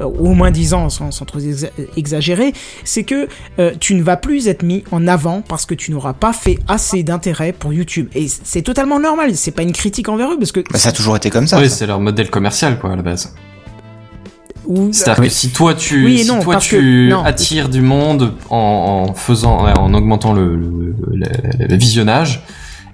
euh, ou au moins 10 ans, sans, sans trop exa- exagérer, c'est que euh, tu ne vas plus être mis en avant parce que tu n'auras pas fait assez d'intérêt pour YouTube. Et c- c'est totalement normal, c'est pas une critique envers eux, parce que...
Bah, ça a toujours été comme ça.
Ouais,
ça.
c'est leur modèle commercial, quoi, à la base.
ou-
C'est-à-dire que si toi tu,
Oui et
si
non,
toi
parce
tu
que- non.
attires du monde en, en faisant, ouais, en augmentant le, le- le- le visionnage,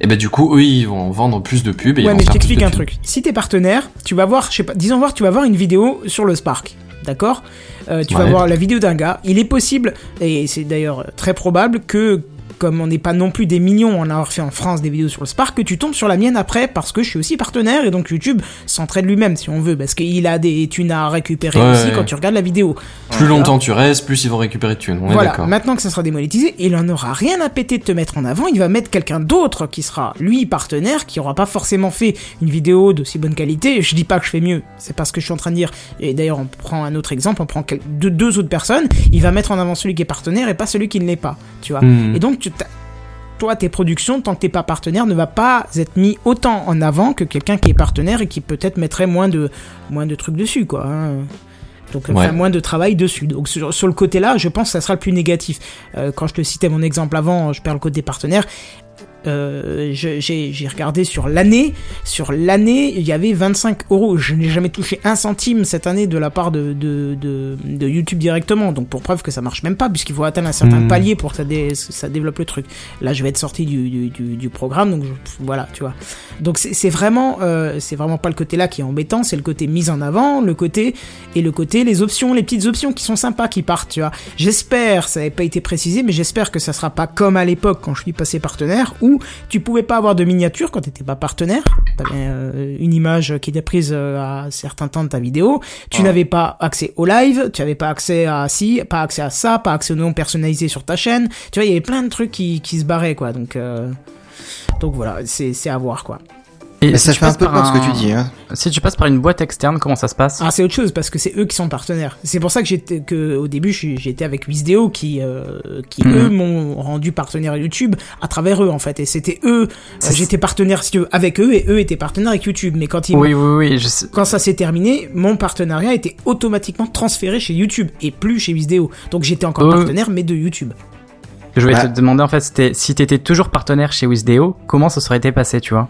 et ben du coup eux ils vont vendre plus de pubs. Et ils
Ouais,
vont
mais je
faire plus
t'explique
de
un
pubs.
truc. Si t'es partenaire, tu vas voir, je sais pas, disons voir, tu vas voir une vidéo sur le Spark. D'accord Euh, Tu vas
Ouais.
voir la vidéo d'un gars. Il est possible, et c'est d'ailleurs très probable, que comme on n'est pas non plus des millions à en avoir fait en France des vidéos sur le Spark, que tu tombes sur la mienne après parce que je suis aussi partenaire et donc YouTube s'entraide lui-même si on veut, parce qu'il a des thunes à récupérer
Ouais,
aussi
ouais.
quand tu regardes la vidéo.
Plus longtemps tu restes, plus ils vont récupérer de thunes. On est
Voilà,
d'accord.
maintenant que ça sera démonétisé, il en aura rien à péter de te mettre en avant, il va mettre quelqu'un d'autre qui sera, lui, partenaire, qui aura pas forcément fait une vidéo de si bonne qualité, je dis pas que je fais mieux, c'est pas ce que je suis en train de dire, et d'ailleurs on prend un autre exemple, on prend quel- deux, deux autres personnes, il va mettre en avant celui qui est partenaire et pas celui qui ne l'est pas, tu vois.
Hmm.
Et donc tu t'as- toi, tes productions, tant que t'es pas partenaire, ne va pas être mis autant en avant que quelqu'un qui est partenaire et qui peut-être mettrait moins de, moins de trucs dessus, quoi. hein. Donc, enfin,
Ouais.
moins de travail dessus. Donc, sur, sur le côté-là, je pense que ça sera le plus négatif. Euh, quand je te citais mon exemple avant, je perds le côté partenaire. euh, je- j'ai j'ai regardé sur l'année, sur l'année, il y avait 25 euros. Je n'ai jamais touché un centime cette année de la part de, de, de, de YouTube directement. Donc pour preuve que ça marche même pas, puisqu'il faut atteindre un certain
Hmm.
palier pour que ça, dé- ça développe le truc. Là, je vais être sorti du, du, du- du programme, donc je- voilà, tu vois. Donc c'est c'est vraiment, euh, c'est vraiment pas le côté là qui est embêtant, c'est le côté mise en avant, le côté et le côté les options, les petites options qui sont sympas qui partent, tu vois. J'espère, ça n'avait pas été précisé, mais j'espère que ça sera pas comme à l'époque quand je suis passé partenaire où tu pouvais pas avoir de miniature quand t'étais pas partenaire. T'avais euh, une image qui était prise euh, à certains temps de ta vidéo. Tu n'avais pas accès au live, tu n'avais pas accès à ci, pas accès à ça, pas accès au nom personnalisé sur ta chaîne. Tu vois, il y avait plein de trucs qui, qui se barraient quoi. Donc euh, donc voilà, c'est c'est à voir quoi.
Et
Mais
si
ça
tu
fait un
passes
peu
par
peur ce que
un-
tu dis. Hein.
Si tu passes par une boîte externe, comment ça se passe
Ah, c'est autre chose parce que c'est eux qui sont partenaires. C'est pour ça que j'étais que au début je suis- j'étais avec Wisdeo qui euh, qui
Mhm.
eux m'ont rendu partenaire YouTube à travers eux en fait et c'était eux
C'est-
j'étais partenaire si tu veux, avec eux et eux étaient partenaires avec YouTube mais quand ils
Oui, oui, oui. Je sais...
quand ça s'est terminé, mon partenariat était automatiquement transféré chez YouTube et plus chez Wisdeo. Donc j'étais encore
Euh.
partenaire mais de YouTube.
Je voulais
Bah.
te demander en fait c'était- si t'étais toujours partenaire chez Wisdeo, comment ça serait été passé, tu vois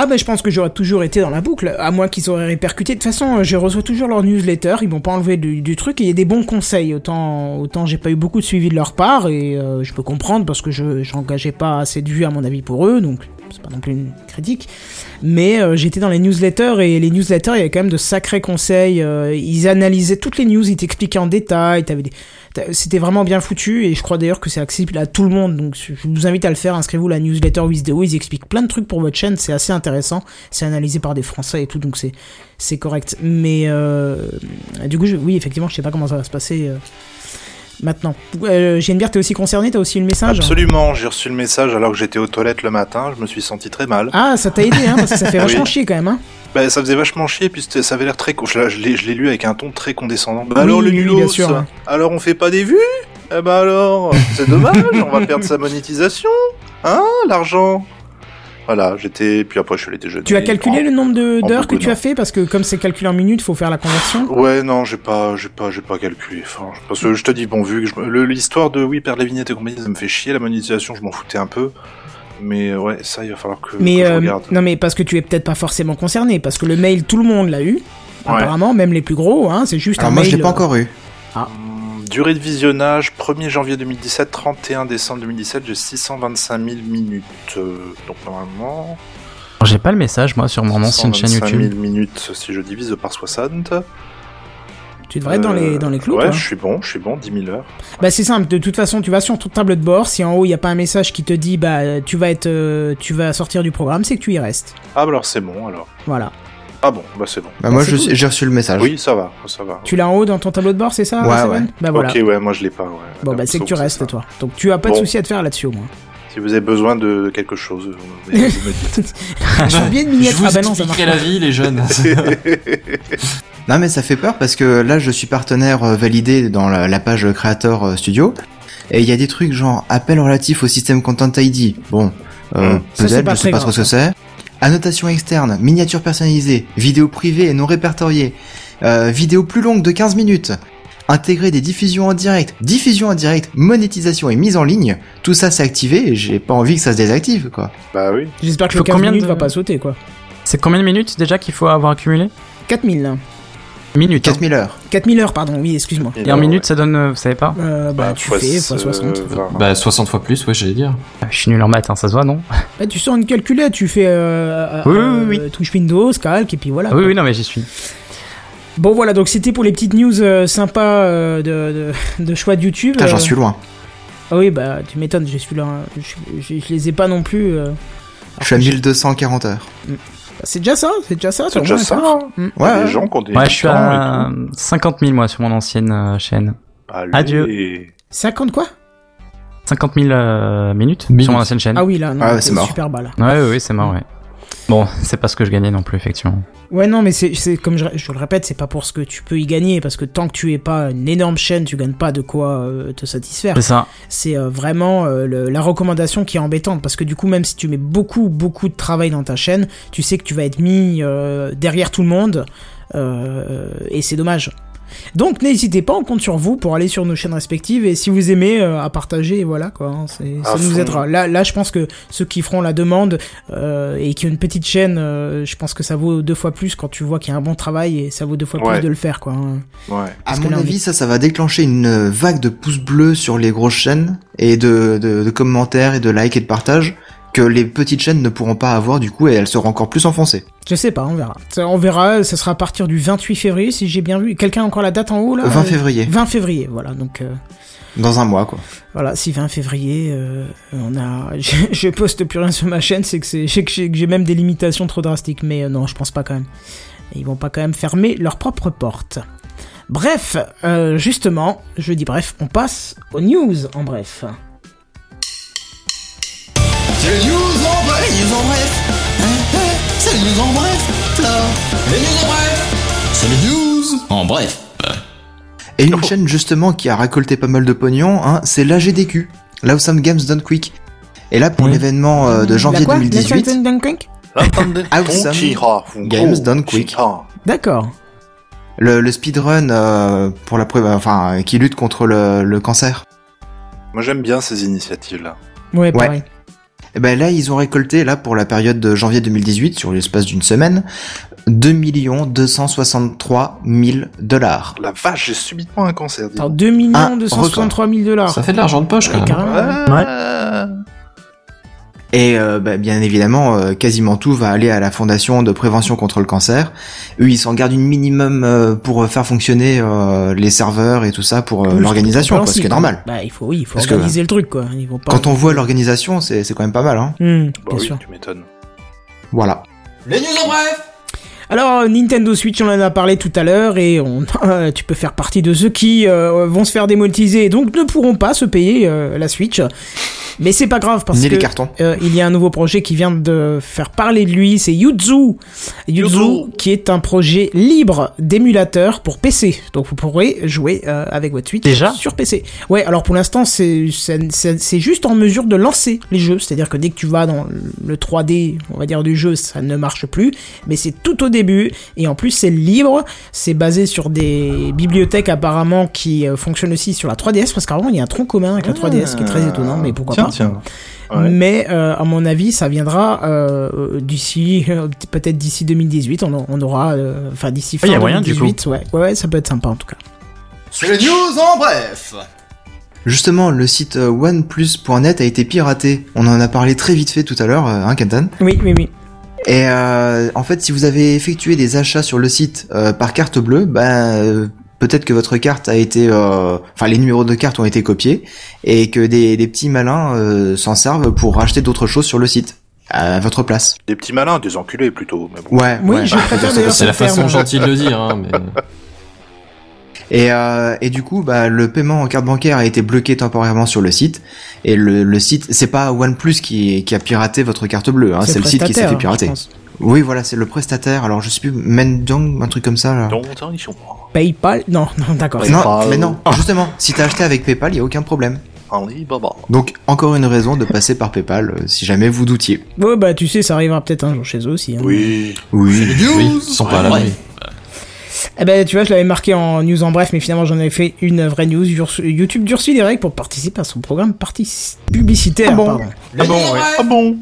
Ah ben je pense que j'aurais toujours été dans la boucle, à moins qu'ils auraient répercuté. De toute façon, euh, je reçois toujours leur newsletter, ils m'ont pas enlevé du, du truc, et il y a des bons conseils, autant, autant j'ai pas eu beaucoup de suivi de leur part, et euh, je peux comprendre parce que je j'engageais pas assez de vues à mon avis pour eux, donc c'est pas non plus une critique. Mais euh, j'étais dans les newsletters, et les newsletters, il y avait quand même de sacrés conseils, euh, ils analysaient toutes les news, ils t'expliquaient en détail, t'avais des... t'as- C'était vraiment bien foutu et je crois d'ailleurs que c'est accessible à tout le monde. Donc je vous invite à le faire. Inscrivez-vous à la newsletter Wisdeo. Ils expliquent plein de trucs pour votre chaîne. C'est assez intéressant c'est analysé par des Français et tout, donc c'est c'est correct. Mais euh, du coup, je- oui, effectivement, je sais pas comment ça va se passer euh, maintenant. Euh, Geneviève, t'es aussi concerné, t'as aussi eu le message.
Absolument, j'ai reçu le message alors que j'étais aux toilettes le matin, je me suis senti très mal.
Ah, ça t'a aidé, hein, parce que ça fait vachement
Oui.
chier quand même. Hein.
Bah, ça faisait vachement chier, puis c'était- ça avait l'air très. con- Je, l'ai- je l'ai je l'ai lu avec un ton très condescendant. Bah
Oui,
alors le
oui, oui,
nulos,
bien sûr, ouais.
alors on fait pas des vues Eh bah alors, c'est dommage, on va perdre sa monétisation Hein, l'argent Voilà, j'étais. Puis après, je suis allé déjeuner.
Tu as calculé le nombre de-
en
d'heures que
beaucoup,
tu
non. Oh,
as fait, parce que comme c'est calculé en minutes, faut faire la conversion.
Ah. Ouais, non, j'ai pas, j'ai pas, j'ai pas calculé. Enfin, je- parce que je te dis, bon, vu que je- le- l'histoire de oui, perdre les vignettes et compagnie, ça me fait chier. La monétisation, je m'en foutais un peu. Mais euh, ouais, ça, il va falloir que,
Mais
que je
euh,
regarde.
non, mais parce que tu es peut-être pas forcément concerné, parce que le mail, tout le monde l'a eu. Apparemment, même les plus gros, hein, c'est juste
Alors
un
moi, je
mail.
l'ai pas encore eu.
Hum, Durée de visionnage 1er janvier 2017, 31 décembre 2017, j'ai 625 000 minutes. Euh, donc normalement.
J'ai pas le message moi sur mon ancienne chaîne
625
YouTube.
000 minutes si je divise par 60.
Tu devrais être dans
Euh,
les dans les clous.
Ouais,
toi. hein.
je suis bon, je suis bon, 10 000 heures.
Bah c'est simple, de toute façon tu vas sur ton tableau de bord, si en haut il n'y a pas un message qui te dit bah euh, tu vas être euh, tu vas sortir du programme, c'est que tu y restes.
Ah, bah alors c'est bon alors.
Voilà.
Ah bon, bah c'est bon.
Bah, moi,
c'est
je-
cool.
j'ai reçu le
Ah,
message.
Oui, ça va, ça va.
Tu l'as en haut dans ton tableau de bord, c'est ça
Ouais,
Seven
ouais.
Bah voilà.
Ok, ouais, moi je l'ai pas. Ouais.
Bon bah c'est que tu
Donc, ça.
restes toi. Donc tu as pas de
Bon.
souci à te faire là-dessus au moins.
Si vous avez besoin de de quelque chose, vous vous me
[laughs]
dites.
[laughs]
J'ai oublié de
Je
miniature.
vous
Ah bah non, ça marche.
expliquerai la vie, les jeunes.
[laughs]
Non mais ça fait peur parce que là je suis partenaire euh, validé dans la, la page Creator euh, Studio et il y a des trucs genre appel relatif au système Content ID. Bon, euh,
Mm.
Hmm. Ça, c'est
peut-être,
pas
je sais
très
pas
grave,
trop ce que c'est. Annotation externe, miniature personnalisée, vidéo privée et non répertoriée, euh, vidéo plus longue de 15 minutes, intégrer des diffusions en direct, diffusion en direct, monétisation et mise en ligne. Tout ça c'est activé et j'ai pas envie que ça se désactive quoi.
bah oui.
J'espère que
Faut
le 15
combien
minutes
de-
va pas sauter quoi.
C'est combien de minutes déjà qu'il faut avoir accumulé
4000 hein.
Minutes. hein.
4000 heures.
4000 heures pardon, oui, excuse-moi.
Et en minutes ça donne, euh, vous savez pas
Euh, bah,
Bah,
tu
fois
fais x
euh,
60.
vingt.
bah 60 fois plus, ouais, j'allais dire.
Ah, Je suis nul en maths, hein, ça se voit non
Bah tu sors une calculette, tu fais euh,
Oui,
euh,
oui,
touche Windows, calque et puis voilà.
Ah Oui, oui, non mais j'y suis.
Bon voilà, donc c'était pour les petites news euh, sympas euh, de, de, [laughs] de choix de YouTube.
Putain, j'en
Euh,
suis loin.
Ah oui, bah tu m'étonnes, je suis là, hein. je, je- je les ai pas non plus. euh.
Je suis à 1240 heures.
C'est déjà ça, c'est déjà ça.
C'est
t'as au
déjà
moins
ça.
un quart. Mm.
Il y a
Ouais.
des gens qui ont des
Ouais, je suis
temps
à 50 000 moi sur mon ancienne euh, chaîne.
et tout.
Adieu.
Allez.
50 quoi
50 000 euh, minutes,
Minutes.
sur mon ancienne chaîne.
Ah oui, là, non,
Ah ouais,
c'est
c'est mort.
super bas là.
Ouais, oui, oui, c'est marrant, ouais. Bon, c'est pas ce que je gagnais non plus, effectivement.
Ouais, non, mais c'est c'est- comme je, je le répète, c'est pas pour ce que tu peux y gagner, parce que tant que tu es pas une énorme chaîne, tu gagnes pas de quoi euh, te satisfaire.
C'est ça.
c'est euh, vraiment euh, le- la recommandation qui est embêtante parce que du coup même si tu mets beaucoup beaucoup de travail dans ta chaîne tu sais que tu vas être mis euh, derrière tout le monde euh, et c'est dommage Donc n'hésitez pas, on compte sur vous pour aller sur nos chaînes respectives et si vous aimez euh, à partager, et voilà quoi, hein, c'est- ça
À
nous
fond.
aidera. Là, là, je pense que ceux qui feront la demande euh, et qui ont une petite chaîne, euh, je pense que ça vaut deux fois plus quand tu vois qu'il y a un bon travail et ça vaut deux fois
Ouais.
plus de le faire quoi. hein.
Ouais.
À
Parce que
mon
là, on
avis, ça, ça va déclencher une vague de pouces bleus sur les grosses chaînes et de, de, de commentaires et de likes et de partages que les petites chaînes ne pourront pas avoir du coup et elles seront encore plus enfoncées.
Je sais pas, on verra. Ça, on verra, ça sera à partir du 28 février si j'ai bien vu. Quelqu'un a encore la date en haut là
20
Euh,
février,
20 février, voilà. Donc euh,
dans un mois quoi.
voilà, si 20 février, euh, on a, [laughs] je, je poste plus rien sur ma chaîne, c'est que c'est, j'ai- que j'ai que j'ai même des limitations trop drastiques. Mais euh, non, je pense pas quand même. Ils vont pas quand même fermer leur propre porte. Bref, euh, justement, je dis bref, on passe aux news en bref.
C'est les news en bref, news en bref. Hein, hein, C'est les news en bref. Ah, Les news en bref. C'est les news en bref.
Et
Oh.
une chaîne justement qui a récolté pas mal de pognon, hein, c'est l'AGDQ, l'Awesome Games Done Quick. Et là pour
Oui.
l'événement euh, de janvier
La quoi Nathan
2018,
Dunkirk
Awesome Games Done Quick.
D'accord.
le, le speedrun euh, pour la preuve, enfin qui lutte contre le, le cancer.
Moi j'aime bien ces initiatives-là.
Ouais, pareil.
Et ben là ils ont récolté là pour la période de janvier 2018 sur l'espace d'une semaine 2 263 000 dollars.
La vache, j'ai subitement un cancer. dis
Attends,
donc.
2
Ah,
263 000 dollars.
Ça fait de l'argent de poche quand
Ouais,
même.
carrément.
Et euh, bah, bien évidemment, euh, quasiment tout va aller à la Fondation de prévention contre le cancer. Eux, ils s'en gardent une minimum euh, pour faire fonctionner euh, les serveurs et tout ça pour euh,
Oui,
l'organisation,
Bah,
quoi, ce
si,
qui est
quoi.
normal.
Bah, il faut, oui, il faut
Parce que-
organiser le truc, quoi. Ils vont pas.
Quand on voit l'organisation, c'est c'est quand même pas mal. Hein.
Hmm,
Bah
bien
oui,
sûr.
tu m'étonnes.
Voilà.
Les news en bref.
Alors euh, Nintendo Switch, on en a parlé tout à l'heure et on, [laughs] euh, tu peux faire partie de ceux qui euh, vont se faire démonétiser et donc ne pourront pas se payer euh, la Switch. Mais c'est pas grave parce
Ni
que
les cartons.
euh, il y a un nouveau projet qui vient de faire parler de lui, c'est Yuzu. Yuzu,
Yuzu.
qui est un projet libre d'émulateur pour PC. Donc vous pourrez jouer euh, avec votre Switch
Déjà
sur PC. Ouais, alors pour l'instant, c'est- c'est c'est- c'est juste en mesure de lancer les jeux. C'est-à-dire que dès que tu vas dans le 3D, on va dire, du jeu, ça ne marche plus. Mais c'est tout au début. Et en plus, c'est libre. C'est basé sur des bibliothèques apparemment qui euh, fonctionnent aussi sur la 3DS. Parce qu'avant, il y a un tronc commun avec la 3DS qui est très étonnant. Mais pourquoi pas
Ah. Euh, Tiens, tiens. Ouais.
mais euh, à mon avis, ça viendra euh, euh, d'ici, [laughs] euh, peut-être d'ici 2018. On, en- on aura, euh, enfin d'ici fin
Ah, y a moyen,
2018. ouais, ouais, ouais, ça peut être sympa en tout cas.
C'est les news en bref.
Justement, le site euh, oneplus.net a été piraté. On en a parlé très vite fait tout à l'heure, euh, hein, Kenton.
Oui, oui, oui.
Et euh, en fait, si vous avez effectué des achats sur le site euh, par carte bleue, ben euh, peut-être que votre carte a été, euh, enfin les numéros de carte ont été copiés et que des, des petits malins euh, s'en servent pour racheter d'autres choses sur le site à votre place.
Des petits malins, des enculés plutôt. Mais bon.
Ouais.
Oui,
ouais.
je préfère d'ailleurs
Bah, C'est la
ce terme.
façon gentille de le dire, hein, mais
Et, euh, et du coup, bah, le paiement en carte bancaire a été bloqué temporairement sur le site. Et le, le site, c'est pas OnePlus qui, qui a piraté votre carte bleue, hein, c'est le site qui s'est
prestataire,
fait
je
pirater.
pense.
Oui, voilà, c'est le prestataire. Alors je sais plus, Mendong, un truc comme ça. Là.
Donc, hein, ils sont pas
PayPal Non, [laughs] non, d'accord.
Ouais.
c'est-
Non,
Paypal.
mais non, justement, si t'as acheté avec PayPal, il a aucun problème.
en libre, bah.
Ah.
Donc, encore une raison de passer par PayPal euh, si jamais vous doutiez.
Ouais, bah tu sais, ça arrivera peut-être un jour chez eux aussi. hein.
Oui.
Oui.
oui, ils sont pas à la
Bref.
Eh ben, tu vois, je l'avais marqué en news en bref, mais finalement, j'en avais fait une vraie news. Dur- YouTube durcit les règles pour participer à son programme parti- publicitaire. pardon.
Les news en bref.
Ah bon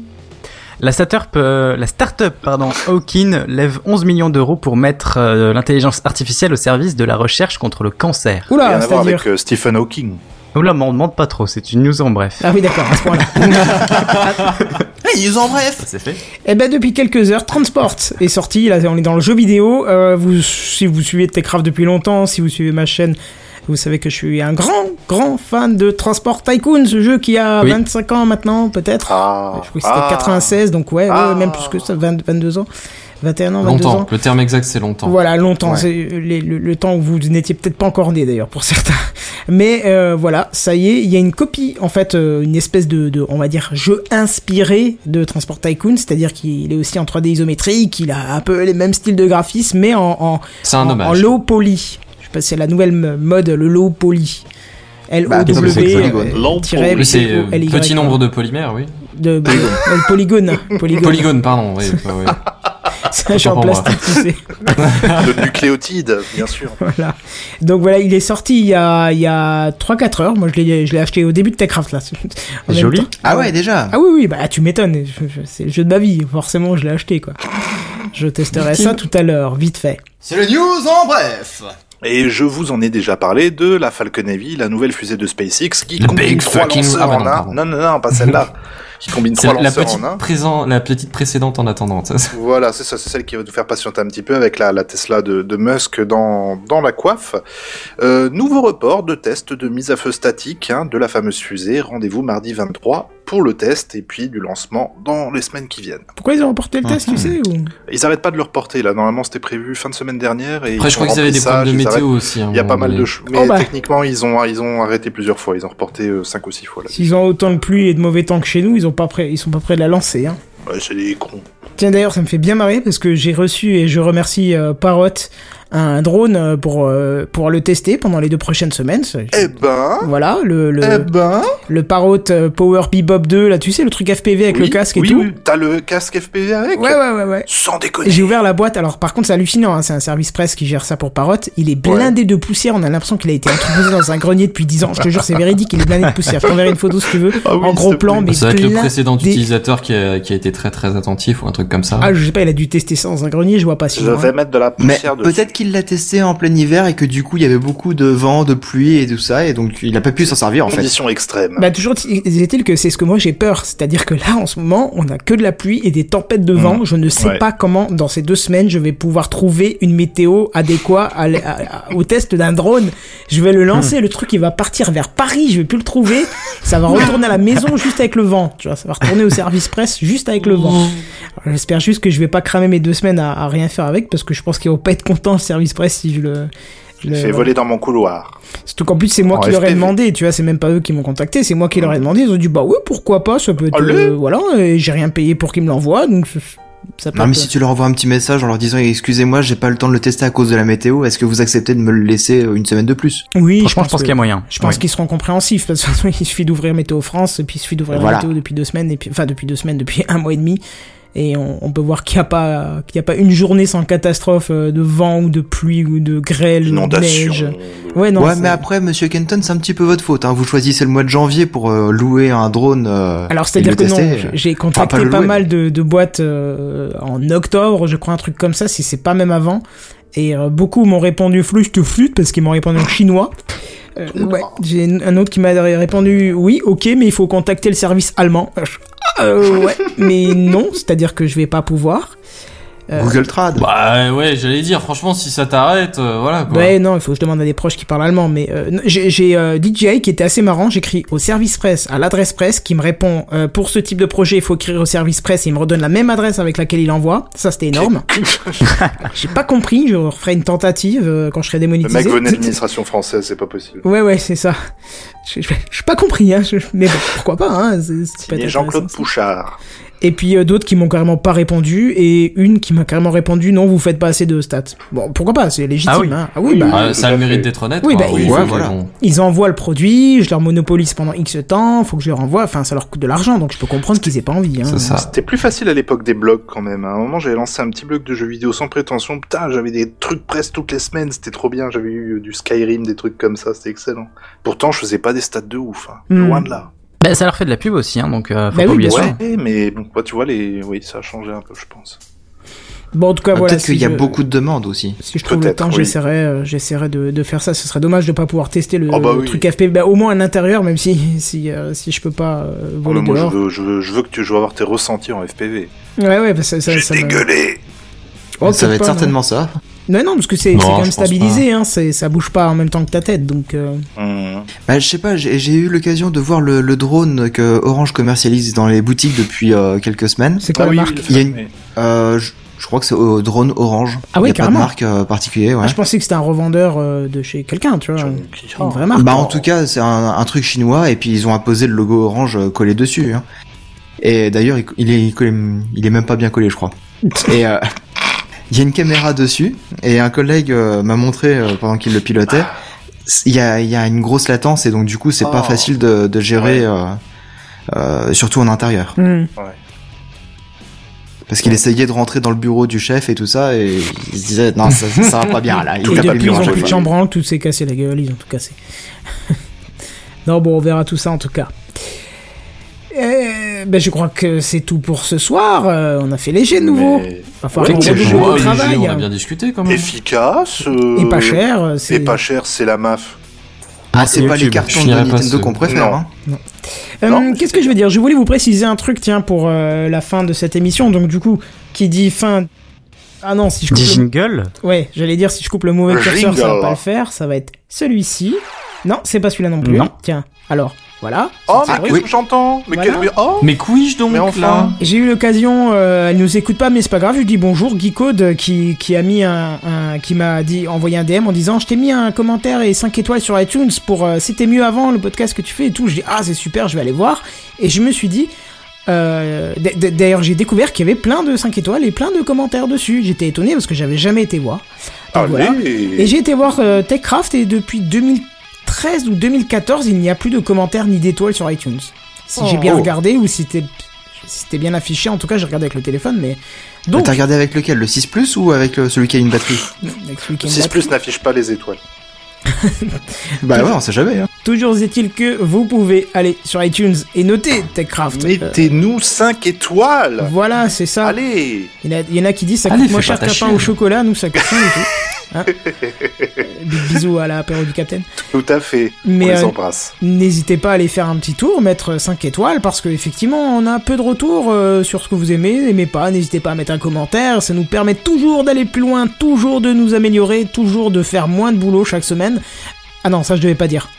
La startup, euh, la startup pardon, Hawking lève 11 millions d'euros pour mettre euh, l'intelligence artificielle au service de la recherche contre le cancer.
Rien
Oula,
à voir
Ah, c'est-à-dire.
avec euh, Stephen Hawking.
Oula, mais on demande pas trop, c'est une news en bref.
Ah oui, d'accord, à ce point-là.
Les news en bref.
C'est fait.
Eh ben depuis quelques heures, Transport est sorti. Là, on est dans le jeu vidéo. Euh, vous, si vous suivez Techcraft depuis longtemps, si vous suivez ma chaîne, vous savez que je suis un grand, grand fan de Transport Tycoon, ce jeu qui a
Oui.
25 ans maintenant, peut-être.
Ah.
je crois que c'était
Ah.
96, donc ouais, ouais,
Ah.
même plus que ça, 20 22 ans, 21 ans, 22
Longtemps.
ans.
Le terme exact, c'est longtemps.
Voilà, longtemps.
Ouais.
C'est euh, les- le, le temps où vous n'étiez peut-être pas encore né d'ailleurs pour [laughs] certains. Mais euh, voilà, ça y est, il y a une copie, en fait, euh, une espèce de, de, on va dire, jeu inspiré de Transport Tycoon, c'est-à-dire qu'il est aussi en 3D isométrique, il a un peu les mêmes styles de graphisme, mais en, en,
C'est un
en- en
hommage.
low poly. Je sais pas si c'est la nouvelle mode, le low poly. L O
Bah,
comme c'est
W
polygone.
euh, tiret
Oui, c'est euh,
P O L Y.
petit nombre de polymères, oui. [laughs]
de, de- polygone. polygone.
Polygone, pardon. Oui, ouais, ouais.
[laughs] C'est un jeu en
pour moi.
plastique, tu sais.
de nucléotides, bien sûr.
[laughs] Voilà. Donc voilà, il est sorti il y a, il y a 3-4 heures. Moi, je l'ai, je l'ai acheté au début de Techcraft, là. En même
Joli.
temps.
Ah ouais, déjà.
Ah oui, oui, bah tu m'étonnes. Je- je- C'est le jeu de ma vie. Forcément, je l'ai acheté, quoi. Je testerai ça tout à l'heure, vite fait.
C'est le news en bref.
Et je vous en ai déjà parlé de la Falcon Heavy, la nouvelle fusée de SpaceX qui
Le
combine
big
trois
fucking-
lanceurs
ah ouais,
en
non,
un.
pardon.
Non, non, non, pas celle-là. qui combine
C'est
trois
la, la
lanceurs en
petite
un.
présent, la petite précédente en attendant. ça, ça.
Voilà, c'est ça, c'est celle qui va nous faire patienter un petit peu avec la, la Tesla de, de Musk dans, dans la coiffe. Euh, nouveau report de test de mise à feu statique hein, de la fameuse fusée. Rendez-vous mardi 23 pour le test et puis du lancement dans les semaines qui viennent.
Pourquoi ils ont reporté le test, tu sais ou...
Ils arrêtent pas de le reporter là. Normalement, c'était prévu fin de semaine dernière. Et
Après, je crois qu'ils avaient des problèmes de météo aussi. hein,
Il y a pas mal de
choses.
choses. Mais
Oh bah.
techniquement, ils ont, ils ont arrêté plusieurs fois. Ils ont reporté 5 ou 6 fois là.
S'ils ont autant de pluie et de mauvais temps que chez nous, ils, ont pas prêt, ils sont pas prêts de la lancer. Hein.
Ouais, c'est des cons.
Tiens d'ailleurs, ça me fait bien marrer parce que j'ai reçu et je remercie euh, Parrot un drone euh, pour euh, pour le tester pendant les deux prochaines semaines.
Eh ben,
Voilà le le,
eh ben.
le Parrot euh, Power Bebop 2 là, tu sais le truc FPV avec
oui,
le casque
oui,
et tout.
oui. T'as le casque FPV avec
Ouais ouais ouais ouais.
Sans déconner.
J'ai ouvert la boîte, alors par contre c'est hallucinant, hein, c'est un service presse qui gère ça pour Parrot, il est blindé de poussière, on a l'impression qu'il a été entreposé dans un grenier depuis 10 ans, je te jure c'est véridique, il est blindé de poussière, je t'enverrai une photo si tu veux,
Ah oui,
en
s'il
gros
te
plan,
plaît.
mais
Ça va être le
blindé-
précédent utilisateur qui a, qui a été très très attentif ou un truc comme ça.
Ah je sais pas, il a dû tester ça dans un grenier, je vois pas si
Je vais mettre de la
Mais
poussière dessus.
peut-être qu'il l'a testé en plein hiver et que du coup il y avait beaucoup de vent, de pluie et tout ça et donc il a pas pu s'en servir en fait.
Condition extrême.
Bah toujours t- est-il que c'est ce que moi j'ai peur, c'est-à-dire que là en ce moment on a que de la pluie et des tempêtes de vent. Je ne sais
Mmh. Ouais.
pas comment dans ces deux semaines je vais pouvoir trouver une météo adéquate à l- à- à- au test d'un drone. Je vais le
Mmh.
lancer, le truc il va partir vers Paris, je vais plus le trouver. Ça va retourner à la maison juste avec le vent, tu vois, ça va retourner au service presse juste avec le vent. Alors, J'espère juste que je vais pas cramer mes deux semaines à, à rien faire avec parce que je pense qu'ils vont pas être contents le service presse si je le.
Je l'ai
le-
fait voler dans mon couloir.
Surtout qu'en plus, c'est moi
En
qui leur ai
FPV.
demandé, tu vois, c'est même pas eux qui m'ont contacté, c'est moi qui leur ai demandé. Ils ont dit, bah oui, pourquoi pas, ça peut être.
Allez.
euh, voilà, et j'ai rien payé pour qu'ils me l'envoient, donc c- ça peut
Non mais
être-
si tu leur envoies un petit message en leur disant excusez-moi j'ai pas le temps de le tester à cause de la météo, est-ce que vous acceptez de me le laisser euh, une semaine de plus
Oui,
Franchement, je pense
que-
qu'il y a moyen.
Je pense
Oui.
qu'ils seront compréhensifs, parce que de toute façon, [laughs] il suffit d'ouvrir Météo France, et puis il suffit d'ouvrir la
Voilà.
Météo depuis deux semaines, et puis, enfin, depuis deux semaines, depuis [laughs] un mois et demi, et on, on peut voir qu'il n'y a, pas- qu'il y a pas une journée sans catastrophe euh, de vent, ou de pluie, ou de grêle, ou de neige.
Inondation.
Ouais, non,
ouais
c'est-
mais après monsieur Kenton c'est un petit peu votre faute hein. vous choisissez le mois de janvier pour euh, louer un drone euh,
Alors
et
c'est-à-dire
le
que non,
tester.
j- j'ai
pas
contacté
le
pas,
louer,
mal de, de boîtes euh, en octobre, je crois un truc comme ça, si c'est pas même avant. Et euh, beaucoup m'ont répondu flûte te flûte parce qu'ils m'ont répondu en chinois. Euh, ouais, j'ai une- un autre qui m'a répondu oui, ok, mais il faut contacter le service allemand. Euh, je- ah, euh, ouais, mais non, c'est-à-dire que je vais pas pouvoir. Euh,
Google Trad
Bah ouais, j'allais dire, franchement, si ça t'arrête, euh, voilà quoi.
Ouais, non, il faut que je demande à des proches qui parlent allemand. Mais euh, non, j'ai j'ai, euh, DJI qui était assez marrant. J'écris au service presse, à l'adresse presse, qui me répond euh, pour ce type de projet, il faut écrire au service presse et il me redonne la même adresse avec laquelle il envoie. Ça, c'était énorme. j'ai pas compris. Je referai une tentative euh, quand je serai
Le
démonétisé.
mec venait de l'administration française, c'est pas possible.
Ouais, ouais, c'est ça. Je je- je suis pas compris, hein. je- mais bon, pourquoi pas, hein. c'est- c'est peut-être
Signé Jean-Claude
intéressant.
Pouchard.
Et puis euh, d'autres qui m'ont carrément pas répondu et une qui m'a carrément répondu non, vous faites pas assez de stats. Bon, pourquoi pas, c'est légitime.
Ah oui.
hein. ah oui bah,
Ah, ça a le
tout à
mérite
fait.
d'être honnête.
Oui,
quoi.
bah, oui,
faut
ouais,
que-
voilà.
bon.
ils envoient le produit, je leur monopolise pendant X temps, faut que je leur envoie, enfin ça leur coûte de l'argent, donc je peux comprendre qu'ils aient pas envie. Hein.
C'est ça.
C'était plus facile à l'époque des blogs quand même. À un moment, j'avais lancé un petit blog de jeux vidéo sans prétention. Putain, j'avais des trucs presse toutes les semaines. C'était trop bien. J'avais eu du Skyrim, des trucs comme ça. C'était excellent. Pourtant, je faisais pas des stats de ouf. hein.
Hmm.
Loin de là.
Bah, ça leur fait de la pub aussi, hein, donc euh, faut
Bah
pas
oui,
oublier
bien
ça.
Ouais, mais bon, quoi, tu vois, les... oui, ça a changé un peu, je pense.
Bon en tout cas
Ah,
voilà.
peut-être
si
qu'il y a
je-
beaucoup de demandes aussi
Si je trouve le
Peut-être,
temps,
oui.
j'essaierai, euh, j'essaierai de, de faire ça. Ce serait dommage de pas pouvoir tester le,
Oh, bah
le
oui.
truc FP, bah, au moins à l'intérieur, même si si euh, si je peux pas euh,
Oh,
voler
mais moi, je
dehors.
veux, je, veux, je veux que tu je veux avoir tes ressentis en FPV.
Ouais ouais, bah, ça ça, ça
J'ai
me-
dégueulé
Oh,
ça
peut-être
va être
pas, non.
certainement ça
Non non, parce que c'est
Non,
c'est quand
je
même
pense
stabilisé, hein. C'est ça bouge pas en même temps que ta tête, donc. euh,
Hmm.
Bah, je sais pas, j'ai j'ai eu l'occasion de voir le, le drone que Orange commercialise dans les boutiques depuis euh, quelques semaines.
C'est quoi
Ah
la
oui,
marque
oui,
Il y a
le-
une- Euh, je, je crois que c'est au drone Orange.
Ah oui,
Il y a
carrément.
Pas de marque euh, particulière, ouais.
Ah, Je pensais que c'était un revendeur euh, de chez quelqu'un, tu vois. Une vraie marque.
Bah en tout cas, c'est un, un truc chinois et puis ils ont imposé le logo Orange euh, collé dessus. hein. Et d'ailleurs, il, il est collé- il est même pas bien collé,
[laughs]
je crois. Et euh, il y a une caméra dessus et un collègue euh, m'a montré euh, pendant qu'il le pilotait. Il y a, il y a une grosse latence et donc du coup, c'est pas
Oh.
facile de, euh, Hmm. de gérer, euh, euh, surtout en intérieur.
Hmm.
parce qu'il essayait de rentrer dans le bureau du chef et tout ça, et il se disait non, ça, ça va pas bien là. Il
Et
tapait le
depuis, ils
mur à
ont
chaque
plus de
fois.
chambranle, tout s'est cassé la gueule, ils ont tout cassé. [laughs] non, bon, on verra tout ça en tout cas. Euh, ben, je crois que c'est tout pour ce soir. Euh, on a fait léger de nouveau.
Mais
Va falloir
Ouais,
qu'on
c'est
redouble
bon,
le
léger,
travail. hein.
on a bien discuté quand même.
Efficace.
Et
euh,
pas cher.
Et
c'est-
pas cher, c'est la MAF.
Ah, c'est
C'est
pas les
YouTube.
cartons
Je
de
finirai pas ce-
Nintendo qu'on préfère.
Non.
Hein.
Euh,
Non.
Qu'est-ce que je veux dire Je voulais vous préciser un truc, tiens, pour euh, la fin de cette émission. Donc, du coup, qui dit fin. Ah non, si je coupe
Dis
le...
jingle
Ouais, j'allais dire, si je coupe le mauvais curseur, ça va
Jingle.
pas le faire. Ça va être celui-ci. Non, c'est pas celui-là non plus.
Non.
Tiens, alors, voilà.
Oh,
Ah,
mais qu'est-ce
oui.
que j'entends Mais
Voilà.
quel bien- Oh
Mais couille donc
Mais enfin.
J'ai eu l'occasion, euh, elle nous écoute pas, mais c'est pas grave. Je lui dis bonjour, Geekode, euh, qui, qui a mis un, un- qui m'a dit envoyé un DM en disant, je t'ai mis un commentaire et 5 étoiles sur iTunes pour euh, c'était mieux avant le podcast que tu fais et tout. Je dis ah c'est super, je vais aller voir. Et je me suis dit, euh, d- d- d'ailleurs j'ai découvert qu'il y avait plein de 5 étoiles et plein de commentaires dessus. J'étais étonné parce que j'avais jamais été voir. Donc Bah, voilà.
Ah, Allez.
Et j'ai été voir euh, TechCraft et depuis 2013 ou 2014, il n'y a plus de commentaires ni d'étoiles sur iTunes. Si j'ai
Oh.
bien regardé ou si c'était si c'était bien affiché, en tout cas j'ai regardé avec le téléphone, mais
Mais
donc
T'as regardé avec lequel Le 6 Plus ou avec le- celui qui a une batterie
avec ce week-end-là,
6 plus n'affiche pas les étoiles.
Bah ouais, on sait jamais. Hein.
toujours est-il que vous pouvez aller sur iTunes et noter TechCraft. Euh,
Mettez-nous 5 étoiles
voilà, c'est ça.
Allez
Il y, en a- il y en a qui disent ça coûte
Allez,
moins
fais
cher
pas
qu'un
ta
pain
chienne.
au chocolat, nous ça coûte rien du tout. Hein Euh,
[laughs]
big bisous à l'apéro du Capitaine.
Tout à fait.
Mais,
on les
euh,
embrasse.
N'hésitez pas à aller faire un petit tour, mettre 5 étoiles, parce que effectivement on a peu de retours euh, sur ce que vous aimez, n'aimez pas, n'hésitez pas à mettre un commentaire, ça nous permet toujours d'aller plus loin, toujours de nous améliorer, toujours de faire moins de boulot chaque semaine. Ah non, ça je devais pas dire.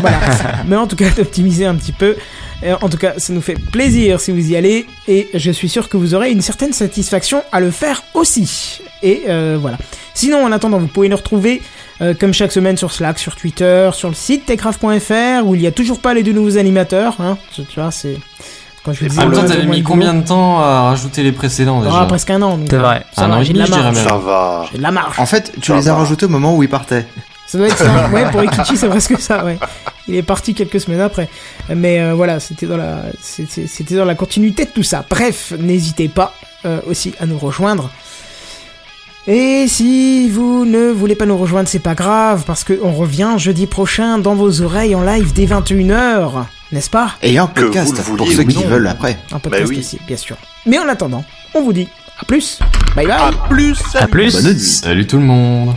Voilà. [laughs] Mais en tout cas, d'optimiser un petit peu. Euh, En tout cas, ça nous fait plaisir si vous y allez, et je suis sûr que vous aurez une certaine satisfaction à le faire aussi. Et euh, voilà. Sinon, en attendant, vous pouvez nous retrouver euh, comme chaque semaine sur Slack, sur Twitter, sur le site techcraft.fr où il n'y a toujours pas les deux nouveaux animateurs. Hein. Tu tu vois, c'est quand je vous disais.
En même temps,
moins-
t'avais
moins
mis
Ah, de
combien
boulot.
de temps à rajouter les précédents déjà Ah
Ah, presque un an. donc,
C'est
euh,
vrai.
Ça
Un
va,
an et
j'ai de la
demi, je
marge.
dirais
Ça va.
J'ai de la marge.
En fait, tu
Ça
les as
va.
rajoutés au moment où ils partaient.
Ça doit être ça. Ouais, pour Ikichi, c'est presque ça, ouais. Il est parti quelques semaines après. Mais euh, voilà, c'était dans la c'était c'était dans la continuité de tout ça. Bref, n'hésitez pas euh, aussi à nous rejoindre. Et si vous ne voulez pas nous rejoindre, c'est pas grave parce que on revient jeudi prochain dans vos oreilles en live dès 21h, n'est-ce pas
Et un
Que vous
podcast
le vouliez
pour ceux
ou
qui
non.
veulent après.
Un podcast
oui.
aussi, bien sûr. Mais en attendant, on vous dit à plus. Bye bye.
À plus
À plus
Bonne nuit.
Salut tout le monde